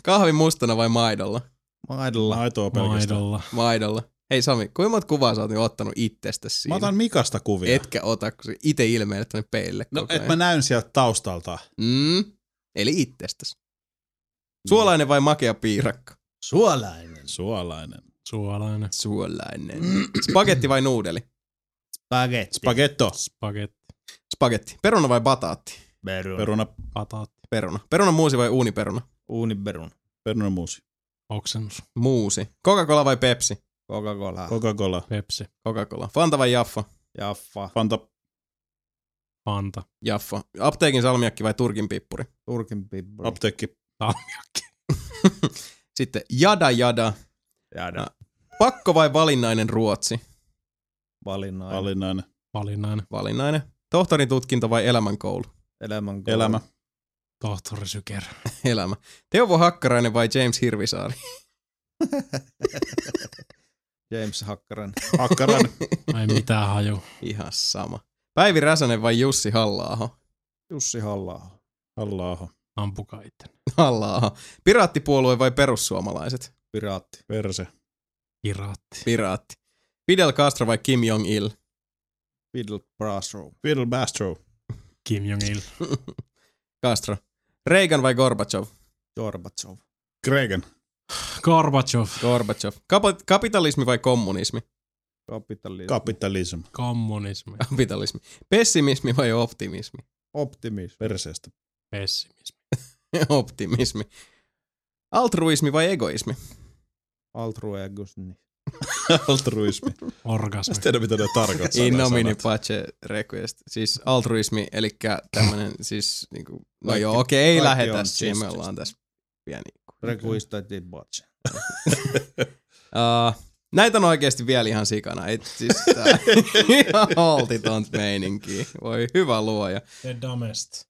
Kahvi mustana vai maidolla? Maidolla. Aitoa pelkästään. Maidolla. Maidolla. Hei Sami, kuinka monta kuvaa sä oot jo ottanut itsestä Mä siinä? otan Mikasta kuvia. Etkä ota, kun se itse ilmeilet tänne peille. No, koko et ajan. mä näyn sieltä taustalta. Mm. Eli itsestäsi. Mm. Suolainen vai makea piirakka? Suolainen. Suolainen. Suolainen. Suolainen. Spagetti vai nuudeli? Spagetti. Spagetto. Spagetti. Spagetti. Peruna vai bataatti? Peruna. Peruna. Pataatti. Peruna. Peruna muusi vai uuniperuna? Uuniberun. Peruna muusi. Oksennus. Muusi. Coca-Cola vai Pepsi? Ah. Coca-Cola. Coca-Cola. Pepsi. Coca-Cola. Fanta vai Jaffa? Jaffa. Fanta. Fanta. Jaffa. Apteekin salmiakki vai Turkin pippuri? Turkin pippuri. Apteekki. Sitten jada jada. Jäädään. Pakko vai valinnainen ruotsi? Valinnainen. Valinnainen. Valinnainen. Valinnainen. Tohtorin tutkinto vai elämänkoulu? Elämän koulu. Elämä. Tohtori Syker. Elämä. Teuvo Hakkarainen vai James Hirvisaari? James Hakkaran. Hakkaran. Ai mitään haju. Ihan sama. Päivi Räsänen vai Jussi halla Jussi halla halla Ampukaa itten. halla Piraattipuolue vai perussuomalaiset? Piraatti. Perse. Piraatti. Piraatti. Fidel Castro vai Kim Jong-il? Fiddle Brasro. Fiddle Bastro. Kim Jong-il. Castro. Reagan vai Gorbachev? Gorbachev. Gregan. Gorbachev. Gorbachev. Kap- kapitalismi vai kommunismi? Kapitalismi. Kap. Kapitalism. Kommunismi. Kapitalismi. Pessimismi vai optimismi? Optimismi. Perseestä. Pessimismi. optimismi. Altruismi vai egoismi? Altruegusni. Altruismi. Orgasmi. Mä tiedä, mitä ne tarkoittaa. nää Innomini sanat. pace request. Siis altruismi, eli tämmönen siis niinku, no Kaikki- joo, okei, ei kaikki lähetä. on Siinä me just- ollaan tässä pieni. niinku. Requistated botch. Uh, näitä on oikeasti vielä ihan sikana. Et siis tää, ihan holtiton meininki. Voi hyvä luoja. The dumbest.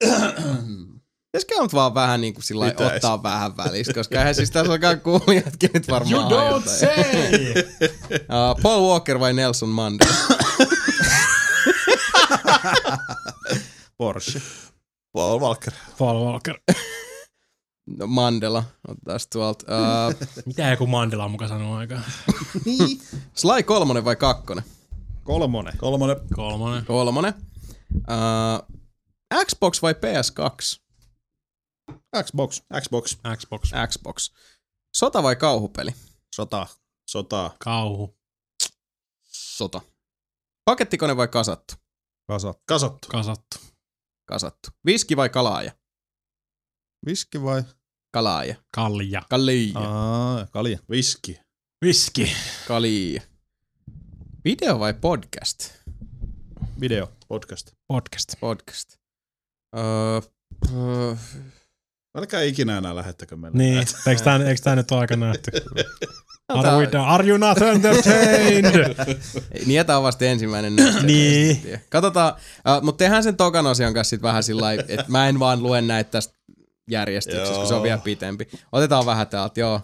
Pitäisikö nyt vaan vähän niin kuin sillä lailla Pitäis. ottaa vähän välissä, koska eihän siis tässä alkaa kuulijatkin nyt varmaan You don't hajota. say! Uh, Paul Walker vai Nelson Mandela? Porsche. Paul Walker. Paul Walker. No, Mandela, ottaa tuolta. Uh, Mitä joku Mandela on muka sanonut aikaan? Sly kolmonen vai kakkonen? Kolmonen. Kolmonen. Kolmonen. Kolmonen. Uh, Xbox vai PS2? Xbox. Xbox. Xbox. Xbox. Sota vai kauhupeli? Sota. Sota. Kauhu. Sota. Pakettikone vai kasattu? Kasat. Kasattu. Kasattu. Kasattu. Viski vai kalaaja? Viski vai? Kalaaja. Kalja. Ah. Kalija. Aa, kalja. Viski. Viski. Kalija. Video vai podcast? Video. Podcast. Podcast. Podcast. Öö, öö, Älkää ikinä enää lähettäkö meille. Niin, näitä. eikö tää, eikö tää nyt ole aika nähty? tää- Are, we done? Are you not entertained? ei, niin, ja tää on vasta ensimmäinen näistä. Niin. viestiä. Katsotaan, uh, mutta tehdään sen tokan asian kanssa sit vähän sillä lailla, että mä en vaan lue näitä tästä järjestyksestä, kun se on Joo. vielä pitempi. Otetaan vähän täältä, joo.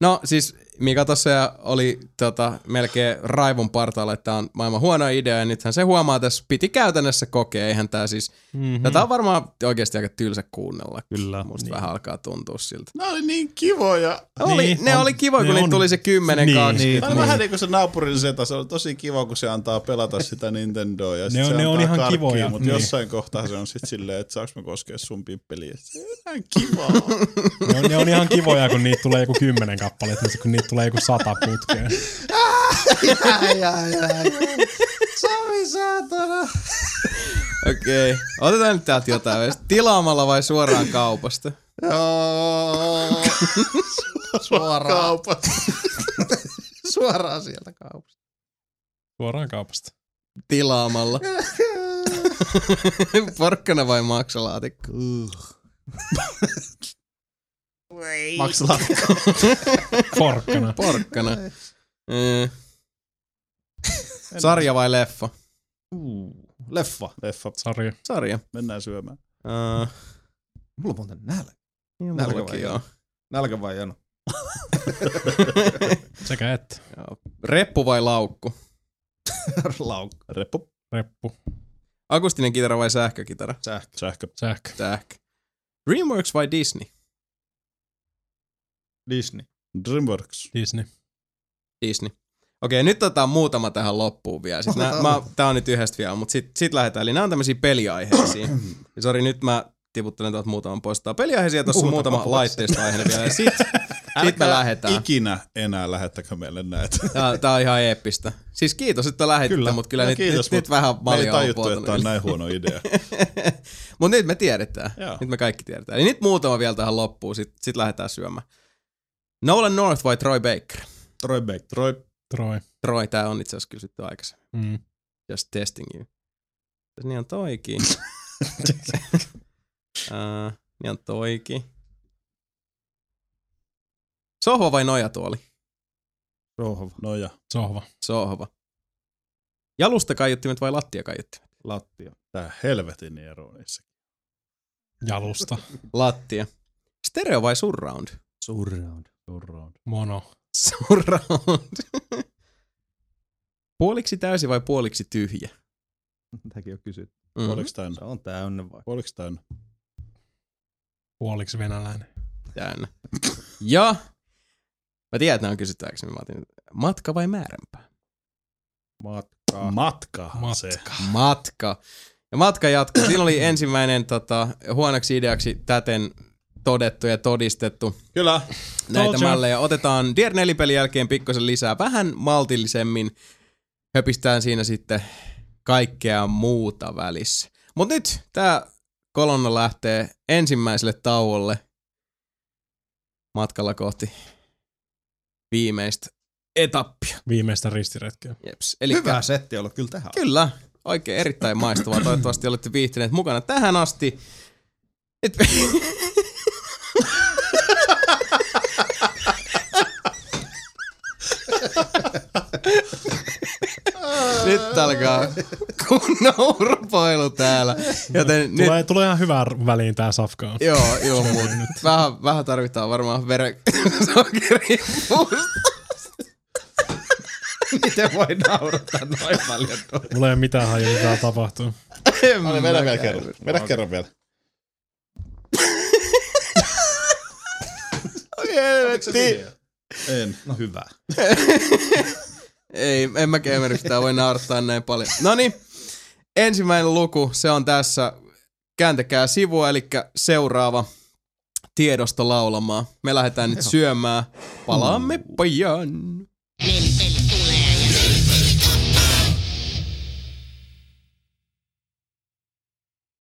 No siis Mika tuossa oli tota, melkein raivon partaalla, että tämä on maailman huono idea ja nythän se huomaa tässä, piti käytännössä kokea, eihän tämä siis, mm-hmm. tätä on varmaan oikeasti aika tylsä kuunnella. Mhm. Kyllä. Musta niin. vähän alkaa tuntua siltä. Nämä oli niin kivoja. Oli, Niin, ne on- oli kiva, kun ne niitä on. tuli se 10 Niin. 20. Tämä on vähän niin kuin se naapurin seta, se on tosi kiva, kun se antaa pelata sitä Nintendoa ja sit Ne on- se ne on antaa ihan karkkiin, kivoja, Mutta niin. jossain kohtaa se on sitten silleen, että saaks mä koskea sun pippeliä. Se on ihan kivaa. Ne on, ne on ihan kivoja, kun niitä tulee joku kymmenen kappaletta, mutta kun niitä tulee joku sata putkea. Okei. Otetaan nyt täältä jotain. vielä. Tilaamalla vai suoraan kaupasta? Suoraan. Suoraan sieltä kaupasta. Suoraan kaupasta. Tilaamalla. Porkkana vai maksalaatikko? Maksaa. Porkkana. Porkkana. Mm. Sarja vai leffa? Leffa. Leffa. Sori. Sarja. Mennään syömään. Uh, Mulla on muuten nälkä. Nälkä vai joo. Nälkä vai jano? Sekä et. Reppu vai laukku? Laukka. Reppu. Reppu. Akustinen kitara vai sähkökitara? Sähkö. Sähkö. Sähkö. Dreamworks vai Disney? Disney. Dreamworks. Disney. Disney. niin. Okei, nyt otetaan muutama tähän loppuun vielä. Siis nää, mä, tää on nyt yhdestä vielä, mutta sit, sit lähdetään. Eli nämä on tämmöisiä peliaiheisiin. Ja sori, nyt mä tiputtelen täältä muutaman pois. Tää on peliaiheisia, tossa on muutama laitteista aihe vielä. Ja sit, sit me Älkää lähdetään. Ikinä enää lähettäkö meille näitä. Tää, tää on ihan eeppistä. Siis kiitos, että lähetitte, kyllä. mutta kyllä Ja nyt, kiitos, nyt, mut nyt vähän Me ei malja on tajuttu, että puoltunut. tämä on näin huono idea. Mutta nyt me tiedetään. Joo. Nyt me kaikki tiedetään. Eli nyt muutama vielä tähän loppuun, sit, sit lähdetään syömään. Nolan North vai Troy Baker? Troy Baker. Troy. Troy. Troy, tää on itse asiassa kysytty aikaisemmin. Mm. Just testing you. Mitäs Niin on toiki. uh, niin on toiki. Sohva vai nojatuoli? Sohva. Noja. Sohva. Sohva. Jalustakaiuttimet vai lattiakaiuttimet? Lattia. Tää helvetin ero niissä. Jalusta. Lattia. Stereo vai surround? Surround. Turroon. Mono. Surround. Puoliksi täysi vai puoliksi tyhjä? Tätäkin on kysytty. Mm. Puoliksi täynnä. Se on täynnä vaikka. Puoliksi täynnä. Puoliksi venäläinen. Täynnä. Ja mä tiedän, että nämä on kysytty aikaisemmin. Mä otin, matka vai määränpää? Matkaa. Matka. Se. Matka. Matka. Ja matka jatkuu. Siinä oli ensimmäinen tota, huonoksi ideaksi täten todettu ja todistettu Kyllä. näitä Told ya. malleja. Otetaan Dier 4 pelin jälkeen pikkasen lisää vähän maltillisemmin. Höpistään siinä sitten kaikkea muuta välissä. Mut nyt tää kolonna lähtee ensimmäiselle tauolle matkalla kohti viimeistä etappia. Viimeistä ristiretkeä. Jeps. Eli Hyvä setti ollut kyllä tähän. Kyllä, oikein erittäin maistavaa. Toivottavasti olette viihtyneet mukana tähän asti. Nyt... Nyt alkaa kunnon urpoilu täällä. Joten nyt, Tulee, tulee ihan hyvään r- väliin tää safkaan. joo, ilman muuta. Vähän, vähän tarvitaan varmaan veren sokeria Miten voi naurata noin paljon? Mulla ei ole mitään hajua, mitä täällä tapahtuu. Anne, vedä vielä kerran. Vedä kerran vielä. helvetti. En. No hyvä. Ei, en mä kemeristää voi naurattaa näin paljon. No niin, ensimmäinen luku, se on tässä. Kääntäkää sivua, eli seuraava tiedosto laulamaan. Me lähdetään nyt syömään. Palaamme pian. Niin